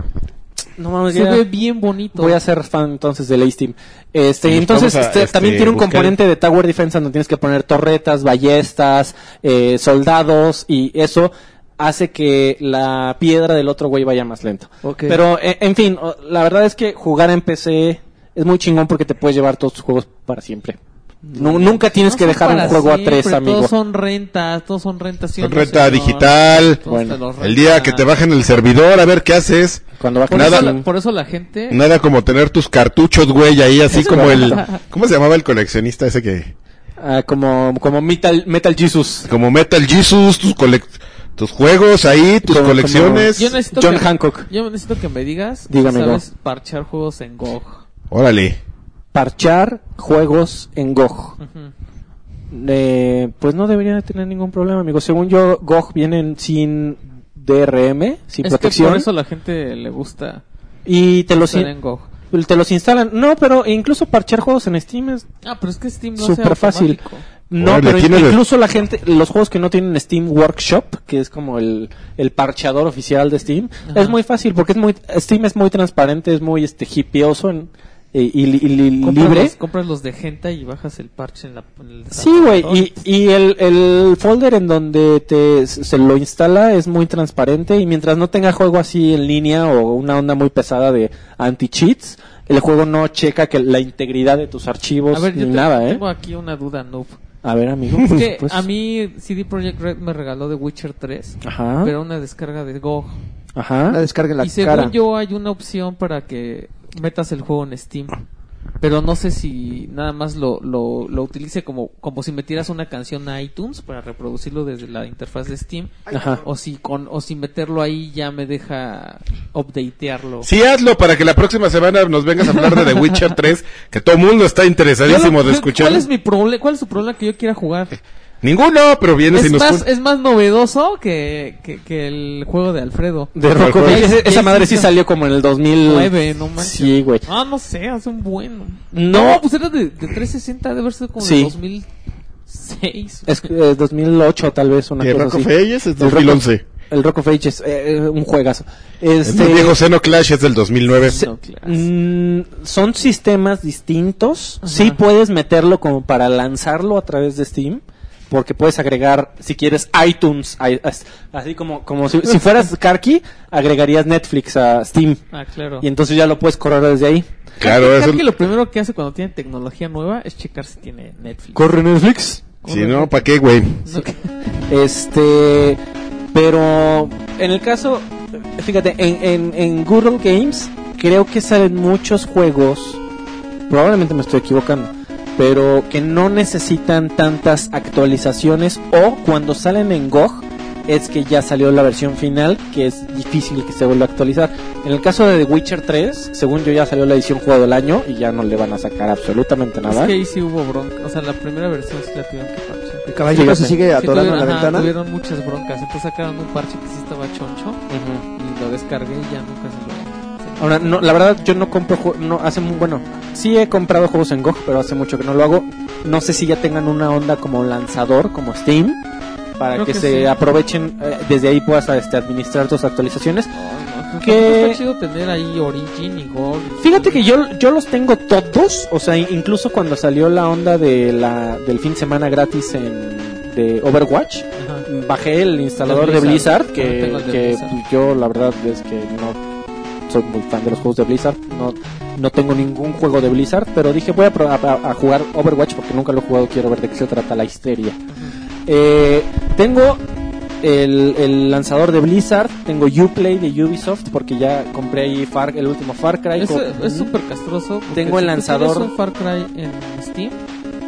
Speaker 5: no mames,
Speaker 1: Se
Speaker 5: ya
Speaker 1: ve bien bonito.
Speaker 5: voy a ser fan entonces del Ace Team. Este,
Speaker 3: Pues
Speaker 5: entonces
Speaker 3: vamos a,
Speaker 5: este,
Speaker 3: este,
Speaker 5: también tiene un
Speaker 3: buscar-
Speaker 5: componente de Tower Defense donde tienes que poner torretas, ballestas, eh, soldados y eso hace que la piedra del otro güey vaya más lento.
Speaker 2: Ok.
Speaker 5: Pero e- en fin, o- la verdad es que jugar en PC es muy chingón porque te puedes llevar todos tus juegos para siempre. Nu- nunca tienes
Speaker 1: Mm. No
Speaker 5: que
Speaker 1: son
Speaker 5: dejar un
Speaker 1: para
Speaker 5: juego
Speaker 1: siempre,
Speaker 5: a tres, amigo.
Speaker 1: Todos son rentas, todos son rentas. sí o
Speaker 3: Con
Speaker 1: no,
Speaker 3: renta
Speaker 1: señor.
Speaker 3: digital.
Speaker 1: Todos te los
Speaker 3: El día
Speaker 1: rentan.
Speaker 3: que te bajen el servidor, a ver qué haces.
Speaker 5: Cuando bajas
Speaker 1: Por,
Speaker 3: Nada.
Speaker 1: eso, la, por eso la gente.
Speaker 3: Nada como tener tus cartuchos, güey, ahí así
Speaker 5: Eso
Speaker 3: como
Speaker 5: no.
Speaker 3: el... ¿Cómo se llamaba el coleccionista ese que...?
Speaker 5: ah, como como Metal Metal Jesus.
Speaker 3: Como Metal Jesus, tus colec... Tus juegos ahí, tus
Speaker 5: Como-
Speaker 3: colecciones.
Speaker 1: Yo necesito
Speaker 5: John
Speaker 1: que-
Speaker 5: Hancock.
Speaker 1: Yo necesito que me digas.
Speaker 5: Dígame,
Speaker 1: ¿Sabes parchar juegos en GOG?
Speaker 3: Órale.
Speaker 5: Parchar juegos en GOG.
Speaker 1: Ujú.
Speaker 5: Eh, pues no debería de tener ningún problema, amigo. Según yo, GOG vienen sin DRM, sin
Speaker 1: es que
Speaker 5: protección.
Speaker 1: por eso la gente le gusta
Speaker 5: Y te los,
Speaker 1: estar
Speaker 5: in-
Speaker 1: en GOG.
Speaker 5: te los instalan. No, pero incluso parchar juegos en Steam es...
Speaker 1: Ah, pero es que Steam no
Speaker 5: Súper
Speaker 1: sea
Speaker 5: fácil.
Speaker 1: automático.
Speaker 5: No,
Speaker 3: Órale,
Speaker 5: pero in-
Speaker 3: tiene de-
Speaker 5: incluso la gente, los juegos que no tienen Steam Workshop, que es como el, el parchador oficial de Steam,
Speaker 1: Ajá.
Speaker 5: es muy fácil porque es muy, Steam es muy transparente, es muy este hipioso en- eh, y, li- y li-
Speaker 1: Compras
Speaker 5: libre.
Speaker 1: los- compras los de Genta y bajas el parche en, la, en el
Speaker 5: Sí, güey.
Speaker 1: desarrollador.
Speaker 5: Y, y el, el folder en donde te, se lo instala es muy transparente y mientras no tenga juego así en línea o una onda muy pesada de anti-cheats, el juego no checa que la integridad de tus archivos
Speaker 1: A ver, yo
Speaker 5: ni
Speaker 1: te-
Speaker 5: nada, ¿eh?
Speaker 1: tengo aquí una duda, noob.
Speaker 5: A ver, amigo. pues?
Speaker 1: Es
Speaker 5: por
Speaker 1: que
Speaker 5: supuesto.
Speaker 1: a mí CD Projekt Red me regaló The Witcher 3,
Speaker 5: Ajá.
Speaker 1: pero una descarga de GOG.
Speaker 2: La
Speaker 5: Ajá.
Speaker 2: descarga en la
Speaker 1: y según
Speaker 2: cara.
Speaker 1: yo hay una opción para que metas el juego en Steam. Pero no sé si nada más lo, lo, lo utilice como, como si metieras una canción a iTunes para reproducirlo desde la interfaz de Steam.
Speaker 5: Ajá.
Speaker 1: O si con o si meterlo ahí ya me deja updatearlo.
Speaker 3: Sí, hazlo para que la próxima semana nos vengas a hablar de The Witcher 3, que todo el mundo está interesadísimo
Speaker 1: Yo lo-
Speaker 3: de escuchar.
Speaker 1: ¿Cuál es mi problema? ¿Cuál es su problema que yo quiera jugar?
Speaker 3: Ninguno, pero vienes y
Speaker 1: Es
Speaker 3: nos
Speaker 1: más, este,
Speaker 3: cuentas.
Speaker 1: es más novedoso que, que, que el juego de Alfredo.
Speaker 5: De Rock of Ages. Ese- Esa madre sí salió como en el 2009,
Speaker 1: Nueve, no manches.
Speaker 5: Sí, güey.
Speaker 1: Ah, no sé, hace un buen.
Speaker 5: No.
Speaker 1: pues era de, de 360, debe haber sido como
Speaker 5: Sí.
Speaker 1: de 2006.
Speaker 5: Es eh, 2008 tal vez una
Speaker 3: Que
Speaker 5: cosa
Speaker 3: Rock
Speaker 5: así.
Speaker 3: of Ages es
Speaker 5: El Rock of-
Speaker 3: 2011.
Speaker 5: el Rock of Ages, eh, eh, un juegazo. Este,
Speaker 3: El viejo Xeno Clash es del 2009.
Speaker 5: se-
Speaker 1: No, claro.
Speaker 5: mm, son sistemas distintos.
Speaker 1: Ajá.
Speaker 5: Sí puedes meterlo como para lanzarlo a través de Steam. Porque puedes agregar, si quieres, iTunes. a- a- Así como, como si, si fueras Karki, agregarías Netflix a Steam.
Speaker 1: Ah, claro.
Speaker 5: Y entonces ya lo puedes correr desde ahí.
Speaker 3: Claro,
Speaker 1: Creo
Speaker 3: es
Speaker 1: que
Speaker 3: el...
Speaker 1: lo primero que hace cuando tiene tecnología nueva es checar si tiene Netflix.
Speaker 5: ¿Corre Netflix?
Speaker 3: Si no, pues, ¿para qué, güey?
Speaker 1: No, que-
Speaker 5: Este, pero en el caso, fíjate, en, en, en Google Games creo que salen muchos juegos, probablemente me estoy equivocando, pero que no necesitan tantas actualizaciones o cuando salen en GOG es que ya salió la versión final que es difícil que se vuelva a actualizar. En el caso de The Witcher 3, según yo ya salió la edición juego del año y ya no le van a sacar absolutamente
Speaker 1: Es
Speaker 5: nada.
Speaker 1: que ahí sí hubo bronca. O sea, la primera versión sí la tuvieron que parchar.
Speaker 2: El caballito
Speaker 5: Fíjate.
Speaker 2: se sigue
Speaker 1: Sí
Speaker 2: atorando en la
Speaker 1: tuvieron- ajá,
Speaker 2: ventana.
Speaker 1: Tuvieron muchas broncas. Entonces sacaron un parche que sí estaba choncho
Speaker 5: Ujú.
Speaker 1: y lo descargué y ya nunca se lo.
Speaker 5: Ahora, no, la verdad, yo no compro jue- no hace mu- bueno, sí he comprado juegos en GOG, pero hace mucho que no lo hago. No sé si ya tengan una onda como lanzador, como Steam, para
Speaker 1: Creo
Speaker 5: que,
Speaker 1: que
Speaker 5: se
Speaker 1: sí.
Speaker 5: aprovechen, eh, desde ahí puedas este, administrar tus actualizaciones.
Speaker 1: Ay, no,
Speaker 5: ¿Qué?
Speaker 1: tampoco Está chido tener ahí Origin y Gold.
Speaker 5: Fíjate que yo, yo los tengo todos, o sea, in- incluso cuando salió la onda de la, del fin de semana gratis en, de Overwatch,
Speaker 1: Ajá.
Speaker 5: bajé el instalador de
Speaker 1: Blizzard.
Speaker 5: Blizzard, que,
Speaker 1: Yo tengo el de
Speaker 5: que,
Speaker 1: Blizzard.
Speaker 5: pues, yo la verdad es que no soy muy fan de los juegos de Blizzard, no, no tengo ningún juego de Blizzard, pero dije voy a, pro- a- a jugar Overwatch porque nunca lo he jugado, quiero ver de qué se trata la histeria. Eh, tengo el, el lanzador de Blizzard, tengo Uplay de Ubisoft porque ya compré ahí Far- el último Far Cry.
Speaker 1: Es
Speaker 5: co-
Speaker 1: es súper castroso. porque
Speaker 5: Tengo el
Speaker 1: si tú
Speaker 5: lanzador.
Speaker 1: tienes un Far Cry en Steam.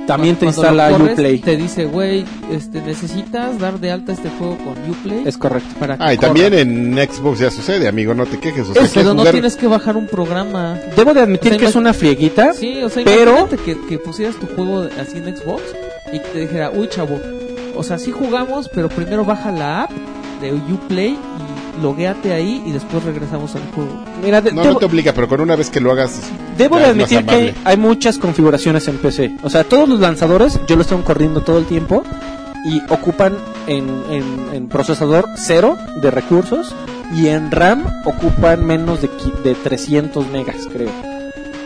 Speaker 5: También te
Speaker 1: cuando lo
Speaker 5: instala
Speaker 1: corres,
Speaker 5: Uplay.
Speaker 1: Te dice, güey, este, necesitas dar de alta este juego con Uplay.
Speaker 5: Es correcto.
Speaker 1: para que
Speaker 3: Ah, y
Speaker 1: corra.
Speaker 3: también en Xbox ya sucede, amigo, no te quejes. O sea,
Speaker 1: Pero
Speaker 3: ¿quieres
Speaker 1: no
Speaker 3: jugar?
Speaker 1: tienes que bajar un programa.
Speaker 5: Debo de admitir
Speaker 1: O sea,
Speaker 5: que es
Speaker 1: imagi-
Speaker 5: una frieguita.
Speaker 1: Sí, o sea,
Speaker 5: Pero-
Speaker 1: imagínate que, que pusieras tu juego así en Xbox y que te dijera, uy, chavo, o sea, sí jugamos, pero primero baja la app de Uplay y logueate ahí y después regresamos al juego.
Speaker 5: Mira, de-
Speaker 3: No,
Speaker 5: debo-
Speaker 3: no te obliga, pero con una vez que lo hagas.
Speaker 5: Debo
Speaker 3: Ya
Speaker 5: de
Speaker 3: es más
Speaker 5: admitir que
Speaker 3: amable.
Speaker 5: hay, hay muchas configuraciones en PC. O sea, todos los lanzadores yo los tengo corriendo todo el tiempo y ocupan en, en- en procesador cero de recursos y en RAM ocupan menos de, qui- de 300 megas, creo.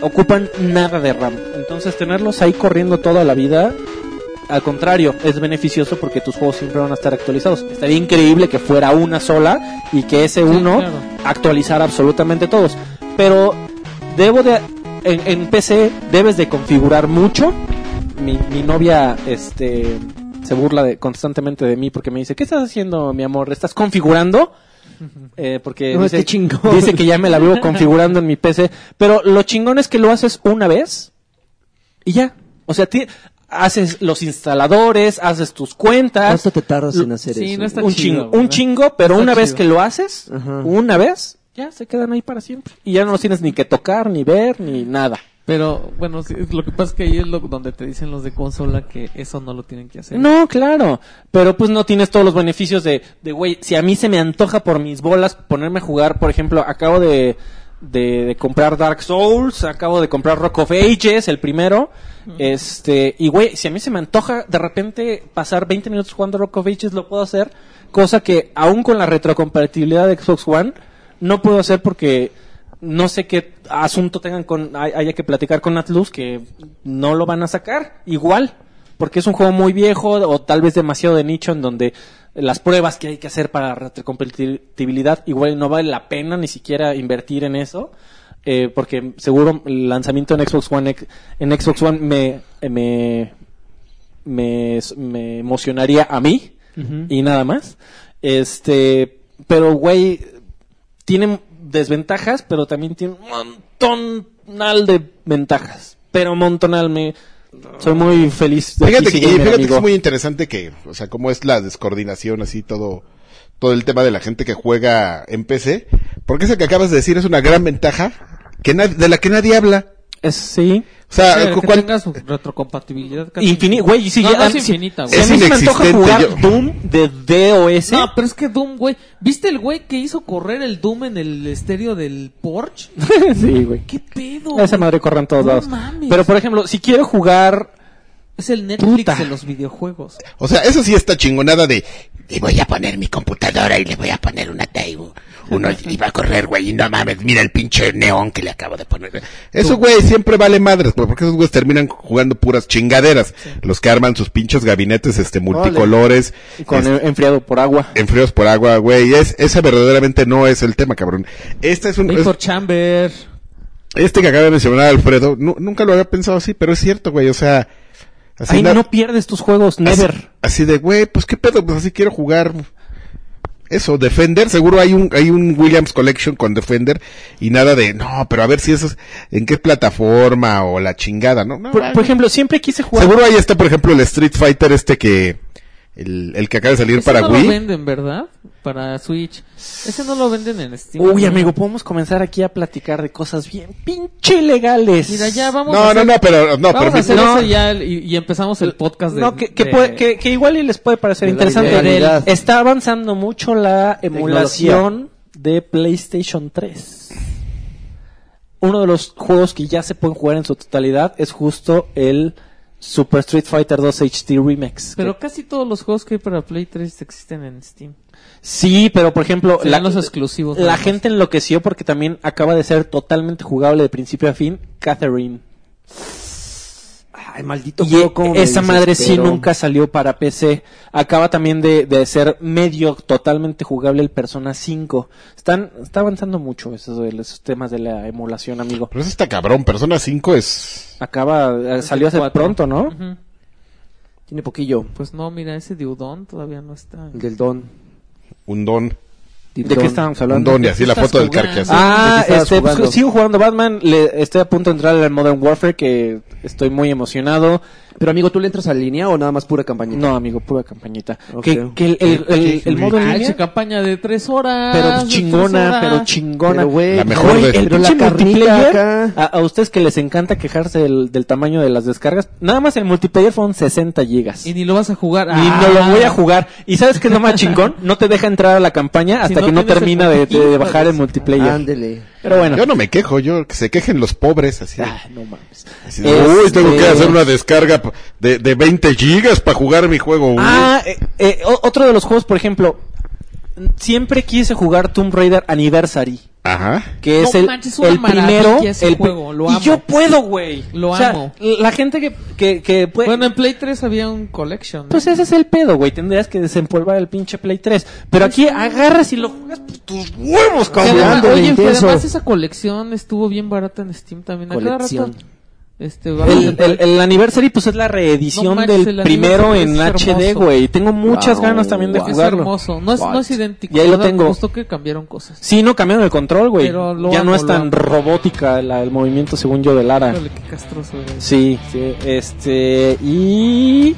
Speaker 5: Ocupan nada de RAM. Entonces, tenerlos ahí corriendo toda la vida, al contrario, es beneficioso porque tus juegos siempre van a estar actualizados. Estaría increíble que fuera una sola y que ese uno
Speaker 1: claro.
Speaker 5: actualizar absolutamente todos. Pero debo de en, en PC debes de configurar mucho. Mi, mi novia este se burla de, constantemente de mí porque me dice, "¿Qué estás haciendo, mi amor? ¿Estás configurando?" Eh, porque
Speaker 2: No,
Speaker 5: dice,
Speaker 2: qué chingón.
Speaker 5: dice que ya me la veo configurando en mi PC, pero lo chingón es que lo haces una vez y ya. O sea, ti- haces los instaladores, haces tus cuentas,
Speaker 2: ¿Cuánto te tardas en hacer
Speaker 1: Sí,
Speaker 2: eso?
Speaker 1: no está
Speaker 5: un
Speaker 1: chido,
Speaker 5: chingo,
Speaker 1: ¿verdad?
Speaker 5: un chingo, pero
Speaker 1: Está
Speaker 5: una vez
Speaker 1: chido.
Speaker 5: que lo haces,
Speaker 2: Ajá.
Speaker 5: una vez, ya se quedan ahí para siempre. Y ya no los tienes ni que tocar, ni ver, ni nada.
Speaker 1: Pero bueno, sí, lo que pasa es que ahí es lo, donde te dicen los de consola que eso no lo tienen que hacer.
Speaker 5: No, claro, pero pues no tienes todos los beneficios de, de, güey, si a mí se me antoja por mis bolas ponerme a jugar, por ejemplo, acabo de, de, de comprar Dark Souls, acabo de comprar Rock of Ages, el primero, este, y güey, si a mí se me antoja de repente pasar 20 minutos jugando Rock of Ages, lo puedo hacer, cosa que aún con la retrocompatibilidad de Xbox One, no puedo hacer porque no sé qué asunto tengan con, hay- haya que platicar con Atlus que no lo van a sacar igual porque es un juego muy viejo o tal vez demasiado de nicho en donde las pruebas que hay que hacer para retrocompatibilidad igual no vale la pena ni siquiera invertir en eso eh, porque seguro el lanzamiento en Xbox One X- en Xbox One me me me, me emocionaría a mí y nada más este pero güey tiene desventajas pero también tiene un montonal de ventajas pero montonal me soy muy feliz de
Speaker 3: Fíjate,
Speaker 5: aquí,
Speaker 3: que,
Speaker 5: sígueme,
Speaker 3: fíjate que
Speaker 5: amigo.
Speaker 3: es muy interesante que, o sea, cómo es la descoordinación, así todo, todo el tema de la gente que juega en PC, porque eso que acabas de decir es una gran ventaja que nadie- de la que nadie habla.
Speaker 5: Es- sí
Speaker 3: O sea,
Speaker 1: Sí, que
Speaker 3: cual-
Speaker 1: tengas su retrocompatibilidad casi
Speaker 5: Infini- güey, sí,
Speaker 1: No,
Speaker 5: ya-
Speaker 1: no es
Speaker 5: sí.
Speaker 1: infinita, güey.
Speaker 5: Si a mí se me antoja
Speaker 3: inexistente,
Speaker 5: jugar
Speaker 3: yo-
Speaker 5: Doom de DOS.
Speaker 1: No, pero es que Doom, güey. ¿Viste el güey que hizo correr el Doom en el estéreo del Porsche?
Speaker 5: sí, güey.
Speaker 1: ¿Qué pedo?
Speaker 5: Esa
Speaker 1: güey?
Speaker 5: madre corre en todos
Speaker 1: No
Speaker 5: lados.
Speaker 1: mames.
Speaker 5: Pero por ejemplo, si quiero jugar
Speaker 1: Es el Netflix
Speaker 5: Puta.
Speaker 1: de los videojuegos.
Speaker 3: O sea, eso sí está chingonada de, le voy a poner mi computadora y le voy a poner una table. Uno y va a correr, güey, y no mames, mira el pinche neón que le acabo de poner. Eso, güey, siempre vale madres, güey, porque esos güeyes terminan jugando puras chingaderas. Los que arman sus pinches gabinetes, este, multicolores,
Speaker 5: Con
Speaker 3: este,
Speaker 5: enfriado por agua.
Speaker 3: enfríos por agua, güey. Es, ese verdaderamente no es el tema, cabrón. Este es un, es-
Speaker 1: Victor Chamber.
Speaker 3: este que acaba de mencionar Alfredo, nu- nunca lo había pensado así, pero es cierto, güey, o sea, así
Speaker 5: Ahí
Speaker 3: na-
Speaker 5: no pierdes tus juegos,
Speaker 3: Así-
Speaker 5: never.
Speaker 3: Así, de, güey, pues qué pedo, pues así quiero jugar. Eso, Defender, seguro hay un, hay un Williams Collection con Defender y nada de, no, pero a ver si eso es, en qué plataforma o la chingada, ¿no? no
Speaker 5: Por,
Speaker 3: ay,
Speaker 5: por ejemplo, siempre quise jugar.
Speaker 3: seguro ahí está, por ejemplo, el Street Fighter este que, el, el que acaba de salir
Speaker 1: Ese
Speaker 3: para
Speaker 1: no lo
Speaker 3: Wii.
Speaker 1: venden, ¿verdad? Para Switch. Ese no lo venden en Steam.
Speaker 5: Uy, amigo, podemos comenzar aquí a platicar de cosas bien pinche legales.
Speaker 1: Mira, ya vamos a
Speaker 3: No, no,
Speaker 1: hacer-
Speaker 3: no, pero, no,
Speaker 1: vamos
Speaker 3: pero,
Speaker 1: a hacer
Speaker 5: no.
Speaker 1: eso ya el- y, y empezamos el podcast de...
Speaker 5: No, que, que,
Speaker 1: de-
Speaker 5: puede- que- que igual y les puede parecer
Speaker 2: de la
Speaker 5: interesante.
Speaker 2: ilegalidad.
Speaker 5: Está avanzando mucho la emulación de PlayStation 3. Uno de los juegos que ya se pueden jugar en su totalidad es justo el Super Street Fighter 2 HD Remix.
Speaker 1: Pero casi todos los juegos que hay para Play 3 existen en Steam.
Speaker 5: sí, pero por ejemplo,
Speaker 1: Serán los exclusivos, nada
Speaker 5: La
Speaker 1: más.
Speaker 5: gente enloqueció porque también acaba de ser totalmente jugable de principio a fin, Catherine.
Speaker 2: Ay, maldito
Speaker 5: Y
Speaker 2: juego, cómo me
Speaker 5: esa madre sí
Speaker 2: desespero.
Speaker 5: nunca salió para PC. Acaba también de, de ser medio totalmente jugable el Persona 5. Están, está avanzando mucho esos, esos temas de la emulación, amigo.
Speaker 3: pero eso está cabrón, Persona 5 es...
Speaker 5: Acaba, eh, salió hace
Speaker 1: Cuatro.
Speaker 5: pronto, ¿no?
Speaker 1: Ujú.
Speaker 2: Tiene poquillo.
Speaker 1: Pues no, mira, ese Deudon todavía no está.
Speaker 2: Del don.
Speaker 3: Un don,
Speaker 5: ¿De qué estábamos
Speaker 3: un
Speaker 5: hablando?
Speaker 3: don, y así la foto del
Speaker 1: jugando?
Speaker 3: carque así.
Speaker 5: Ah,
Speaker 2: ¿De qué estabas
Speaker 5: este, pues,
Speaker 2: jugando?
Speaker 5: sigo jugando Batman. Le, estoy a punto de entrar al Modern Warfare, que estoy muy emocionado.
Speaker 2: Pero amigo, ¿tú le entras a la línea o nada más pura campaña?
Speaker 5: No, amigo, pura campañita.
Speaker 2: Ok.
Speaker 5: Que, que el, el, el- el modo en
Speaker 1: Ah,
Speaker 5: línea,
Speaker 1: esa campaña de tres horas.
Speaker 5: pero
Speaker 1: de tres
Speaker 5: chingona,
Speaker 1: horas.
Speaker 5: pero chingona.
Speaker 2: Pero, güey,
Speaker 3: La mejor
Speaker 5: Güey,
Speaker 3: de-
Speaker 5: el
Speaker 2: pero la
Speaker 5: pinche
Speaker 2: carnita
Speaker 5: multiplayer, Ah,
Speaker 2: acá.
Speaker 5: A, a ustedes que les encanta quejarse del, del tamaño de las descargas, nada más el multiplayer fueron 60 gigas.
Speaker 1: Y
Speaker 5: Y
Speaker 1: ni lo vas a jugar.
Speaker 5: no lo
Speaker 1: Ah.
Speaker 5: voy a jugar. ¿Y sabes qué es lo más chingón? No te deja entrar a la campaña hasta
Speaker 1: Si no
Speaker 5: que no
Speaker 1: tienes el
Speaker 5: termina de, de- de bajar el
Speaker 1: multiplayer.
Speaker 5: multiplayer.
Speaker 2: Ándele.
Speaker 3: Eh,
Speaker 5: Pero bueno.
Speaker 3: Yo no me quejo, yo, que se quejen los pobres, así. de-
Speaker 5: Ah, no mames.
Speaker 3: Así de, Uy, tengo
Speaker 5: Este-
Speaker 3: que hacer una descarga p- de, de 20 gigas para jugar mi juego. Uy.
Speaker 5: Ah, eh, eh, o- otro de los juegos, por ejemplo, siempre quise jugar Tomb Raider Anniversary.
Speaker 3: Ajá.
Speaker 5: que
Speaker 1: No
Speaker 5: es el,
Speaker 1: manches, una
Speaker 5: el
Speaker 1: maravilla
Speaker 5: primero.
Speaker 1: ese
Speaker 5: el pri-
Speaker 1: juego, lo
Speaker 5: Y
Speaker 1: amo.
Speaker 5: yo puedo, güey.
Speaker 1: Lo
Speaker 5: O sea,
Speaker 1: amo.
Speaker 5: La gente que, que, que puede.
Speaker 1: Bueno, en Play 3 había un collection. ¿no?
Speaker 5: pues ese es el pedo, güey. Tendrías que desempolvar el pinche Play 3. Pero aquí agarras y lo juegas por tus huevos,
Speaker 1: Que
Speaker 5: cabrón.
Speaker 1: además,
Speaker 2: Hablando
Speaker 1: Pues
Speaker 2: de
Speaker 1: oye, que
Speaker 2: intenso.
Speaker 1: además esa colección estuvo bien barata en Steam también. A cada rato,
Speaker 2: Colección.
Speaker 1: este,
Speaker 5: El, el, el Anniversary, pues es la reedición
Speaker 1: No manches,
Speaker 5: del
Speaker 1: el
Speaker 5: primero en
Speaker 1: Anniversary es
Speaker 5: HD,
Speaker 1: hermoso.
Speaker 5: güey. Tengo muchas
Speaker 2: Wow,
Speaker 5: ganas también de
Speaker 2: wow.
Speaker 1: es
Speaker 5: jugarlo.
Speaker 1: hermoso. No es, no es idéntico.
Speaker 5: Y ahí lo
Speaker 1: ¿verdad?
Speaker 5: tengo.
Speaker 1: Justo que cambiaron cosas.
Speaker 5: Sí, no cambiaron el control, güey. Ya
Speaker 1: Pero lo amo,
Speaker 5: no es
Speaker 1: lo
Speaker 5: tan
Speaker 1: amo.
Speaker 5: robótica la- el movimiento, según yo, de Lara.
Speaker 1: Híjole, qué castroso era.
Speaker 5: Sí, sí, este y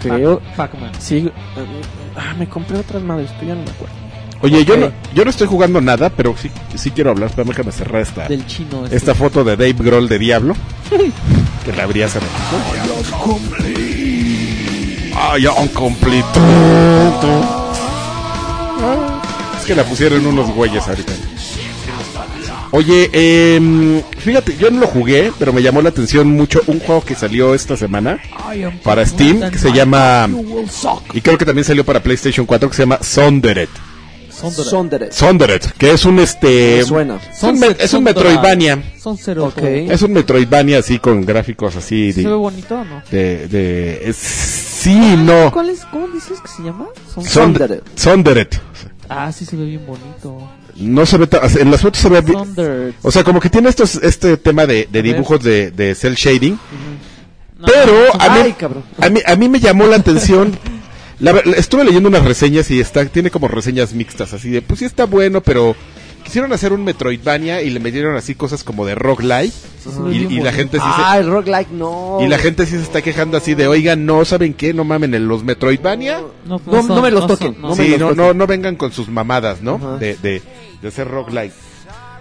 Speaker 5: creo
Speaker 1: Pac- Pac-Man.
Speaker 5: sí. Ah, me compré otras madres, tú ya no me acuerdo.
Speaker 3: Oye, yo, no, yo no estoy jugando nada, pero sí, sí quiero hablar. Espérame, déjame cerrar esta,
Speaker 1: Del chino. este.
Speaker 3: esta foto de Dave Grohl de Diablo. que la habría cerrado. Ay, ya, un completo. Es que la pusieron unos güeyes ahorita. Oye, em, fíjate, yo no lo jugué, pero me llamó la atención mucho un juego que salió esta semana para Steam, que se llama... Y creo que también salió para PlayStation 4, que se llama Sonderet.
Speaker 2: Sonderet.
Speaker 3: Sonderet, que es un este...
Speaker 2: Me suena.
Speaker 3: Es un, me- es un Metroidvania.
Speaker 1: Son cero.
Speaker 2: Ok.
Speaker 1: juegos.
Speaker 3: Es un Metroidvania así con gráficos así
Speaker 1: ¿Se ve
Speaker 3: de...
Speaker 1: bonito o no?
Speaker 3: de, de- es- sí, no.
Speaker 1: ¿Cuál es, ¿Cómo dices que se llama? Son-
Speaker 3: Sonderet. Sonderet.
Speaker 1: Ah, sí, se ve bien bonito.
Speaker 3: No se ve... ta- En las fotos se ve... bi-
Speaker 1: Thunder.
Speaker 3: O sea, como que tiene estos, este tema de, de dibujos de, de cel shading.
Speaker 1: No,
Speaker 3: Pero a
Speaker 2: Ay,
Speaker 3: mí,
Speaker 2: cabrón.
Speaker 3: a, mí, a mí me llamó la atención. La ver- estuve leyendo unas reseñas y está, tiene como reseñas mixtas, así de, pues sí está bueno, pero quisieron hacer un Metroidvania y le metieron así cosas como de roguelike
Speaker 1: sí se ve
Speaker 3: y,
Speaker 1: bien
Speaker 3: y la
Speaker 1: bonito.
Speaker 3: gente sí se,
Speaker 2: Ah, el roguelike, no.
Speaker 3: y la gente sí se está quejando así de, oigan, no, ¿saben qué? No mamen, en los Metroidvania.
Speaker 1: No,
Speaker 2: No, no me los
Speaker 1: son,
Speaker 2: toquen,
Speaker 1: no.
Speaker 2: no me-
Speaker 3: sí,
Speaker 2: los
Speaker 3: no,
Speaker 2: toquen.
Speaker 3: no, no vengan con sus mamadas, ¿no?
Speaker 2: Ajá.
Speaker 3: De, de, de hacer roguelike.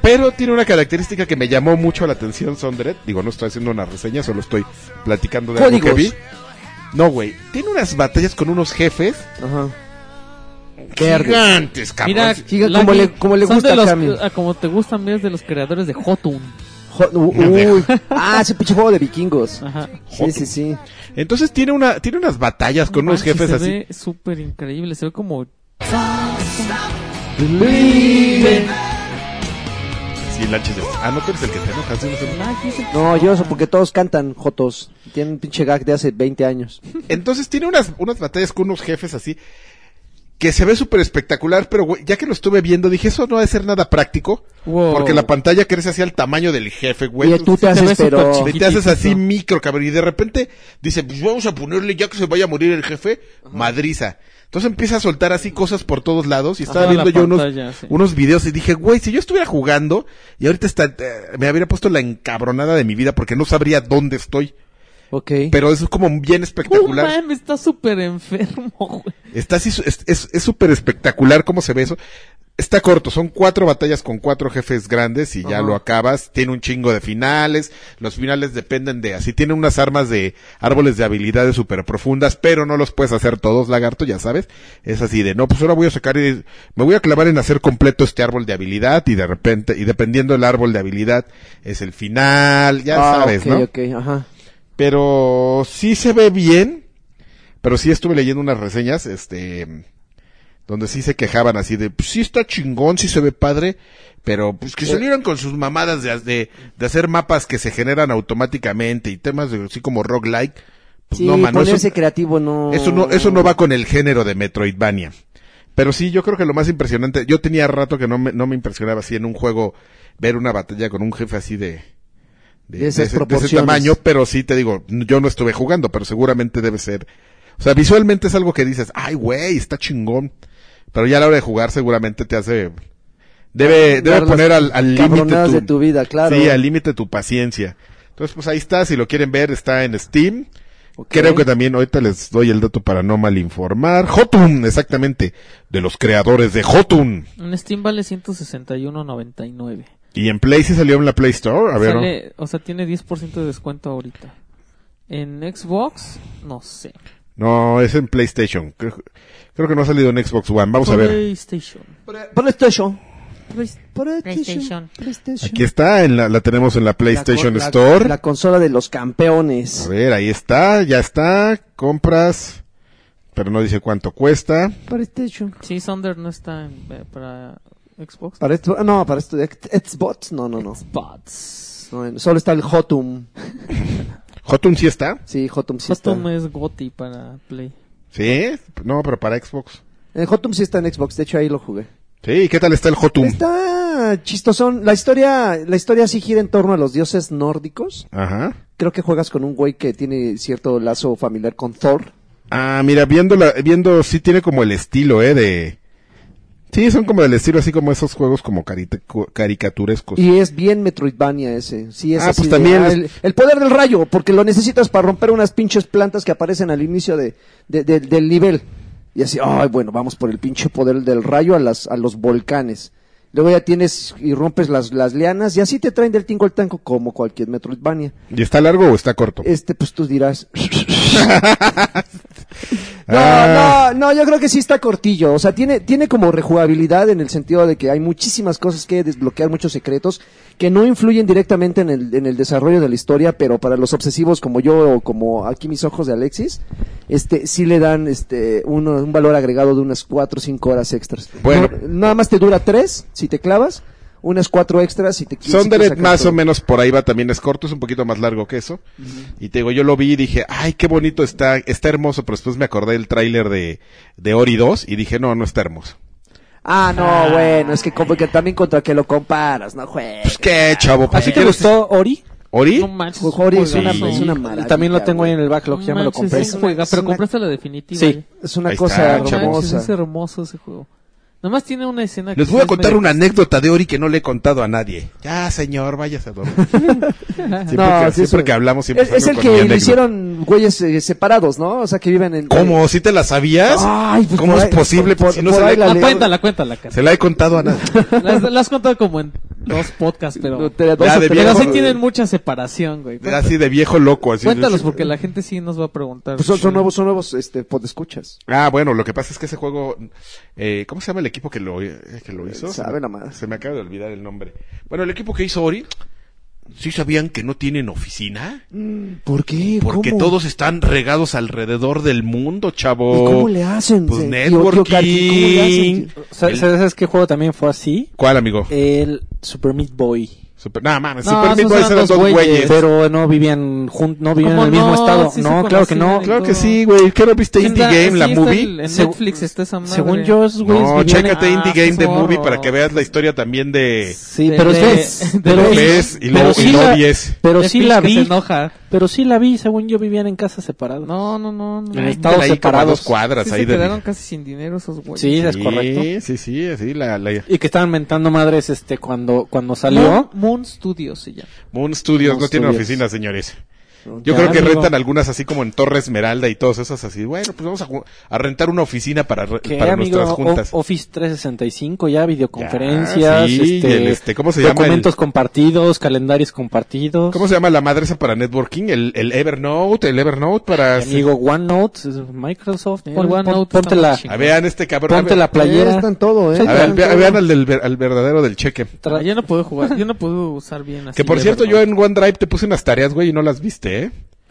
Speaker 3: Pero tiene una característica que me llamó mucho la atención, Sondret. Digo, no estoy haciendo una reseña, solo estoy platicando de algo que vi.
Speaker 2: Códigos.
Speaker 3: No, güey. Tiene unas batallas con unos jefes
Speaker 2: Ajá.
Speaker 3: gigantes, cabrón.
Speaker 1: Mira,
Speaker 2: Siga como
Speaker 1: Lucky,
Speaker 2: le- como le
Speaker 1: son
Speaker 2: gusta
Speaker 1: de los-
Speaker 2: a Cami.
Speaker 1: ah, como te gustan, es de los creadores de Hotun.
Speaker 2: Jo- u- Uy. Ah, ese pinche juego de vikingos.
Speaker 3: Pues
Speaker 2: Sí, sí, sí.
Speaker 3: Entonces tiene una tiene unas batallas con unos
Speaker 1: Manches,
Speaker 3: jefes
Speaker 1: se
Speaker 3: así.
Speaker 1: ve súper increíble, se ve como...
Speaker 3: Sí, lanches de- Ah, no, tú eres el que te enojas. yo no sé.
Speaker 2: No, yo eso porque todos cantan Jotos. Tienen un pinche gag de hace 20 años.
Speaker 3: Entonces tiene unas, unas batallas con unos jefes así que se ve súper espectacular, pero güey, ya que lo estuve viendo dije, eso no va a ser nada práctico,
Speaker 1: Wow.
Speaker 3: porque la pantalla crece hacia el tamaño del jefe, güey.
Speaker 2: y tú te
Speaker 3: Entonces,
Speaker 1: se ve
Speaker 2: haces, pero.
Speaker 1: súper
Speaker 3: te- te haces así micro, cabrón, y de repente dice, pues vamos a ponerle, ya que se vaya a morir el jefe, madriza. Entonces empieza a soltar así cosas por todos lados y estaba
Speaker 1: Ajá, la
Speaker 3: viendo yo unos,
Speaker 1: pantalla, sí.
Speaker 3: unos videos y dije, güey, si yo estuviera jugando y ahorita está, eh, me habría puesto la encabronada de mi vida porque no sabría dónde estoy.
Speaker 2: Ok.
Speaker 3: Pero eso es como bien espectacular.
Speaker 1: Oh, ¡Uh, man, está súper enfermo, güey.
Speaker 3: Está así, su- es es- es súper espectacular cómo se ve eso. Está corto, son cuatro batallas con cuatro jefes grandes y ya lo acabas. Tiene un chingo de finales. Los finales dependen de así. Tiene unas armas de árboles de habilidades súper profundas, pero no los puedes hacer todos, lagarto, ya sabes. Es así de, no, pues ahora voy a sacar y me voy a clavar en hacer completo este árbol de habilidad y de repente, y dependiendo del árbol de habilidad, es el final, ya
Speaker 2: Ah,
Speaker 3: sabes,
Speaker 2: ok,
Speaker 3: ¿no?
Speaker 2: ok, ajá.
Speaker 3: Pero sí se ve bien. Pero sí estuve leyendo unas reseñas, este, donde sí se quejaban así de, pues sí está chingón, sí se ve padre, pero pues
Speaker 2: Eh.
Speaker 3: que salieron con sus mamadas de, de, de hacer mapas que se generan automáticamente y temas de, así como roguelike. Pues
Speaker 2: Sí,
Speaker 3: no, mano,
Speaker 2: ponerse
Speaker 3: eso,
Speaker 2: creativo no.
Speaker 3: eso no, eso no va con el género de Metroidvania. Pero sí, yo creo que lo más impresionante, yo tenía rato que no me, no me impresionaba así en un juego ver una batalla con un jefe así de,
Speaker 2: De esas
Speaker 3: ese- ese
Speaker 2: proporciones.
Speaker 3: tamaño, pero sí te digo, n- yo no estuve jugando, pero seguramente debe ser. O sea, visualmente es algo que dices, ay güey, está chingón. Pero ya a la hora de jugar seguramente te hace, debe, debe
Speaker 2: Dar las
Speaker 3: poner al al límite
Speaker 2: cabronadas de tu vida, claro.
Speaker 3: Sí, al límite tu paciencia. Entonces, pues ahí está, si lo quieren ver, está en Steam.
Speaker 2: Ok.
Speaker 3: Creo que también ahorita les doy el dato para no malinformar. Jotun, exactamente, de los creadores de Jotun.
Speaker 1: En Steam vale 161.99.
Speaker 3: Y en Play sí salió en la Play Store, a ver. ¿no?
Speaker 1: Sale- O sea, tiene 10% de descuento ahorita. En Xbox, no sé.
Speaker 3: No, es en PlayStation. Creo, creo que no ha salido en Xbox One. Vamos a ver.
Speaker 1: PlayStation.
Speaker 2: Ponle este show.
Speaker 1: PlayStation.
Speaker 3: Aquí está, en la, la tenemos en la PlayStation
Speaker 2: La con- la-
Speaker 3: Store.
Speaker 2: La, consola de los
Speaker 3: A
Speaker 2: campeones.
Speaker 3: ver, ahí está, ya está. Compras, pero no dice cuánto cuesta.
Speaker 2: PlayStation.
Speaker 1: Sí, Thunder no está en- eh, para Xbox.
Speaker 3: Ah.
Speaker 2: Para esto, no, para esto de Xbox, no, no, no.
Speaker 1: Spots.
Speaker 2: No, en- Solo está el Hotum.
Speaker 3: Jotun sí está.
Speaker 2: Sí, Hotum sí está.
Speaker 1: Custom es Goti para Play.
Speaker 3: Sí, no, pero para Xbox.
Speaker 2: El Hotum sí está en Xbox, de hecho ahí lo jugué.
Speaker 3: Sí, ¿y qué tal está el Jotun?
Speaker 2: Está chistosón. La historia, la historia sí gira en torno a los dioses nórdicos.
Speaker 3: Ajá.
Speaker 2: Creo que juegas con un güey que tiene cierto lazo familiar con Thor.
Speaker 3: Ah, mira, viendo la, viendo, sí tiene como el estilo, eh, de... Sí, son como del estilo, así como esos juegos como carita- cu- caricaturescos.
Speaker 2: Y es bien Metroidvania ese. Sí, es
Speaker 3: Pues Ah,
Speaker 2: así
Speaker 3: pues
Speaker 2: de,
Speaker 3: también es-
Speaker 2: el, el poder del rayo, porque lo necesitas para romper unas pinches plantas que aparecen al inicio de, de- de- del nivel. Y así, ay, bueno, vamos por el pinche poder del rayo a, las, a los volcanes. Luego ya tienes y rompes las, las lianas y así te traen del tingo al tanco como cualquier Metroidvania.
Speaker 3: ¿Y está largo o está corto?
Speaker 2: Este, pues tú dirás.
Speaker 3: Ah.
Speaker 2: No, no, no, yo creo que sí está cortillo. O sea, tiene, tiene como rejugabilidad en el sentido de que hay muchísimas cosas que desbloquear, muchos secretos que no influyen directamente en el, en el desarrollo de la historia, pero para los obsesivos como yo o como aquí mis ojos de Alexis, este, sí le dan este, uno- un valor agregado de unas 4 o 5 horas extras.
Speaker 3: Bueno.
Speaker 2: No, nada más te dura 3 si te clavas, unas 4 extras si te qui- si quieres.
Speaker 3: Sondered
Speaker 2: sacar
Speaker 3: más
Speaker 2: todo.
Speaker 3: o menos por ahí va, también es corto, es un poquito más largo que eso. Y te digo, yo lo vi y dije, ay, qué bonito está, está hermoso, pero después me acordé del tráiler de, de Ori 2 y dije, no, no está hermoso.
Speaker 2: Ah, no, bueno, es que, como que también contra que lo comparas, no juegues.
Speaker 3: Pues
Speaker 2: Eh,
Speaker 3: qué, chavo, pues si
Speaker 7: ¿Te
Speaker 3: quieres...
Speaker 7: gustó Ori?
Speaker 3: ¿Ori?
Speaker 1: No manches.
Speaker 2: Jori es una,
Speaker 1: juegazo.
Speaker 2: es una maravilla.
Speaker 7: También lo tengo ahí en el backlog,
Speaker 1: No
Speaker 7: ya me lo
Speaker 1: manches,
Speaker 7: compré.
Speaker 1: es un juega-
Speaker 2: Es
Speaker 1: pero
Speaker 2: una- ah,
Speaker 1: compraste la definitiva. eh.
Speaker 7: Sí.
Speaker 2: güey. Es una
Speaker 3: Ahí
Speaker 2: cosa
Speaker 3: está,
Speaker 1: No manches, es
Speaker 2: hermosa.
Speaker 1: hermoso ese juego. Nomás tiene una escena que
Speaker 3: Les voy
Speaker 1: sí
Speaker 3: a
Speaker 1: es
Speaker 3: contar
Speaker 1: medio-
Speaker 3: una anécdota de Ori que no le he contado a nadie. Ya, señor, váyase a dormir. siempre
Speaker 2: No,
Speaker 3: que,
Speaker 2: sí,
Speaker 3: siempre
Speaker 2: eso-
Speaker 3: que hablamos, siempre
Speaker 2: Es, es el
Speaker 3: salgo con mi
Speaker 2: que le
Speaker 3: anécdota.
Speaker 2: hicieron güeyes eh, separados, ¿no? O sea, que viven en...
Speaker 3: ¿Cómo? ¿Sí te la sabías?
Speaker 2: Ay, pues
Speaker 3: ¿Cómo
Speaker 2: por
Speaker 3: es
Speaker 2: ahí-
Speaker 3: posible?
Speaker 2: por-
Speaker 3: si no
Speaker 2: por
Speaker 3: se, la
Speaker 2: ahí
Speaker 3: he,
Speaker 2: la
Speaker 1: Ah,
Speaker 2: leo.
Speaker 1: cuéntala, cuéntala, Carlos.
Speaker 3: se la he contado a nadie.
Speaker 1: Las, las has contado como en dos podcasts, pero...
Speaker 2: Te- dos
Speaker 3: Ya,
Speaker 2: o
Speaker 3: de
Speaker 2: tres-
Speaker 1: Pero
Speaker 3: viejo. eh.
Speaker 1: sí tienen mucha separación, güey.
Speaker 3: Así de viejo loco. Así
Speaker 1: Cuéntalos porque la gente sí nos va a preguntar.
Speaker 2: Pues son, son nuevos, son nuevos, este, podescuchas.
Speaker 3: Ah, bueno, lo que pasa es que ese juego... eh, ¿Cómo se llama el equipo que lo, eh, que lo hizo?
Speaker 2: Sabe la madre.
Speaker 3: Se me acaba de olvidar el nombre. Bueno, el equipo que hizo Ori... ¿Sí sabían que no tienen oficina?
Speaker 2: ¿Por qué?
Speaker 3: Mm. Porque
Speaker 2: ¿Cómo?
Speaker 3: todos están regados alrededor del mundo, chavo.
Speaker 2: ¿Y cómo le hacen?
Speaker 3: Pues
Speaker 2: tío-
Speaker 3: networking.
Speaker 2: tío Karki, ¿Cómo le hacen? tío?
Speaker 5: ¿Sabes, ¿Sabes qué juego también fue así?
Speaker 3: ¿Cuál, amigo?
Speaker 5: El Super Meat Boy.
Speaker 3: Super... Nada, mames,
Speaker 1: Eh. No,
Speaker 3: Super Meat
Speaker 1: esos
Speaker 3: Boy
Speaker 1: eran
Speaker 3: eran
Speaker 1: dos
Speaker 3: dos
Speaker 1: güeyes.
Speaker 3: güeyes.
Speaker 5: Pero no vivían jun- no vivían en
Speaker 1: ¿Cómo
Speaker 5: el mismo
Speaker 1: no?
Speaker 5: estado.
Speaker 1: Sí se
Speaker 5: no, claro que no.
Speaker 1: conocían.
Speaker 3: Claro que sí, güey. ¿Qué no viste Indie
Speaker 1: Está-
Speaker 3: Game, la
Speaker 1: sí, está
Speaker 3: movie?
Speaker 1: el- en
Speaker 5: Segu-
Speaker 1: Netflix está esa madre.
Speaker 5: Según yo, esos güeyes
Speaker 3: No,
Speaker 5: vivían en-
Speaker 3: chécate
Speaker 1: Ah,
Speaker 3: Indie Game
Speaker 1: qué
Speaker 3: de movie
Speaker 1: zorro.
Speaker 3: para que veas la historia también de,
Speaker 5: Sí,
Speaker 1: de-
Speaker 5: pero
Speaker 1: de-
Speaker 5: es
Speaker 1: de
Speaker 5: pero
Speaker 3: lo
Speaker 5: sí-
Speaker 3: ves y
Speaker 5: pero
Speaker 3: lo,
Speaker 5: sí
Speaker 3: y lo
Speaker 5: la-
Speaker 3: odies.
Speaker 5: Pero
Speaker 1: De
Speaker 5: sí
Speaker 1: Peach
Speaker 5: la
Speaker 1: que se
Speaker 5: vi,
Speaker 1: enoja.
Speaker 5: pero sí la vi, según yo vivían en casas separadas.
Speaker 1: No, no, no. no.
Speaker 5: En el
Speaker 1: Sí,
Speaker 5: estado
Speaker 3: Ahí como a dos
Speaker 5: Ah, separados.
Speaker 3: cuadras ahí
Speaker 1: se
Speaker 3: de-
Speaker 1: quedaron casi sin dinero esos güeyes.
Speaker 5: Sí, es
Speaker 3: Sí,
Speaker 5: correcto.
Speaker 3: Sí, sí, así la, la-
Speaker 5: Y que estaban mentando madres este cuando cuando
Speaker 1: Moon,
Speaker 5: salió.
Speaker 1: Moon Studios se llama.
Speaker 3: Moon Studios
Speaker 5: Moon
Speaker 3: no tiene
Speaker 5: Studios.
Speaker 3: oficina, señores. Yo
Speaker 5: Ya,
Speaker 3: creo que
Speaker 5: amigo.
Speaker 3: rentan algunas así como en Torre Esmeralda y todas esas así. Bueno, pues vamos a, ju- a rentar una oficina para, re-
Speaker 5: Que
Speaker 3: para
Speaker 5: amigo,
Speaker 3: nuestras juntas.
Speaker 5: O- Office 365 ya videoconferencias,
Speaker 3: Ya, sí,
Speaker 5: este,
Speaker 3: y el, este, ¿cómo se llama
Speaker 5: documentos compartidos, calendarios compartidos.
Speaker 3: ¿Cómo se llama la madre esa para networking? El, el Evernote, el Evernote para...
Speaker 5: Y amigo OneNote, es Microsoft,
Speaker 1: El
Speaker 5: pon- pon-
Speaker 1: OneNote está
Speaker 5: ponte
Speaker 1: muy
Speaker 5: la
Speaker 1: chingón.
Speaker 3: A vean este cabrón.
Speaker 5: ponte
Speaker 3: a ver-
Speaker 5: la
Speaker 2: Eh,
Speaker 5: playera.
Speaker 2: Están todo, ¿eh?
Speaker 3: A ver,
Speaker 2: Están
Speaker 3: ve-
Speaker 2: todo.
Speaker 3: vean al, del ver- al verdadero del cheque.
Speaker 1: Ah,
Speaker 5: tra-
Speaker 1: yo no puedo jugar, yo no puedo usar bien
Speaker 5: Ah,
Speaker 1: así.
Speaker 3: Que por
Speaker 1: de
Speaker 3: cierto,
Speaker 1: verdad.
Speaker 3: yo en OneDrive te puse unas tareas, güey, y no las viste, ¿eh?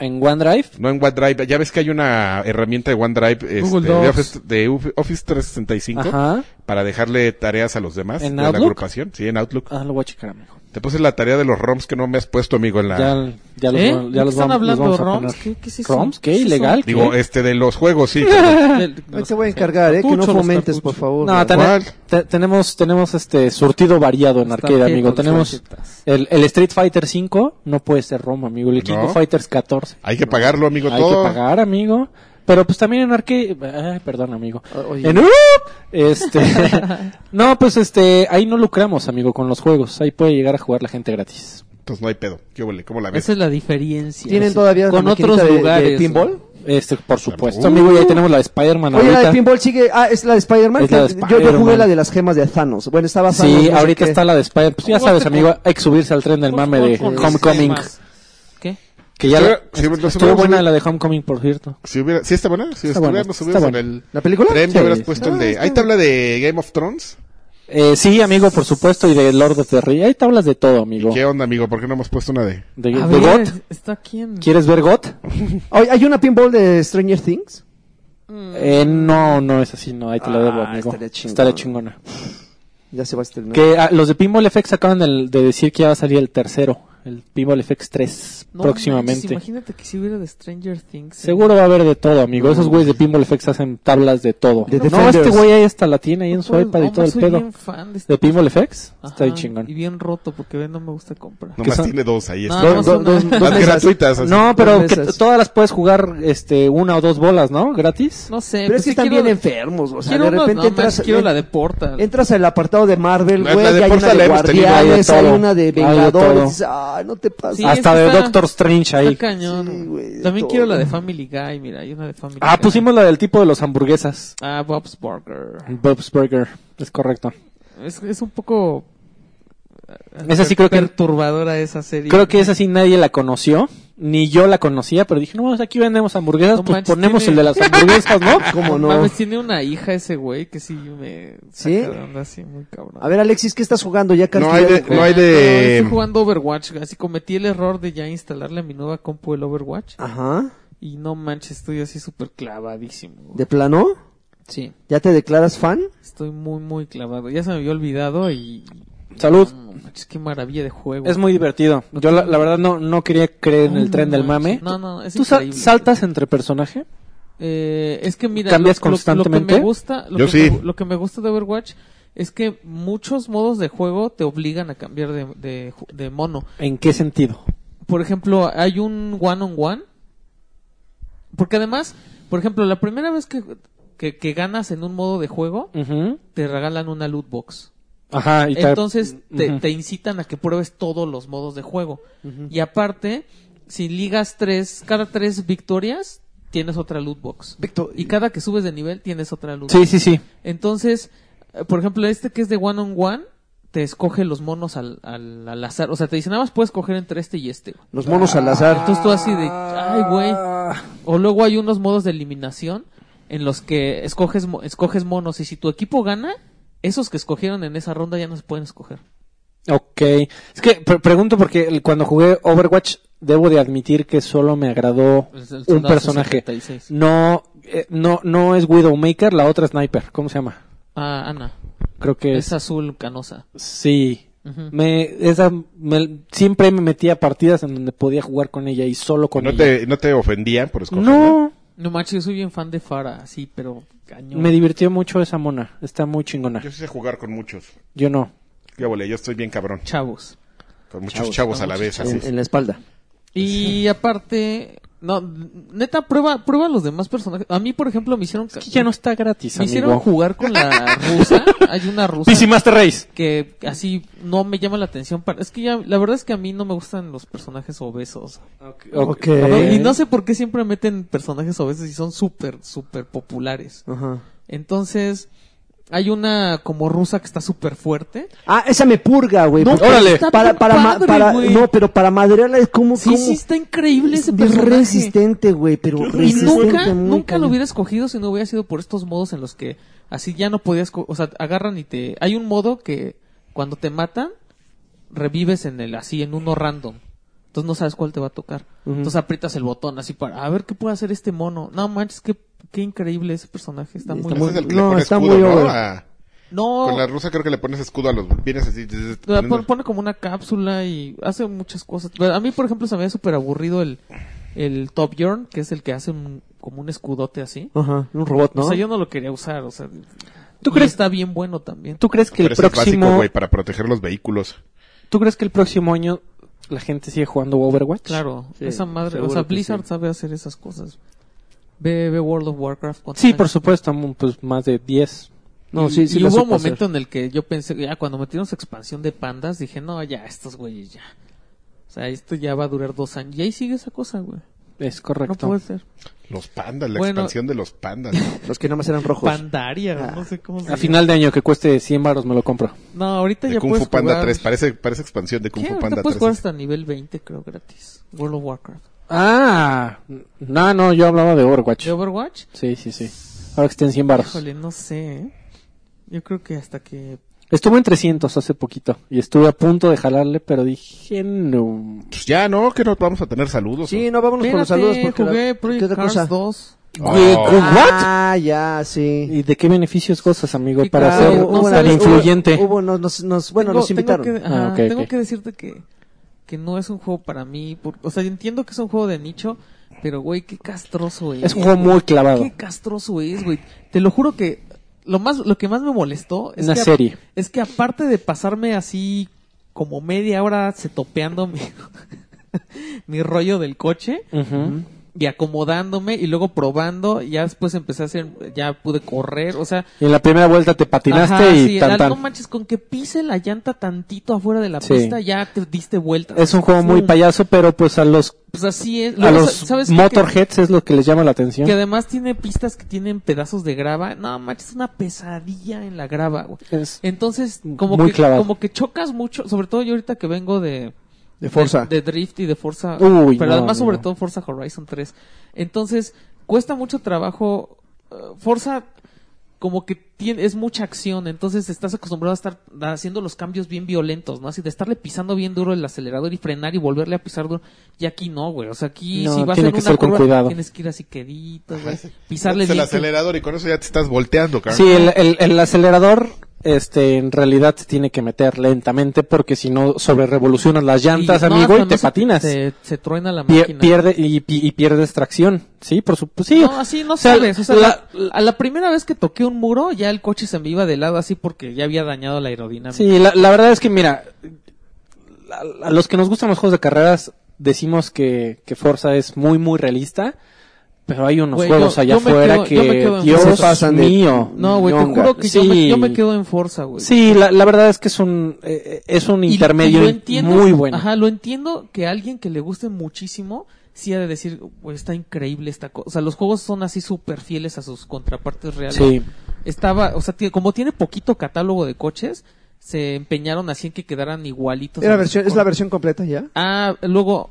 Speaker 5: en OneDrive.
Speaker 3: No en OneDrive. Ya ves que hay una herramienta de OneDrive este,
Speaker 1: Google
Speaker 3: de,
Speaker 1: Docs.
Speaker 3: Office, de Uf- Office 365
Speaker 5: Ajá.
Speaker 3: para dejarle tareas a los demás
Speaker 5: ¿En
Speaker 3: de la
Speaker 5: Outlook?
Speaker 3: agrupación. Sí, en Outlook.
Speaker 5: Ah, lo voy a checar, amigo.
Speaker 3: Te puse la tarea de los ROMs que no me has puesto, amigo, en la...
Speaker 5: Ya, ya los,
Speaker 1: ¿Eh?
Speaker 5: vamos-
Speaker 1: ¿De
Speaker 5: ya
Speaker 1: qué
Speaker 5: los
Speaker 1: están
Speaker 5: vamos,
Speaker 1: hablando,
Speaker 5: los vamos a
Speaker 1: ROMs?
Speaker 5: poner.
Speaker 1: ¿Qué, qué es eso?
Speaker 5: ¿Roms? ¿Qué?
Speaker 1: es eso?
Speaker 5: ¿Ilegal? ¿Qué?
Speaker 3: Digo, este, de los juegos, sí. cabrón.
Speaker 1: Del-
Speaker 2: Ahí te voy a encargar, ¿eh? Que no
Speaker 1: cartuchos, los
Speaker 2: fomentes, por
Speaker 1: cartuchos.
Speaker 2: favor.
Speaker 5: No, ten-
Speaker 3: ¿Cuál?
Speaker 5: te- tenemos, tenemos este surtido variado en
Speaker 1: Las
Speaker 5: arcade, amigo.
Speaker 1: tarjetas,
Speaker 5: Tenemos
Speaker 1: las tarjetas.
Speaker 5: el, el Street Fighter 5, no puede ser ROM, amigo. El King
Speaker 3: No.
Speaker 5: of Fighters 14.
Speaker 3: Hay que pagarlo, amigo,
Speaker 5: Hay que
Speaker 3: todo.
Speaker 5: pagar, amigo. Pero pues también en arcade, ay, perdón, amigo.
Speaker 2: O- oye.
Speaker 5: En ¡Uh! este No, pues este ahí no lucramos, amigo, con los juegos. Ahí puede llegar a jugar la gente gratis.
Speaker 3: Entonces no hay pedo. ¿Qué huele? ¿Cómo la ves?
Speaker 1: Esa es la diferencia.
Speaker 2: ¿Tienen
Speaker 1: Sí.
Speaker 2: todavía la
Speaker 1: con
Speaker 2: maquinita
Speaker 1: otros
Speaker 2: de- de
Speaker 1: lugares.
Speaker 2: pinball?
Speaker 5: Este, por supuesto,
Speaker 3: Uh.
Speaker 5: amigo, y ahí tenemos la de Spider-Man
Speaker 2: Oye, la de
Speaker 5: ahorita.
Speaker 2: pinball sigue. Ah, es la de Spider-Man.
Speaker 5: Es la de
Speaker 2: que- yo, yo jugué
Speaker 5: Spider-Man.
Speaker 2: la de las gemas de Thanos. Bueno, estaba Thanos.
Speaker 5: Sí,
Speaker 2: no sé
Speaker 5: ahorita
Speaker 2: qué.
Speaker 5: está la de Spider. Pues ya sabes, amigo, hay que subirse al tren del
Speaker 2: Pues,
Speaker 1: Por
Speaker 5: mame de
Speaker 1: favor, con los
Speaker 5: Homecoming.
Speaker 1: temas. ¿Qué?
Speaker 5: Que ya la-
Speaker 3: Sí, nos
Speaker 5: estuvo
Speaker 3: hubiéramos
Speaker 5: buena
Speaker 3: subido-
Speaker 5: la de Homecoming, por cierto.
Speaker 3: Si hubiera, ¿Sí está buena? Si
Speaker 5: Está
Speaker 3: estuviera,
Speaker 5: buena,
Speaker 3: nos
Speaker 5: está
Speaker 3: subimos en
Speaker 5: buena.
Speaker 3: el
Speaker 2: ¿La película?
Speaker 3: tren, te
Speaker 5: Sí.
Speaker 3: hubieras puesto el de... ¿Hay tabla de Game of Thrones?
Speaker 5: Eh, sí, amigo, por supuesto, y de Lord of the Rings. Hay tablas de todo, amigo.
Speaker 3: ¿Qué onda, amigo? ¿Por qué no hemos puesto una de...?
Speaker 5: De,
Speaker 1: A ver,
Speaker 5: de
Speaker 1: Mm.
Speaker 5: GOT.
Speaker 1: ¿Está aquí en-
Speaker 5: ¿Quieres ver GOT?
Speaker 2: Oye, ¿Hay una pinball de Stranger Things?
Speaker 5: Eh, no, no es así, no, ahí te la debo,
Speaker 2: Ah,
Speaker 5: amigo.
Speaker 2: estaría chingón.
Speaker 5: Estaría chingona.
Speaker 2: Ya se va a estrenar.
Speaker 5: Que ah, los de Pinball FX acaban del- de, decir que ya va a salir el tercero, el Pinball FX 3,
Speaker 1: No manches,
Speaker 5: próximamente.
Speaker 1: imagínate que si hubiera de Stranger Things.
Speaker 5: Seguro va a haber de todo, amigo. Esos güeyes de Pinball FX hacen tablas de todo.
Speaker 2: De
Speaker 5: no,
Speaker 2: Defenders.
Speaker 5: este güey ahí hasta la tiene ahí en
Speaker 1: No,
Speaker 5: su iPad y
Speaker 1: hombre,
Speaker 5: todo el
Speaker 1: soy
Speaker 5: pedo.
Speaker 1: bien fan de este-
Speaker 5: ¿De Pinball FX? Está
Speaker 1: Ajá,
Speaker 5: bien
Speaker 1: Y
Speaker 5: chingón.
Speaker 1: bien roto porque no me gusta comprar.
Speaker 3: Nomás
Speaker 5: son?
Speaker 3: tiene dos ahí.
Speaker 1: No,
Speaker 3: está.
Speaker 1: Ah, no, son-
Speaker 2: dos-
Speaker 3: Las
Speaker 2: mesas.
Speaker 3: gratuitas. así.
Speaker 5: No, pero que
Speaker 2: mesas.
Speaker 5: todas las puedes jugar este, una o dos bolas, ¿no? ¿Gratis?
Speaker 1: No sé. pues
Speaker 2: Pero es que están bien enfermos. O sea,
Speaker 1: quiero
Speaker 2: de
Speaker 1: unos-
Speaker 2: repente
Speaker 1: no, más
Speaker 2: entras.
Speaker 1: quiero la
Speaker 2: en-
Speaker 1: de Portal.
Speaker 2: Entras al apartado de Marvel,
Speaker 3: La-
Speaker 2: güey,
Speaker 3: la de
Speaker 2: y hay una
Speaker 3: Portal la
Speaker 2: de
Speaker 3: hemos tenido,
Speaker 2: Guardianes,
Speaker 5: hay de
Speaker 2: hay
Speaker 5: todo.
Speaker 2: una de
Speaker 5: Hay de
Speaker 2: Vengadores.
Speaker 5: todo.
Speaker 2: dices, Ay, no te pases.
Speaker 1: Sí, es
Speaker 5: Hasta
Speaker 1: que
Speaker 5: de
Speaker 1: está-
Speaker 5: Doctor Strange
Speaker 1: Está
Speaker 5: ahí.
Speaker 1: cañón.
Speaker 2: Sí, güey, de
Speaker 1: También
Speaker 2: todo.
Speaker 1: quiero la de Family Guy, mira, hay una de Family
Speaker 5: Ah,
Speaker 1: Guy.
Speaker 5: pusimos la del tipo de los hamburguesas.
Speaker 1: Ah, Bob's Burger.
Speaker 5: Bob's Burger, es correcto.
Speaker 1: Es, es un poco... ah,
Speaker 5: Esa sí creo que-
Speaker 1: Perturbadora esa serie.
Speaker 5: Creo que esa sí nadie la conoció, ni yo la conocía, pero dije, no, pues aquí vendemos hamburguesas,
Speaker 1: No
Speaker 5: pues
Speaker 1: manches,
Speaker 5: ponemos
Speaker 1: tiene-
Speaker 5: el de las hamburguesas, ¿no?
Speaker 2: ¿Cómo no?
Speaker 1: Mames, tiene una hija ese güey que sí me... saca
Speaker 2: ¿Sí?
Speaker 1: de onda así muy cabrón.
Speaker 2: A ver, Alexis, ¿qué estás jugando ya? Carlos?
Speaker 3: No hay de- no hay de-
Speaker 1: estoy jugando Overwatch. Así cometí el error de ya instalarle a mi nueva compu el Overwatch.
Speaker 2: Ajá.
Speaker 1: Y no manches, estoy así súper clavadísimo. güey.
Speaker 2: ¿De plano?
Speaker 1: Sí.
Speaker 2: ¿Ya te declaras fan?
Speaker 1: Estoy muy, muy clavado. Ya se me había olvidado y...
Speaker 5: Salud.
Speaker 1: No manches, qué maravilla de juego.
Speaker 5: Es muy divertido. Yo la, la verdad no, no quería creer en el
Speaker 1: No
Speaker 5: tren del mame.
Speaker 1: manches, no, no, es
Speaker 5: ¿Tú sal-
Speaker 1: increíble.
Speaker 5: saltas entre personaje?
Speaker 1: Eh, es que mira,
Speaker 5: ¿Cambias
Speaker 1: lo, lo-
Speaker 5: constantemente?
Speaker 1: Lo que me gusta, lo
Speaker 3: Yo
Speaker 1: que
Speaker 3: sí.
Speaker 1: me, lo que me gusta de Overwatch es que muchos modos de juego te obligan a cambiar de, de, ju- de mono.
Speaker 5: ¿En qué sentido?
Speaker 1: Por ejemplo, hay un one on one. Porque además, por ejemplo, la primera vez que, que, que ganas en un modo de juego,
Speaker 5: Ujú.
Speaker 1: te regalan una loot box.
Speaker 5: Ajá. Y te-
Speaker 1: Entonces te,
Speaker 5: Ujú.
Speaker 1: te incitan a que pruebes todos los modos de juego. Y aparte, si ligas tres, cada tres victorias, tienes otra loot box.
Speaker 2: Víctor,
Speaker 1: Y cada que subes de nivel tienes otra luz.
Speaker 5: Sí, sí, sí.
Speaker 1: Entonces, eh, por ejemplo, este que es de one on one, te escoge los monos al, al, al azar. O sea, te dicen, nada más puedes coger entre este y este.
Speaker 2: los monos
Speaker 5: Ah,
Speaker 2: al azar.
Speaker 1: Entonces tú así de, ay, güey. O luego hay unos modos de eliminación en los que escoges, mo- escoges monos y si tu equipo gana, esos que escogieron en esa ronda ya no se pueden escoger.
Speaker 5: Ok. Es que pre- pregunto porque el- cuando jugué Overwatch, debo de admitir que solo me agradó
Speaker 1: El- el
Speaker 5: un
Speaker 1: soldado
Speaker 5: personaje.
Speaker 1: 66.
Speaker 5: No, eh, no, no es Widowmaker, la otra Sniper. ¿Cómo se llama?
Speaker 1: Ah, Ana.
Speaker 5: Creo que
Speaker 1: Es azul canosa.
Speaker 5: Sí.
Speaker 1: Ujú.
Speaker 5: Me, esa, me- siempre me metía a partidas en donde podía jugar con ella y solo con
Speaker 3: ¿No
Speaker 5: ella.
Speaker 3: te, ¿No te ofendían por escogerla?
Speaker 5: No,
Speaker 1: No manches, yo soy bien fan de Farah, sí, pero cañón.
Speaker 5: me divirtió mucho esa mona. Está muy chingona.
Speaker 3: Yo sí sé jugar con muchos.
Speaker 5: Yo no.
Speaker 3: Yo, yo estoy bien cabrón.
Speaker 1: Chavos.
Speaker 3: Con muchos chavos, a la vez.
Speaker 2: en,
Speaker 3: así.
Speaker 2: en la espalda.
Speaker 1: Y aparte, no, neta, prueba, prueba los demás personajes. A mí, por ejemplo, me hicieron...
Speaker 5: Es que ya no está gratis,
Speaker 1: Me hicieron
Speaker 5: amigo.
Speaker 1: jugar con la rusa. Hay una rusa
Speaker 5: PC Master Race.
Speaker 1: que así no me llama la atención. Para... Es que ya, la verdad es que a mí no me gustan los personajes obesos.
Speaker 5: Ok.
Speaker 1: ¿no? Y no sé por qué siempre meten personajes obesos y son súper, súper populares.
Speaker 2: Ajá.
Speaker 1: Entonces, hay una como rusa que está súper fuerte.
Speaker 2: Ah, esa me purga, güey.
Speaker 1: No,
Speaker 2: porque-
Speaker 1: órale. está
Speaker 2: Para,
Speaker 1: bien
Speaker 2: para, ma-
Speaker 1: padre,
Speaker 2: para-
Speaker 1: güey.
Speaker 2: no, pero para madrearla es como,
Speaker 1: Sí,
Speaker 2: como-
Speaker 1: sí, está increíble ese
Speaker 2: es
Speaker 1: personaje.
Speaker 2: resistente, güey, pero
Speaker 1: Y
Speaker 2: resistente.
Speaker 1: nunca,
Speaker 2: muy
Speaker 1: nunca lo
Speaker 2: cañón.
Speaker 1: hubiera escogido si no hubiera sido por estos modos en los que así ya no podías, co- o sea, agarran y te... Hay un modo que cuando te matan, revives en el, así, en uno random. Entonces no sabes cuál te va a tocar. Entonces aprietas el botón así para, a ver qué puede hacer este mono. No manches, qué, qué increíble ese personaje. Está, muy...
Speaker 2: muy-
Speaker 3: Ese es el que
Speaker 2: No,
Speaker 3: le pone
Speaker 2: está
Speaker 3: escudo,
Speaker 2: muy
Speaker 3: ¿no?
Speaker 2: over.
Speaker 3: A-
Speaker 1: No,
Speaker 3: Con la rusa creo que le pones escudo a los... Vienes así...
Speaker 1: La pon- Ah, pone como una cápsula y hace muchas cosas. Pero A mí, por ejemplo, se me había súper aburrido el, el Top Yarn, que es el que hace un- como un escudote así.
Speaker 2: Ajá, un robot, ¿no?
Speaker 1: O sea, yo no lo quería usar, o sea...
Speaker 5: ¿Tú
Speaker 1: y
Speaker 5: crees-
Speaker 1: Está bien bueno también.
Speaker 5: ¿Tú crees que
Speaker 3: Pero
Speaker 5: el
Speaker 3: ese es básico,
Speaker 5: próximo,
Speaker 3: güey, para proteger los vehículos.
Speaker 5: tú crees que el próximo año la gente sigue jugando Overwatch?
Speaker 1: Claro,
Speaker 2: Sí,
Speaker 1: esa madre... O
Speaker 2: seguro
Speaker 1: sea,
Speaker 2: que
Speaker 1: Blizzard
Speaker 2: sí.
Speaker 1: sabe hacer esas cosas. Ve, ve World of Warcraft. ¿cuántos
Speaker 5: Sí,
Speaker 1: años?
Speaker 5: por supuesto, mm, pues más de 10.
Speaker 2: no,
Speaker 1: Y-
Speaker 2: sí, sí
Speaker 1: y
Speaker 2: la
Speaker 1: hubo un
Speaker 2: supo hacer.
Speaker 1: momento en el que yo pensé, ya cuando metieron su expansión de pandas, dije, no, ya, estos güeyes ya. O sea, esto ya va a durar dos años. Y ahí sigue esa cosa, güey.
Speaker 5: Es
Speaker 1: No
Speaker 5: correcto.
Speaker 1: puede ser.
Speaker 3: Los pandas, la
Speaker 1: Bueno.
Speaker 3: expansión de los pandas.
Speaker 2: Los que nada más eran rojos.
Speaker 1: Pandaria,
Speaker 2: Ah.
Speaker 1: no sé cómo se
Speaker 5: a
Speaker 1: llama.
Speaker 5: final de año que cueste 100 baros me lo compro.
Speaker 1: No, ahorita
Speaker 3: De
Speaker 1: ya
Speaker 3: Kung
Speaker 1: puedes
Speaker 3: Fu Panda
Speaker 1: jugar...
Speaker 3: 3. Parece, parece expansión de Kung
Speaker 1: ¿Qué?
Speaker 3: Fu
Speaker 1: Ahorita
Speaker 3: Panda
Speaker 1: puedes jugar
Speaker 3: 3.
Speaker 1: hasta nivel 20, creo, gratis. World of Warcraft.
Speaker 5: Ah, no, no, yo hablaba de Overwatch.
Speaker 1: ¿De Overwatch?
Speaker 5: Sí, sí, sí. Ahora que estén 100 baros.
Speaker 1: Híjole, no sé. ¿eh? Yo creo que hasta que...
Speaker 5: Estuvo en 300 hace poquito y estuve a punto de jalarle, pero dije no.
Speaker 3: Pues ya, ¿no? Que no vamos a tener saludos.
Speaker 2: Sí, no, vámonos con los
Speaker 1: Espérate,
Speaker 2: saludos porque la-
Speaker 1: jugué
Speaker 2: ¿qué
Speaker 1: Project
Speaker 2: otra
Speaker 1: Cars
Speaker 2: cosa?
Speaker 1: 2.
Speaker 5: Güey,
Speaker 3: Oh.
Speaker 5: ¿What?
Speaker 2: Ah, ya, sí.
Speaker 5: ¿Y de qué beneficios gozas, amigo,
Speaker 1: Sí,
Speaker 5: para
Speaker 1: claro,
Speaker 5: ser
Speaker 1: no
Speaker 5: tan
Speaker 1: sabes,
Speaker 5: influyente?
Speaker 2: Hubo, hubo- nos, nos- nos- bueno,
Speaker 1: Tengo-
Speaker 2: nos invitaron.
Speaker 1: Tengo que, ajá,
Speaker 5: ok,
Speaker 1: tengo
Speaker 5: ok.
Speaker 1: que decirte que, que no es un juego para mí. por- o sea, yo entiendo que es un juego de nicho, pero, güey, qué castroso es.
Speaker 5: Es un juego muy clavado.
Speaker 1: Qué castroso es, güey. Te lo juro que lo más lo que más me molestó es
Speaker 5: Una
Speaker 1: que a-
Speaker 5: serie.
Speaker 1: es que aparte de pasarme así como media hora se topeando mi, mi rollo del coche
Speaker 5: Ujú.
Speaker 1: y acomodándome y luego probando, y ya después empecé a hacer ya pude correr, o sea,
Speaker 5: Y en la primera vuelta te patinaste
Speaker 1: ajá,
Speaker 5: y
Speaker 1: sí,
Speaker 5: tan,
Speaker 1: al-
Speaker 5: tan.
Speaker 1: no manches con que pise la llanta tantito afuera de la
Speaker 5: Sí.
Speaker 1: pista ya te diste vuelta.
Speaker 5: Es un juego muy
Speaker 1: Pum.
Speaker 5: payaso, pero pues a los
Speaker 1: Pues así es.
Speaker 5: a
Speaker 1: Luego,
Speaker 5: los
Speaker 1: sa- ¿sabes qué? Que-
Speaker 5: motorheads es lo que les llama la atención.
Speaker 1: Que además tiene pistas que tienen pedazos de grava. No, manches, es una pesadilla en la grava, güey.
Speaker 5: Es-
Speaker 1: Entonces, como
Speaker 5: Muy
Speaker 1: que,
Speaker 5: clavado.
Speaker 1: como que chocas mucho, sobre todo yo ahorita que vengo de...
Speaker 2: De Forza.
Speaker 1: De, Drift y de Forza.
Speaker 5: Uy,
Speaker 1: pero
Speaker 5: no,
Speaker 1: además,
Speaker 5: no,
Speaker 1: sobre
Speaker 5: no.
Speaker 1: todo, Forza Horizon 3. Entonces, cuesta mucho trabajo. eh, Forza como que tiene, es mucha acción, entonces estás acostumbrado a estar haciendo los cambios bien violentos, ¿no? Así de estarle pisando bien duro el acelerador y frenar y volverle a pisar duro. Y aquí no, güey. O sea, aquí
Speaker 5: No,
Speaker 1: si vas a
Speaker 5: tiene
Speaker 1: hacer
Speaker 5: que
Speaker 1: una
Speaker 5: ser con
Speaker 1: curva,
Speaker 5: cuidado.
Speaker 1: tienes que ir así quedito, güey. Pisarle
Speaker 3: Es el
Speaker 1: bien.
Speaker 3: acelerador y con eso ya te estás volteando, cabrón.
Speaker 5: Sí, el, el- el acelerador este en realidad se tiene que meter lentamente porque si no sobre revolucionas las llantas,
Speaker 1: no, hasta
Speaker 5: amigo, y te
Speaker 1: no se-
Speaker 5: patinas.
Speaker 1: Se, se truena la
Speaker 5: Pie-
Speaker 1: máquina.
Speaker 5: pierde y, pi- y pierdes tracción. Sí, por supuesto. Sí.
Speaker 1: No, así no
Speaker 5: O sea,
Speaker 1: sabes. O sea,
Speaker 5: la-
Speaker 1: la, a la primera vez que toqué un muro, ya el coche se me iba de lado así porque ya había dañado la aerodinámica.
Speaker 5: Sí, la, la verdad es que, mira, a, a los que nos gustan los juegos de carreras decimos que, que Forza es muy, muy realista, pero hay unos
Speaker 1: Güey,
Speaker 5: juegos
Speaker 1: yo-
Speaker 5: allá
Speaker 1: yo me
Speaker 5: afuera
Speaker 1: quedo- yo me
Speaker 5: que,
Speaker 1: quedo en
Speaker 5: Dios
Speaker 2: Forza. Pasan de-
Speaker 5: mío.
Speaker 1: No, güey, te
Speaker 2: Ñonga.
Speaker 1: juro que yo, me,
Speaker 5: Sí.
Speaker 1: yo me quedo en Forza, güey.
Speaker 5: Sí, la, la verdad es que es un, eh, eh, es un
Speaker 1: Y- y
Speaker 5: intermedio
Speaker 1: lo entiendo-
Speaker 5: muy bueno.
Speaker 1: Ajá, lo entiendo que a alguien que le guste muchísimo sí ha de decir, güey, está increíble esta cosa. O sea, los juegos son así súper fieles a sus contrapartes reales.
Speaker 5: Sí.
Speaker 1: Estaba, o sea, tie- como tiene poquito catálogo de coches, se empeñaron así en que quedaran igualitos.
Speaker 2: Era
Speaker 1: a los
Speaker 2: versión,
Speaker 1: con-
Speaker 2: es la versión completa ya.
Speaker 1: Ah, luego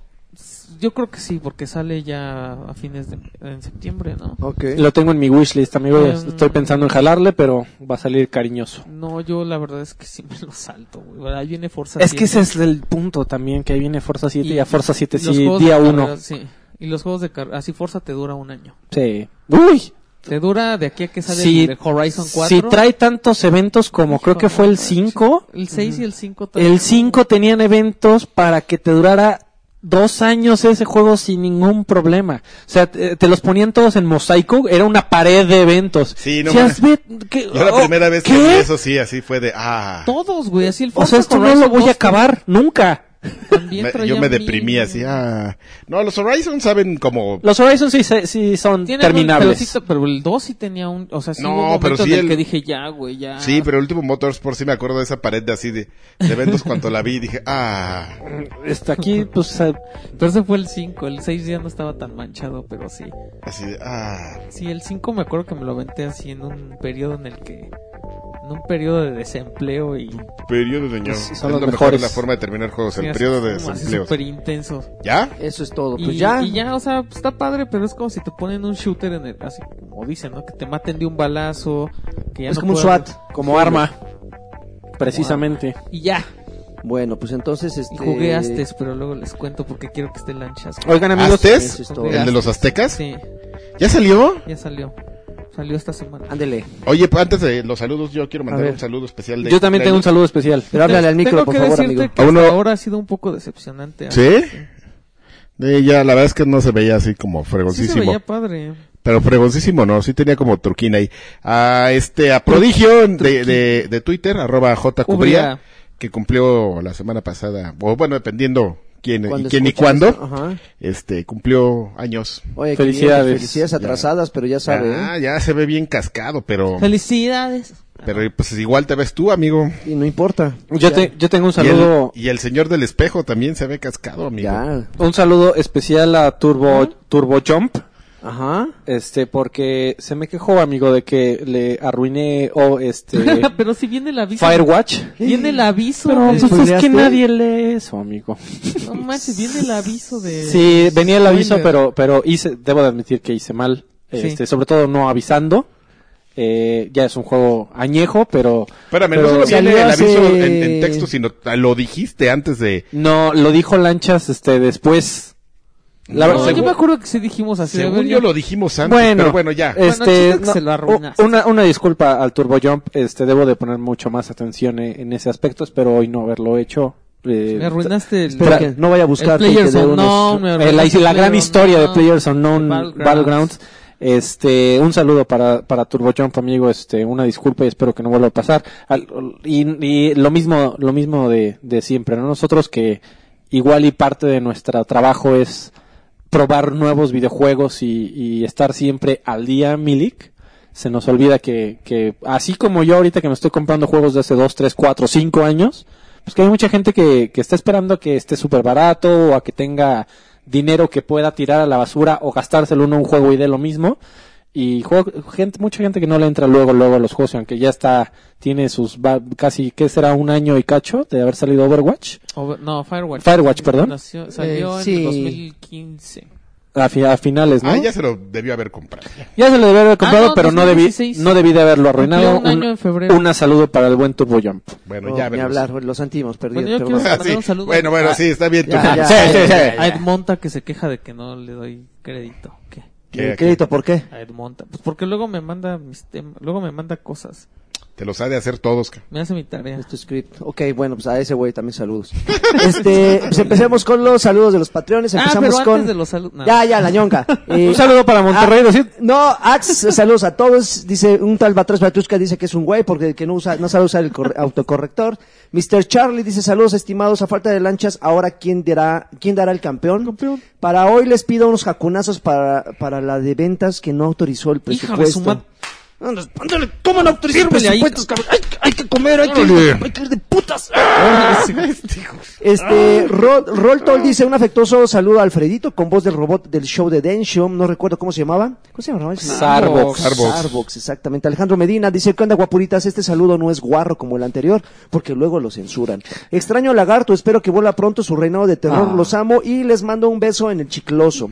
Speaker 1: Yo creo que sí, porque sale ya a fines de en septiembre, ¿no?
Speaker 2: Ok.
Speaker 5: Lo tengo en mi wishlist, amigo.
Speaker 1: Eh,
Speaker 5: Estoy pensando en jalarle, pero va a salir cariñoso.
Speaker 1: No, yo la verdad es que sí me lo salto, güey. ¿verdad? Ahí viene Forza
Speaker 5: Es que
Speaker 1: 7.
Speaker 5: ese es el punto también, que ahí viene Forza 7 y, a Forza 7
Speaker 1: Y los
Speaker 5: sí,
Speaker 1: juegos
Speaker 5: día
Speaker 1: de
Speaker 5: 1.
Speaker 1: carreras, sí. Y los juegos de carrera, así Forza te dura un año.
Speaker 5: Sí. Uy,
Speaker 1: Te dura de aquí a que sale
Speaker 5: Sí,
Speaker 1: el de Horizon 4.
Speaker 5: si trae tantos eventos como creo que fue el 5,
Speaker 1: El 6 y el 5
Speaker 5: el 5 tenían eventos para que te durara dos años ese juego sin ningún problema. O sea, te, te los ponían todos en mosaico, era una pared de eventos.
Speaker 3: Sí, no
Speaker 5: Decías, ve- ¿qué?
Speaker 3: Yo la
Speaker 5: Oh,
Speaker 3: primera vez que
Speaker 5: ¿qué?
Speaker 3: vi eso sí, así fue de ah.
Speaker 1: Todos, güey. Así el
Speaker 5: O sea,
Speaker 1: Forza
Speaker 5: esto no
Speaker 1: Horizon
Speaker 5: lo voy
Speaker 1: 2
Speaker 5: a acabar nunca.
Speaker 1: también
Speaker 3: Me-
Speaker 1: traía
Speaker 3: yo me
Speaker 1: mil-
Speaker 3: deprimí así, ah. No, los Horizon saben como
Speaker 5: Los Horizon sí, se- sí son
Speaker 1: Tiene
Speaker 5: terminables.
Speaker 1: algo, Pero, sí, pero el 2 sí tenía un. O sea, sí
Speaker 3: No,
Speaker 1: hubo un
Speaker 3: pero
Speaker 1: momento
Speaker 3: sí
Speaker 1: en el
Speaker 3: el-
Speaker 1: que dije ya, güey,
Speaker 5: Ah.
Speaker 1: ya.
Speaker 3: Sí, pero el último Motorsport sí me acuerdo de esa pared de así de, de eventos cuando la vi y dije, ah,
Speaker 5: Esto aquí, pues, eh,
Speaker 1: Pero ese fue el 5. El 6 ya no estaba tan manchado, pero sí.
Speaker 3: así de, ah.
Speaker 1: Sí, el 5 me acuerdo que me lo aventé así en un periodo en el que. En un periodo de desempleo y.
Speaker 3: Periodo de ño.
Speaker 5: Pues sí,
Speaker 3: es
Speaker 5: son
Speaker 3: lo
Speaker 5: los
Speaker 3: mejor
Speaker 5: mejores.
Speaker 3: la forma de terminar juegos, el
Speaker 1: así
Speaker 3: periodo de
Speaker 1: como así
Speaker 3: desempleo.
Speaker 1: súper intenso.
Speaker 3: ¿Ya?
Speaker 2: Eso es todo.
Speaker 1: Y,
Speaker 2: Pues ya.
Speaker 1: y ya, o sea, pues, está padre, pero es como si te ponen un shooter en el. Así como dicen, ¿no? Que te maten de un balazo. Que ya
Speaker 2: es
Speaker 1: no
Speaker 2: como un
Speaker 1: puedas-
Speaker 2: SWAT.
Speaker 5: como arma. Precisamente.
Speaker 1: Y ya.
Speaker 2: Bueno, pues entonces
Speaker 1: Y
Speaker 2: este.
Speaker 1: jugué Astes, pero luego les cuento porque quiero que esté lanchas.
Speaker 5: Oigan, amigos,
Speaker 2: Eso
Speaker 3: ¿Aztes?
Speaker 2: es todo.
Speaker 1: Jugué
Speaker 3: ¿El de los aztecas?
Speaker 1: Sí,
Speaker 3: ¿Ya salió?
Speaker 1: ya salió. Salió esta semana.
Speaker 2: Ándele.
Speaker 3: Oye, pues, antes de los saludos, yo quiero mandar
Speaker 2: ver.
Speaker 3: un saludo especial de...
Speaker 5: yo también tengo un saludo especial.
Speaker 2: Pero háblale al micro,
Speaker 1: Tengo
Speaker 2: por
Speaker 1: que
Speaker 2: favor,
Speaker 1: decirte
Speaker 2: amigo.
Speaker 1: que hasta
Speaker 3: Uno-
Speaker 1: ahora ha sido un poco decepcionante.
Speaker 3: ¿Sí? Eh, ya, la verdad es que no se veía así como
Speaker 1: Sí se
Speaker 3: fregoncísimo.
Speaker 1: veía padre.
Speaker 3: Pero fregoncísimo no, sí tenía como truquín ahí. A este, a Prodigio de, de, de Twitter, arroba jcubría,
Speaker 1: Ubria.
Speaker 3: que cumplió la semana pasada, o bueno, dependiendo quién, y
Speaker 2: Cuando
Speaker 3: quién y
Speaker 2: escuches-
Speaker 3: cuándo,
Speaker 2: Ajá.
Speaker 3: este, cumplió años.
Speaker 2: Oye, qué bien,
Speaker 5: Felicidades.
Speaker 2: felicidades atrasadas, pero ya sabe. ¿eh?
Speaker 3: Ah, ya se ve bien cascado, pero,
Speaker 1: Felicidades.
Speaker 3: pero pues igual te ves tú, amigo.
Speaker 2: Y no importa.
Speaker 5: Yo,
Speaker 2: Ya,
Speaker 5: te- yo tengo un
Speaker 3: Y el-
Speaker 5: saludo,
Speaker 3: Y el, señor del espejo también se ve cascado, amigo.
Speaker 2: Ya.
Speaker 5: un saludo especial a Turbo, Turbo Jump.
Speaker 2: Ajá.
Speaker 5: Este, porque se me quejó, amigo, de que le arruiné o este
Speaker 1: pero si viene el aviso.
Speaker 5: Firewatch.
Speaker 1: Viene el aviso.
Speaker 5: Pero
Speaker 1: de-
Speaker 5: pues, es
Speaker 2: ¿Spoileaste?
Speaker 5: que nadie lee eso, amigo.
Speaker 2: pues,
Speaker 1: No manches, viene el aviso de.
Speaker 5: Sí, venía el aviso,
Speaker 1: Spoiler.
Speaker 5: pero, pero hice, debo de admitir que hice mal.
Speaker 1: Sí.
Speaker 5: Este, sobre todo no avisando. Eh, ya es un juego añejo, pero
Speaker 3: Espérame,
Speaker 5: Pero-
Speaker 3: no solo viene
Speaker 2: Salió
Speaker 3: el aviso
Speaker 2: hace-
Speaker 3: en, en texto, sino lo dijiste antes de...
Speaker 5: no, lo dijo Lanchas, este, después. La
Speaker 1: No,
Speaker 5: verdad-
Speaker 1: yo me acuerdo que se dijimos así. de
Speaker 3: Según
Speaker 1: ver,
Speaker 3: yo
Speaker 1: ya-
Speaker 3: lo dijimos antes, pero bueno, ya.
Speaker 5: Este,
Speaker 1: chido que se lo arruinaste.
Speaker 5: u- una, una disculpa al Turbo Jump, este, debo de poner mucho más atención eh, en ese aspecto, espero hoy no haberlo hecho. eh,
Speaker 1: Me arruinaste el.
Speaker 2: Espera que no vaya a buscar.
Speaker 1: el Players Unknown, me
Speaker 5: eh,
Speaker 1: arruinaste
Speaker 5: la,
Speaker 1: el
Speaker 5: la gran
Speaker 1: Player
Speaker 5: historia de
Speaker 1: Unknown,
Speaker 5: Players Unknown
Speaker 1: de
Speaker 5: Battlegrounds.
Speaker 1: Battlegrounds.
Speaker 5: Este, un saludo para, para Turbo Jump, amigo, este, una disculpa y espero que no vuelva a pasar. Al- y, y lo mismo, lo mismo de, de siempre, ¿no? Nosotros que igual y parte de nuestro trabajo es probar nuevos videojuegos y, y estar siempre al día, Milik. Se nos olvida que, que, así como yo ahorita que me estoy comprando juegos de hace 2, 3, 4, 5 años, pues que hay mucha gente que, que está esperando a que esté súper barato o a que tenga dinero que pueda tirar a la basura o gastárselo en un juego y de lo mismo. Y juego- gente, mucha gente que no le entra luego, luego a los juegos, y aunque ya está, tiene sus va- casi, ¿qué será? Un año y cacho de haber salido Overwatch.
Speaker 1: Over- no, Firewatch.
Speaker 5: Firewatch, perdón.
Speaker 1: Nació- salió
Speaker 2: Eh,
Speaker 1: en
Speaker 2: sí.
Speaker 1: el 2015.
Speaker 5: A, fi- a finales, ¿no?
Speaker 3: Ah, ya se lo debió haber comprado.
Speaker 5: Ya se lo debí haber comprado,
Speaker 1: Ah, no,
Speaker 5: pero no debí,
Speaker 1: 2016.
Speaker 5: no debí de haberlo arruinado.
Speaker 1: Cumplió un año en febrero.
Speaker 5: una saludo para el buen Turbo Jump.
Speaker 3: Bueno,
Speaker 2: No,
Speaker 3: ya
Speaker 2: ni
Speaker 3: veremos.
Speaker 2: hablar, los antimos perdidos.
Speaker 1: Bueno, yo
Speaker 2: perdón.
Speaker 1: quiero-
Speaker 3: Ah,
Speaker 1: Mandar
Speaker 3: sí.
Speaker 1: un saludo.
Speaker 3: Bueno, bueno, sí, está bien.
Speaker 2: Ya,
Speaker 3: tú.
Speaker 2: ya,
Speaker 5: Sí, sí, sí.
Speaker 2: ya,
Speaker 1: A
Speaker 2: ya.
Speaker 1: Edmonta que se queja de que no le doy crédito. ¿Qué?
Speaker 3: ¿Qué-
Speaker 2: Crédito, ¿por qué?
Speaker 1: A Edmonta. Pues porque luego me manda mis temas, luego me manda cosas.
Speaker 3: Te los ha de hacer todos. ca-
Speaker 1: Me hace mi tarea.
Speaker 2: Es tu script. Ok, bueno, pues a ese güey también saludos. este, pues empecemos con los saludos de los patreones.
Speaker 1: Ah,
Speaker 2: Empezamos
Speaker 1: pero antes
Speaker 2: con.
Speaker 1: de los saludos.
Speaker 2: Ya, ya, la ñonca. Eh,
Speaker 5: Un saludo para Monterrey,
Speaker 2: ah,
Speaker 5: decir-
Speaker 2: No, Ax, saludos a todos. Dice un tal Batrás Batrusca, dice que es un güey porque que no, usa, no sabe usar el corre- autocorrector. Mr. Charlie dice saludos estimados a falta de lanchas. Ahora, ¿quién dará, quién dará el campeón? Para hoy les pido unos jacunazos para, para la de ventas que no autorizó el
Speaker 1: Hija de
Speaker 2: presupuesto.
Speaker 1: su ma-
Speaker 2: Ándale, ándale, ¿Cómo no autorizó el
Speaker 1: Sírvele ahí.
Speaker 2: presupuesto, cabrón? Ay, hay que comer, hay que, hay que ir de putas. Ah, Este, Ro- Roll Toll dice un afectuoso saludo a Alfredito con voz del robot del show de Denshom, no recuerdo cómo se llamaba. ¿Cómo se llamaba?
Speaker 5: Sarbox.
Speaker 2: Sarbox. Sarbox, exactamente. Alejandro Medina dice, ¿qué onda guapuritas? Este saludo no es guarro como el anterior, porque luego lo censuran. Extraño lagarto, espero que vuela pronto su reinado de terror, los amo y les mando un beso en el chicloso.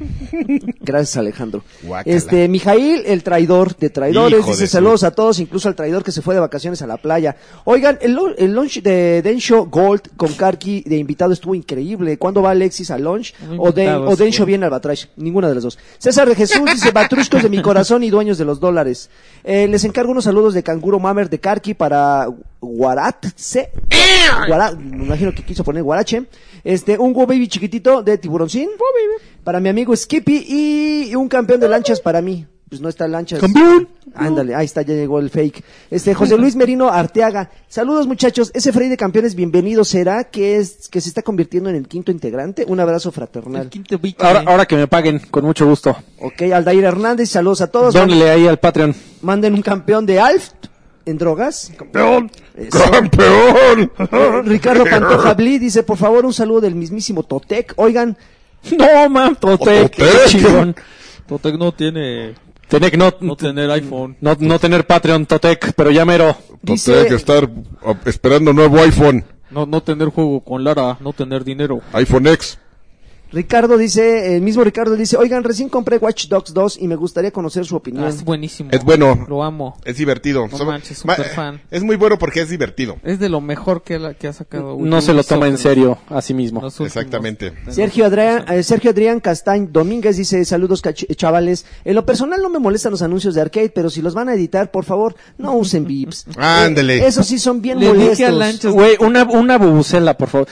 Speaker 2: Gracias Alejandro.
Speaker 8: Guácala.
Speaker 2: Este, Mijail, el traidor de traidores,
Speaker 8: Hijo
Speaker 2: dice
Speaker 8: de su-
Speaker 2: saludos a todos, incluso al traidor que se fue de vacaciones a la playa. Oigan, el, lo- el lunch de Densho Gold con Karki de invitado estuvo increíble. ¿Cuándo va Alexis al lunch?
Speaker 1: No
Speaker 2: O, Den-
Speaker 1: invitados,
Speaker 2: o Densho
Speaker 1: güey.
Speaker 2: viene al Batrash. Ninguna de las dos. César de Jesús dice, batruscos de mi corazón y dueños de los dólares. Eh, les encargo unos saludos de Canguro Mamer de Karki para Guaratse. Guara- me imagino que quiso poner Guarache. Este, un Go Baby chiquitito de Tiburoncín. Para mi amigo Skippy y un campeón de lanchas para mí. Pues no está lanchas.
Speaker 9: ¡Campeón!
Speaker 2: Ándale, ahí está, ya llegó el fake. Este, José Luis Merino Arteaga. Saludos muchachos, ese Frey de Campeones, bienvenido será, que es, que se está convirtiendo en el quinto integrante. Un abrazo fraternal.
Speaker 1: El quinto bicho,
Speaker 5: Ahora,
Speaker 1: güey.
Speaker 5: ahora que me paguen, con mucho gusto.
Speaker 2: Ok, Aldair Hernández, saludos a todos. Man-
Speaker 5: Dónle ahí al Patreon.
Speaker 2: Manden un campeón de ALF en drogas.
Speaker 3: ¡Campeón!
Speaker 2: Eso.
Speaker 3: ¡Campeón!
Speaker 1: Ah.
Speaker 2: Eh, Ricardo Pantoja Bli dice, por favor, un saludo del mismísimo Totec. Oigan,
Speaker 5: No, man,
Speaker 3: Totec.
Speaker 5: Totec, qué chingón.
Speaker 1: Totec no tiene.
Speaker 5: Tenec no,
Speaker 1: No tener iPhone.
Speaker 5: no, no tener Patreon, Totec, pero ya mero.
Speaker 2: Dice-
Speaker 3: Tendría que estar ah, esperando nuevo iPhone.
Speaker 1: No, no tener juego con Lara. No tener dinero.
Speaker 3: iPhone X.
Speaker 2: Ricardo dice, el mismo Ricardo dice, oigan, recién compré Watch Dogs 2 y me gustaría conocer su opinión.
Speaker 1: Ah, es buenísimo.
Speaker 3: Es bueno.
Speaker 1: Lo amo.
Speaker 3: Es divertido.
Speaker 1: No
Speaker 3: Sobre-
Speaker 1: manches,
Speaker 3: ma-
Speaker 1: superfan.
Speaker 3: Es muy bueno porque es divertido.
Speaker 1: Es de lo mejor que, la- que ha sacado.
Speaker 5: No se lo toma en serio a sí mismo.
Speaker 3: Exactamente.
Speaker 2: Sergio Adrián, eh, Sergio Adrián Castañ Domínguez dice, saludos cach- chavales. En lo personal no me molestan los anuncios de arcade, pero si los van a editar, por favor, no usen VIPs.
Speaker 3: Ándele.
Speaker 2: Eh, esos sí son bien
Speaker 1: Le dije a
Speaker 2: molestos.
Speaker 1: Lanchas.
Speaker 5: Güey, una, una bubucela, por favor.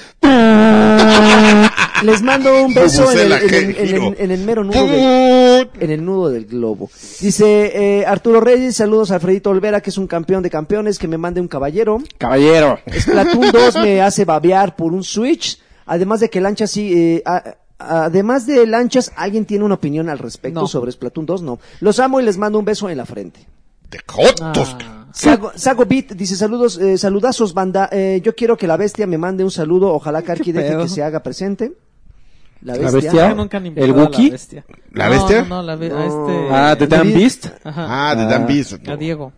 Speaker 2: Les mando un beso en el,
Speaker 3: Bubucela,
Speaker 2: en el-
Speaker 3: qué
Speaker 2: en el-
Speaker 3: giro.
Speaker 2: en el mero nudo del, en el nudo del globo. Dice eh, Arturo Reyes, saludos a Alfredito Olvera, que es un campeón de campeones, que me mande un caballero.
Speaker 5: Caballero.
Speaker 2: Splatoon 2 me hace babear por un Switch. Además de que Lanchas sí. eh, a- además de Lanchas, ¿alguien tiene una opinión al respecto
Speaker 1: No.
Speaker 2: sobre Splatoon 2? No. Los amo y les mando un beso en la frente.
Speaker 3: ¡Te
Speaker 1: Ah,
Speaker 3: jotos!
Speaker 2: Sago, Sago Beat dice saludos, eh, saludazos banda. Eh, yo quiero que la bestia me mande un saludo. Ojalá Karki deje
Speaker 1: pedo?
Speaker 2: que se haga presente. La
Speaker 5: ¿La
Speaker 2: bestia.
Speaker 5: bestia? ¿El Wookiee?
Speaker 3: ¿La bestia?
Speaker 1: No, no, la be- a
Speaker 2: No.
Speaker 1: este.
Speaker 5: Ah, The Damn Beast.
Speaker 1: Ajá.
Speaker 8: Ah, de Dan Beast.
Speaker 1: A Diego.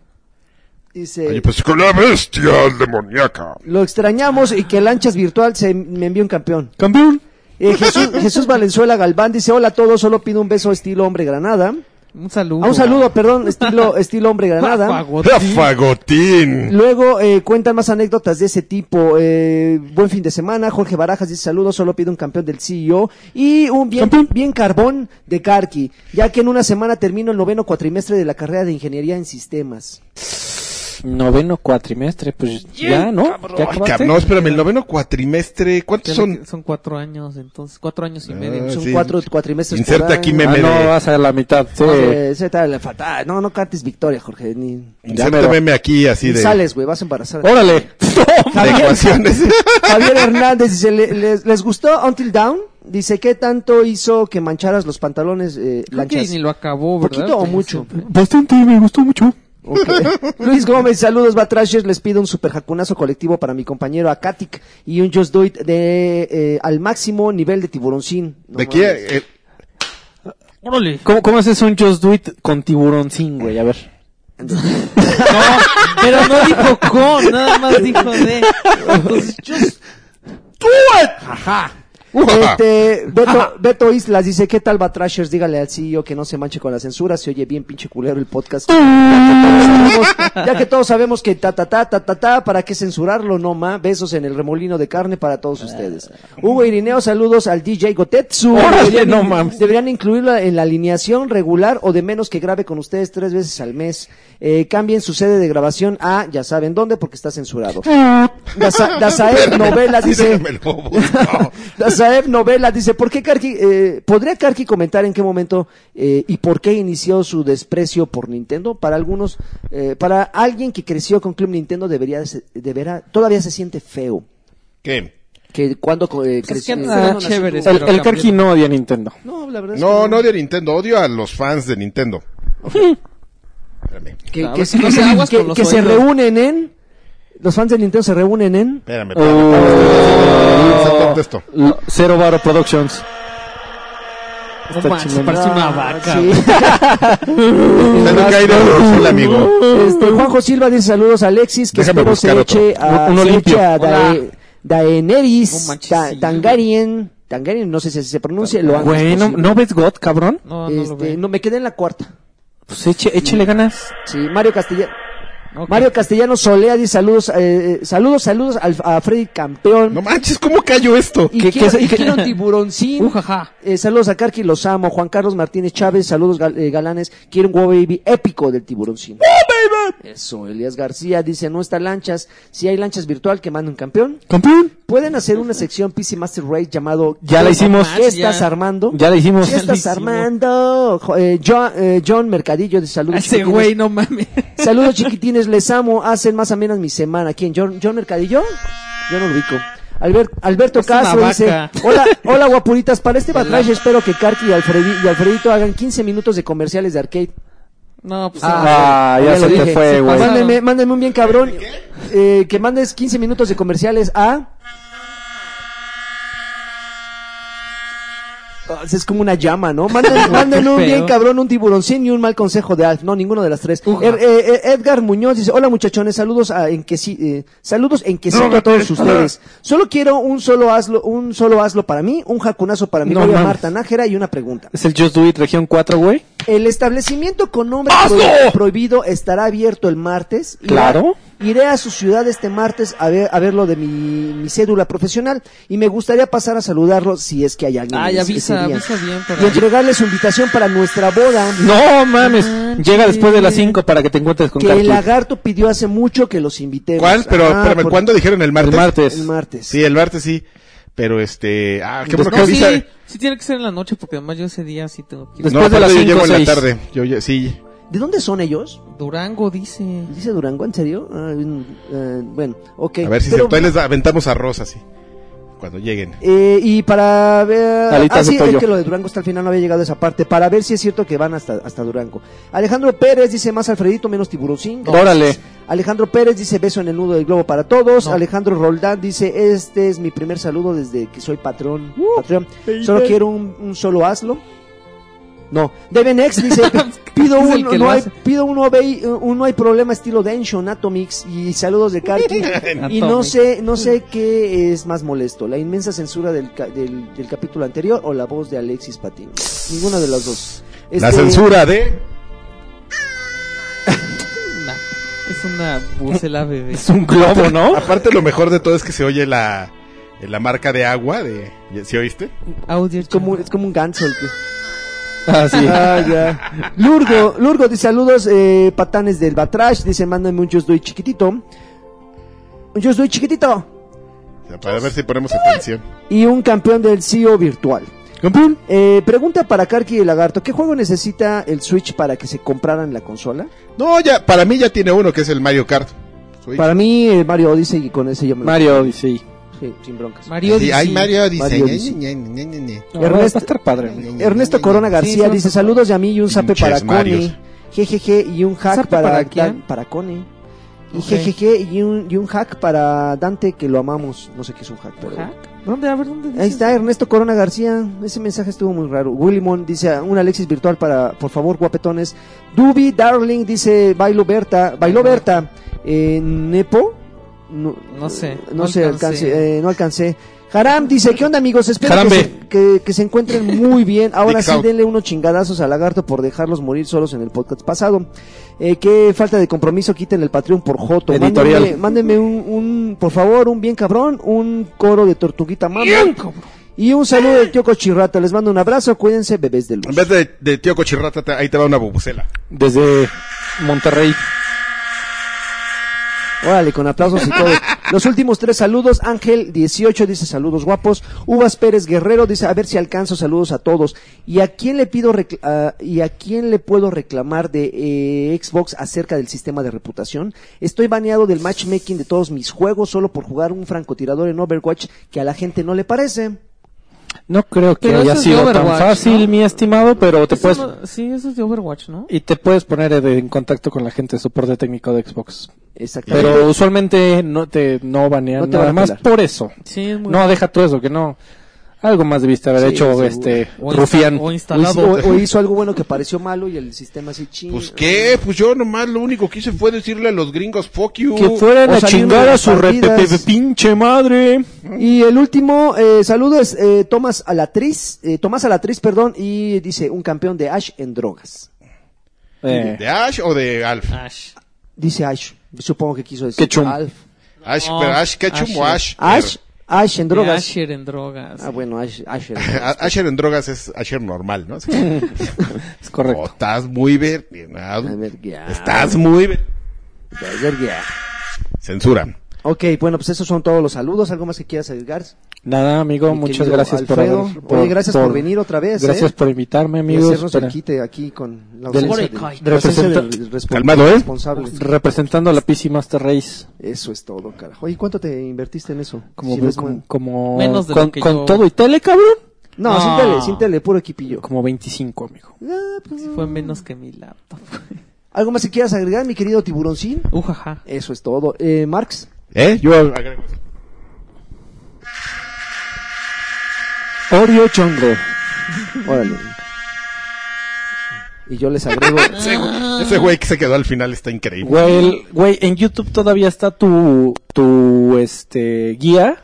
Speaker 2: Dice,
Speaker 3: Oye, pues con la bestia demoníaca.
Speaker 2: lo extrañamos y que Lanchas Virtual se me envíe un campeón.
Speaker 5: Campeón.
Speaker 2: Eh, Jesús, Jesús Valenzuela Galván dice hola a todos, solo pido un beso estilo hombre granada.
Speaker 1: Un saludo.
Speaker 2: Ah, un saludo, perdón, estilo, estilo hombre
Speaker 1: Rafa
Speaker 2: granada.
Speaker 1: Gotti.
Speaker 3: Rafa Gotín.
Speaker 2: Luego eh, cuentan más anécdotas de ese tipo. Eh, buen fin de semana. Jorge Barajas dice saludos, solo pido un campeón del CEO y un bien, bien carbón de Karki, ya que en una semana termino el noveno cuatrimestre de la carrera de Ingeniería en Sistemas.
Speaker 5: Noveno cuatrimestre, pues ya, ¿no? ¿Ya
Speaker 3: Ay,
Speaker 5: acabaste?
Speaker 3: cabrón, no, espérame, el noveno cuatrimestre,
Speaker 1: Ya
Speaker 3: ¿cuántos
Speaker 1: le
Speaker 3: son?
Speaker 1: que- Son cuatro años, entonces. Cuatro años y medio.
Speaker 3: Ah,
Speaker 2: Son
Speaker 3: sí.
Speaker 2: cuatro cuatrimestres. por
Speaker 3: Inserta aquí
Speaker 2: año.
Speaker 3: meme
Speaker 5: Ah, no,
Speaker 3: de...
Speaker 5: vas a la mitad. Sí.
Speaker 2: No, eh, ese tal, fatal. No, no cantes victoria, Jorge. Ni,
Speaker 3: Inserte
Speaker 5: mero.
Speaker 3: meme aquí así
Speaker 2: ni
Speaker 3: de... Oh,
Speaker 2: sales, güey, vas a embarazar.
Speaker 5: Órale.
Speaker 3: de ecuaciones.
Speaker 2: Javier Hernández dice, "Le- les, les gustó Until Down? Dice, ¿qué tanto hizo que mancharas los pantalones
Speaker 1: Creo
Speaker 2: eh,
Speaker 1: que
Speaker 2: lanchas?
Speaker 1: ni lo acabó, ¿verdad? ¿eh?
Speaker 2: ¿Poquito o
Speaker 1: Sí,
Speaker 2: mucho?
Speaker 1: sí.
Speaker 5: Bastante, me gustó mucho.
Speaker 2: Ok. Luis Gómez, saludos Batrashers, les pido un super jacunazo colectivo para mi compañero Akatik y un Just Do It de, eh, al máximo nivel de tiburoncín. No
Speaker 3: ¿De quién?
Speaker 2: mames.
Speaker 3: Eh,
Speaker 1: Órale.
Speaker 5: ¿Cómo, ¿Cómo haces un Just Do It con tiburoncín, güey? A ver.
Speaker 1: Pero no dijo con, nada más dijo de. Entonces, yo
Speaker 2: Este, Beto, Beto Islas dice, ¿qué tal Batrashers? Dígale al CEO que no se manche con la censura, se oye bien pinche culero el podcast. Ya que todos sabemos- ya que todos sabemos que ta ta ta ta ta ta, ¿para qué censurarlo? No ma, besos en el remolino de carne para todos ustedes. Hugo Irineo, saludos al DJ Gotetsu. Deberían,
Speaker 5: no mames.
Speaker 2: deberían incluirla en la alineación regular o de menos que grabe con ustedes tres veces al mes. Eh, cambien su sede de grabación a, ya saben dónde, porque está censurado.
Speaker 5: Ah.
Speaker 2: Daza- Dazael Novelas
Speaker 3: sí,
Speaker 2: Pues dice...
Speaker 3: déjame lo busco.
Speaker 2: Dazaev Novela dice, ¿por qué Karki, eh, ¿podría Karki comentar en qué momento eh, y por qué inició su desprecio por Nintendo? Para algunos, eh, para alguien que creció con Club Nintendo debería, de se- deberá, todavía se siente feo.
Speaker 3: ¿Qué?
Speaker 2: Que cuando eh,
Speaker 1: Pues es que
Speaker 2: creció-
Speaker 1: antes
Speaker 2: Ah,
Speaker 1: eran chéveres.
Speaker 5: El,
Speaker 1: pero
Speaker 5: el
Speaker 1: cambió.
Speaker 5: Karki no odia Nintendo.
Speaker 2: No, la verdad es
Speaker 3: No,
Speaker 2: que
Speaker 3: no odio a Nintendo, odio a los fans de Nintendo. Espérame.
Speaker 2: que,
Speaker 1: Ah,
Speaker 2: que-
Speaker 1: si no se aguas
Speaker 2: que-
Speaker 1: con los
Speaker 2: que se
Speaker 1: oídos.
Speaker 2: reúnen en Los fans de Nintendo se reúnen en...
Speaker 3: Espérame, espérame.
Speaker 7: Oh.
Speaker 3: Exacto, esto.
Speaker 7: Lo- Cero Baro Productions.
Speaker 1: No manches, parece una vaca.
Speaker 2: Ah, Sí.
Speaker 3: Se nos cae de Ursula, amigo.
Speaker 2: Este, Juanjo Silva dice saludos a Alexis, que
Speaker 3: Déjame
Speaker 2: espero se
Speaker 3: buscar otro.
Speaker 2: eche a,
Speaker 7: Un- uno
Speaker 2: se
Speaker 7: limpio.
Speaker 2: eche a
Speaker 1: Hola.
Speaker 2: Dae- Daenerys,
Speaker 1: No manches,
Speaker 2: Ta-
Speaker 1: sí.
Speaker 2: Tangarien, Tangarien, no sé si así se pronuncia, lo antes
Speaker 7: Bueno,
Speaker 2: posible.
Speaker 7: ¿no ves God, cabrón?
Speaker 1: No, no lo
Speaker 2: Este,
Speaker 1: veo.
Speaker 2: no, me quedé en la cuarta.
Speaker 7: Pues eche, échele ganas.
Speaker 2: Sí, Mario Castellano.
Speaker 1: Ok.
Speaker 2: Mario Castellano Solea dice saludos, eh, eh, saludos, saludos al- a Freddy Campeón.
Speaker 3: No manches, ¿cómo cayó esto?
Speaker 2: y
Speaker 7: ¿Qué-
Speaker 2: quiero,
Speaker 7: qué-
Speaker 2: y
Speaker 7: qué-
Speaker 2: quiero un tiburoncín.
Speaker 1: Ujaja.
Speaker 2: Eh, saludos a Karki, los amo. Juan Carlos Martínez Chávez, saludos gal- eh, galanes. Quiero un Wow Baby épico del
Speaker 7: ¡Oh,
Speaker 2: tiburoncín. Eso, Elías García dice, no está lanchas. Si hay lanchas virtual que manda un campeón.
Speaker 7: Campeón.
Speaker 2: Pueden hacer una sección PC Master Race llamado...
Speaker 7: Ya la hicimos.
Speaker 2: ¿Qué estás armando?
Speaker 7: Ya la hicimos.
Speaker 2: ¿Qué estás
Speaker 1: hicimos.
Speaker 2: armando? Jo- eh, John, eh, John Mercadillo de saludos.
Speaker 1: Ese
Speaker 2: chiquitines.
Speaker 1: güey, no mames.
Speaker 2: Saludos chiquitines, les amo. Hacen más o menos mi semana. ¿Quién? ¿John, John Mercadillo? Yo no lo ubico. Albert- Alberto
Speaker 1: Es una
Speaker 2: Castro dice,
Speaker 1: vaca.
Speaker 2: hola, hola guapuritas, para este batrash espero que Karki y, Alfredi- y Alfredito hagan 15 minutos de comerciales de arcade.
Speaker 1: No, pues.
Speaker 7: Ah, ya
Speaker 2: lo
Speaker 7: se te
Speaker 2: dije.
Speaker 7: fue, güey.
Speaker 2: Mándenme, mándenme un bien cabrón, eh, que mandes 15 minutos de comerciales a... Ah, Es como una llama, ¿no? Mándenme, mándenme un
Speaker 1: Qué
Speaker 2: bien
Speaker 1: pedo.
Speaker 2: cabrón, un tiburoncín y un mal consejo de Alf. No, ninguno de las tres. Er- eh, eh, Edgar Muñoz dice, hola muchachones, saludos a, en que sí, eh, saludos en que sí a todos ustedes. Solo quiero un solo hazlo, un solo hazlo para mí, un jacunazo para mi
Speaker 7: No
Speaker 2: novia
Speaker 7: mames.
Speaker 2: Marta Nájera y una pregunta.
Speaker 7: Es el Just Do It Región 4, güey.
Speaker 2: El establecimiento con nombre
Speaker 7: ¡Hazlo!
Speaker 2: pro- prohibido estará abierto el martes. Irá-
Speaker 7: Claro.
Speaker 2: Iré a su ciudad este martes a ver, a ver lo de mi, mi cédula profesional y me gustaría pasar a saludarlo si es que hay alguien.
Speaker 1: Ay,
Speaker 2: ese-
Speaker 1: avisa,
Speaker 2: ese día.
Speaker 1: avisa bien. para-
Speaker 2: Y entregarle su invitación para nuestra boda
Speaker 7: No mames.
Speaker 1: manches.
Speaker 7: Llega después de las 5 para que te encuentres con
Speaker 2: que el
Speaker 7: Cartoon.
Speaker 2: lagarto pidió hace mucho que los invitemos.
Speaker 3: ¿Cuál? Pero,
Speaker 2: Ah,
Speaker 3: espérame,
Speaker 2: por-
Speaker 3: ¿cuándo dijeron el martes?
Speaker 7: El martes.
Speaker 2: El martes.
Speaker 3: Sí, el martes sí. Pero este. Ah, qué bueno que
Speaker 1: Pues No, sí,
Speaker 3: avisa.
Speaker 1: sí tiene que ser en la noche porque además yo ese día sí tengo que ir.
Speaker 7: Después
Speaker 3: no,
Speaker 7: de
Speaker 3: aparte
Speaker 7: las
Speaker 3: yo
Speaker 7: cinco,
Speaker 3: llego en
Speaker 7: seis.
Speaker 3: la tarde. Yo, ya- sí.
Speaker 2: ¿De dónde son ellos?
Speaker 1: Durango dice.
Speaker 2: Dice Durango, ¿en serio? Ah, mm, eh, bueno, ok.
Speaker 3: A ver si
Speaker 2: Pero-
Speaker 3: se, todavía les aventamos arroz así. Cuando lleguen.
Speaker 2: Eh, y para ver...
Speaker 7: Alitas
Speaker 2: ah, sí,
Speaker 7: de pollo.
Speaker 2: es que lo de Durango hasta el final no había llegado a esa parte. Para ver si es cierto que van hasta, hasta Durango. Alejandro Pérez dice más Alfredito, menos tiburoncín.
Speaker 7: Órale.
Speaker 2: Alejandro Pérez dice beso en el nudo del globo para todos.
Speaker 1: No.
Speaker 2: Alejandro Roldán dice este es mi primer saludo desde que soy patrón.
Speaker 1: Uh,
Speaker 2: Patreon.
Speaker 6: baby.
Speaker 2: Solo quiero un, un solo hazlo. No. Deven X dice pido
Speaker 1: Es
Speaker 2: un
Speaker 1: el que
Speaker 2: no
Speaker 1: lo
Speaker 2: hay,
Speaker 1: hace.
Speaker 2: pido un, obey- un no hay problema estilo Denshon Atomix y saludos de Karki. Y no
Speaker 1: Atomic.
Speaker 2: sé, no sé qué es más molesto, la inmensa censura del, ca- del, del capítulo anterior o la voz de Alexis Patín. Ninguna de las dos.
Speaker 3: La
Speaker 2: Este,
Speaker 3: censura de.
Speaker 1: Nah, es una bucela bebé.
Speaker 7: Es un globo, ¿no?
Speaker 3: Aparte, lo mejor de todo es que se oye la. La marca de agua de... ¿Sí oíste?
Speaker 1: Audio
Speaker 2: Es como,
Speaker 1: channel.
Speaker 2: es como un ganso el que...
Speaker 7: Ah, sí.
Speaker 2: Ah, ya. Lurgo, Lurgo, dice saludos, eh, patanes del Batrash, dice mándame un yo doy chiquitito. Un yo doy chiquitito.
Speaker 3: O sea, para ver si ponemos atención.
Speaker 2: Y un campeón del CEO virtual.
Speaker 7: Campeón.
Speaker 2: Eh, pregunta para Karki y Lagarto, ¿qué juego necesita el Switch para que se compraran la consola?
Speaker 3: No, ya, para mí ya tiene uno que es el Mario Kart. Switch.
Speaker 2: Para mí, eh, Mario Odyssey y con ese yo me...
Speaker 7: Mario Odyssey.
Speaker 1: Pues,
Speaker 2: Sí, sin broncas.
Speaker 1: Mario
Speaker 3: Sí,
Speaker 1: dice.
Speaker 3: ay, Mario Odyssey.
Speaker 2: Mario
Speaker 3: Ñe,
Speaker 2: Odyssey.
Speaker 3: ñe, ñe, ñe, ñe.
Speaker 2: Ernesto-
Speaker 7: Va a estar padre. güey.
Speaker 2: Ernesto Corona
Speaker 1: Sí,
Speaker 2: García
Speaker 1: sí,
Speaker 2: dice
Speaker 1: sí.
Speaker 2: saludos de a mí y un zape
Speaker 3: Pinches
Speaker 2: para
Speaker 3: Marios.
Speaker 2: Connie. Jejeje y un hack
Speaker 1: ¿Zape
Speaker 2: para
Speaker 1: para
Speaker 2: Dan-
Speaker 1: quién?
Speaker 2: para Connie. Y
Speaker 1: Ok.
Speaker 2: jejeje y un, y un hack para Dante que lo amamos. No sé qué es un hack, pero bueno.
Speaker 1: Hack. ¿Dónde? A ver, ¿dónde dice?
Speaker 2: Ahí está Ernesto Corona García. Ese mensaje estuvo muy raro. Willimon dice un Alexis virtual para, por favor, guapetones. Dubi Darling dice bailo Berta, bailó Berta. Eh, Nepo. No,
Speaker 1: No sé,
Speaker 2: No,
Speaker 1: no
Speaker 2: sé,
Speaker 1: alcancé.
Speaker 2: alcancé, eh, no alcancé. Haram dice, ¿qué onda amigos? Espero que
Speaker 7: Harambe.
Speaker 2: se, que- que se encuentren muy bien. Ahora
Speaker 3: Dick
Speaker 2: sí,
Speaker 3: out.
Speaker 2: denle unos chingadazos al lagarto por dejarlos morir solos en el podcast pasado. Eh, qué falta de compromiso, quiten el Patreon por Joto.
Speaker 7: Editorial.
Speaker 2: Mándenme, mándenme un, un, por favor, un bien cabrón, un coro de tortuguita mama. Y un saludo del tío Cochirrata. Les mando un abrazo. Cuídense, bebés de luz.
Speaker 3: En vez de, de tío cochirrata, te- ahí te va una bubucela.
Speaker 7: Desde Monterrey.
Speaker 2: Órale, con aplausos y todo. Los últimos tres saludos. Ángel 18 dice saludos guapos. Uvas Pérez Guerrero dice a ver si alcanzo saludos a todos. ¿Y a quién le pido recl- ah, y a quién le puedo reclamar de eh, Xbox acerca del sistema de reputación? Estoy baneado del matchmaking de todos mis juegos solo por jugar un francotirador en Overwatch que a la gente no le parece.
Speaker 5: No creo que
Speaker 1: Pero
Speaker 5: haya
Speaker 1: eso es
Speaker 5: sido
Speaker 1: de
Speaker 5: tan
Speaker 1: Overwatch,
Speaker 5: fácil,
Speaker 1: ¿no?
Speaker 5: mi estimado, pero te
Speaker 1: Eso
Speaker 5: puedes...
Speaker 1: no- sí, eso es de Overwatch, ¿no?
Speaker 5: Y te puedes poner eh, en contacto con la gente de soporte técnico de Xbox.
Speaker 2: Exactamente.
Speaker 5: Pero usualmente no te no banean
Speaker 2: No te
Speaker 5: nada
Speaker 2: van a
Speaker 5: más
Speaker 2: pelar.
Speaker 5: por eso.
Speaker 1: Sí, es muy
Speaker 5: No, deja todo eso, que no. Algo más debiste haber
Speaker 2: Sí,
Speaker 5: hecho,
Speaker 2: seguro.
Speaker 5: este,
Speaker 1: O insta-
Speaker 5: rufián.
Speaker 1: o
Speaker 2: O hizo-
Speaker 1: instalado.
Speaker 2: o, o hizo algo bueno que pareció malo y el sistema así ching.
Speaker 3: Pues qué, pues yo nomás lo único que hice fue decirle a los gringos fuck you.
Speaker 5: Pues, Que fueran
Speaker 2: o
Speaker 5: a
Speaker 2: salirme
Speaker 5: chingar
Speaker 2: de
Speaker 5: a su
Speaker 2: partidas.
Speaker 5: repepe pinche madre.
Speaker 2: Y el último eh, saludo es eh, Tomás Alatriz, eh, Tomás Alatriz, perdón, y dice un campeón de Ash en drogas.
Speaker 5: Eh,
Speaker 3: ¿De Ash o de Alf?
Speaker 1: Ash.
Speaker 2: Dice Ash, supongo que quiso decir
Speaker 5: Ketchum.
Speaker 2: Alf.
Speaker 3: Ash,
Speaker 1: No,
Speaker 3: pero Ash Ketchum o Ash.
Speaker 1: Asher.
Speaker 2: Ash, Ash en drogas.
Speaker 1: Asher en drogas.
Speaker 2: Ah, bueno, Ash, Ash en drogas.
Speaker 3: A- Asher en drogas es Asher normal, ¿no? Así,
Speaker 5: es
Speaker 3: "Oh,
Speaker 5: correcto.
Speaker 3: estás muy vergueado.
Speaker 2: A ver, ya.
Speaker 3: Estás muy ver-
Speaker 2: A ver, ya.
Speaker 3: Censura.
Speaker 2: Ok, bueno, pues esos son todos los saludos. ¿Algo más que quieras agregar?
Speaker 5: Nada, amigo,
Speaker 2: Mi
Speaker 5: muchas
Speaker 2: querido
Speaker 5: gracias por,
Speaker 2: Alfredo.
Speaker 5: haber-
Speaker 2: Oye, gracias por venir otra vez,
Speaker 5: Gracias
Speaker 2: ¿eh?
Speaker 5: por invitarme,
Speaker 2: Y
Speaker 5: amigos.
Speaker 2: hacernos
Speaker 5: para-
Speaker 2: el quite aquí con la ausencia,
Speaker 5: Del-
Speaker 2: de,
Speaker 1: Mordecai.
Speaker 2: la ausencia del respon-
Speaker 3: Calmado, ¿eh?
Speaker 2: responsable.
Speaker 5: representando a la PC Master Race.
Speaker 2: Eso es todo, carajo. ¿Y cuánto te invertiste en eso?
Speaker 5: Como,
Speaker 2: Si no es
Speaker 5: como,
Speaker 2: muy-
Speaker 5: como-
Speaker 1: Menos de lo
Speaker 5: con,
Speaker 1: que
Speaker 5: con
Speaker 1: yo-
Speaker 5: todo y tele, cabrón.
Speaker 2: No,
Speaker 1: No.
Speaker 2: sin tele, sin tele, puro equipillo.
Speaker 5: Como 25, amigo.
Speaker 2: Ah, pues,
Speaker 1: Sí, Fue menos que mi laptop. Uh,
Speaker 2: ¿Algo más que quieras agregar, mi querido tiburoncín?
Speaker 1: Ujaja.
Speaker 2: Eso es todo. Eh, Marx,
Speaker 3: ¿Eh? Yo agrego eso.
Speaker 5: Oreo Chongo.
Speaker 2: órale. Y yo les agrego...
Speaker 3: Ese güey- Ese güey que se quedó al final está increíble.
Speaker 5: Güey, el- güey, en YouTube todavía está tu, tu este, guía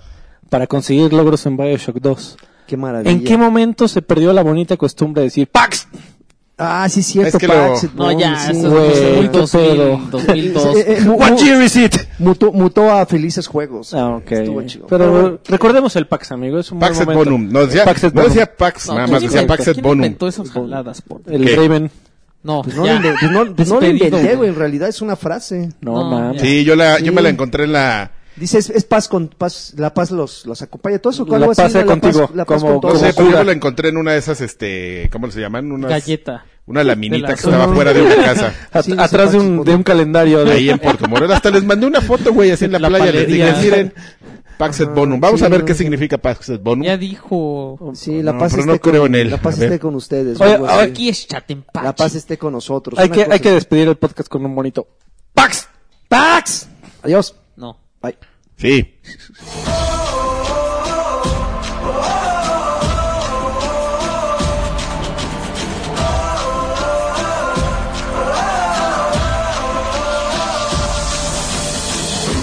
Speaker 5: para conseguir logros en Bioshock 2.
Speaker 2: ¡Qué maravilla!
Speaker 5: ¿En qué momento se perdió la bonita costumbre de decir PAX?
Speaker 2: Ah, sí, cierto,
Speaker 3: Es que
Speaker 2: Pax,
Speaker 3: lo-
Speaker 1: No, ya,
Speaker 2: sí,
Speaker 1: eso
Speaker 5: güey,
Speaker 1: es muy
Speaker 5: qué
Speaker 1: 2000,
Speaker 5: pedo.
Speaker 1: 2002.
Speaker 2: Eh, eh, mu-
Speaker 5: What
Speaker 2: mu-
Speaker 5: year is it?
Speaker 2: mutó, mutó a felices juegos.
Speaker 5: Ah, ok.
Speaker 2: Estuvo chido.
Speaker 5: Pero
Speaker 2: bueno,
Speaker 5: recordemos el PAX, amigo. Es un
Speaker 3: Pax et
Speaker 5: buen momento.
Speaker 3: Bonum. No decía
Speaker 5: Pax
Speaker 3: Pax,
Speaker 5: et
Speaker 3: no
Speaker 5: Bonum.
Speaker 3: decía Pax
Speaker 1: No,
Speaker 3: nada
Speaker 1: ¿quién
Speaker 3: más, decía
Speaker 1: inventó-
Speaker 3: Pax et
Speaker 1: quién
Speaker 3: Bonum.
Speaker 1: inventó esas jaladas, por
Speaker 5: El
Speaker 3: ¿Qué?
Speaker 5: Raven.
Speaker 1: No,
Speaker 2: pues no,
Speaker 1: ya.
Speaker 2: lo inven- pues no- pues no lo
Speaker 1: Despedido,
Speaker 2: inventé, güey.
Speaker 1: güey.
Speaker 2: En realidad es una frase.
Speaker 5: No,
Speaker 1: No,
Speaker 5: mames.
Speaker 1: ya.
Speaker 3: Sí, yo, la,
Speaker 2: Sí.
Speaker 3: yo me la encontré en la...
Speaker 2: Dice, es, es paz con paz, la paz los, los acompaña. Todo eso,
Speaker 5: La
Speaker 2: algo así,
Speaker 5: paz sea
Speaker 2: ¿no?
Speaker 5: contigo,
Speaker 2: paz- la paz
Speaker 5: como-
Speaker 2: con
Speaker 3: No
Speaker 2: todos.
Speaker 3: sé,
Speaker 5: Como
Speaker 3: pero yo
Speaker 5: cura.
Speaker 3: me la encontré en una de esas, este... ¿Cómo se llaman? Unas,
Speaker 1: Galleta.
Speaker 3: Una laminita
Speaker 1: De la
Speaker 3: que estaba
Speaker 1: zona.
Speaker 3: fuera de una casa.
Speaker 5: At-
Speaker 2: Sí, dice
Speaker 5: atrás de
Speaker 2: Pax
Speaker 5: un,
Speaker 2: Bonum.
Speaker 5: de un calendario. de-
Speaker 3: Ahí en Puerto Morelos. Hasta les mandé una foto, güey, así en la,
Speaker 1: La
Speaker 3: playa. Les dije,
Speaker 1: palería.
Speaker 3: miren, Pax et Bonum. Vamos
Speaker 2: sí,
Speaker 3: a ver
Speaker 2: no,
Speaker 3: qué
Speaker 2: sí.
Speaker 3: significa Pax et Bonum.
Speaker 1: Ya dijo.
Speaker 2: Sí, la
Speaker 3: No,
Speaker 2: paz
Speaker 3: pero
Speaker 2: esté
Speaker 3: no creo
Speaker 2: con-
Speaker 3: en él.
Speaker 2: La paz
Speaker 3: A ver.
Speaker 2: esté con ustedes.
Speaker 5: Oye,
Speaker 2: algo así.
Speaker 5: a ver,
Speaker 1: Aquí es Chatempachi.
Speaker 2: la paz esté con nosotros.
Speaker 5: Hay
Speaker 2: una
Speaker 5: que,
Speaker 2: cosa
Speaker 5: hay que
Speaker 2: así.
Speaker 5: despedir el podcast con un bonito PAX. PAX.
Speaker 2: Adiós.
Speaker 1: No.
Speaker 2: Bye.
Speaker 3: Sí.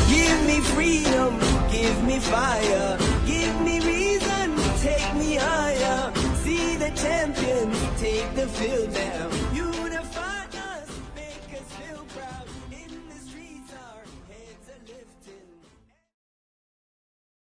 Speaker 4: Give me freedom, give me fire, give me reason, take me higher. See the champions, take the field now. Unify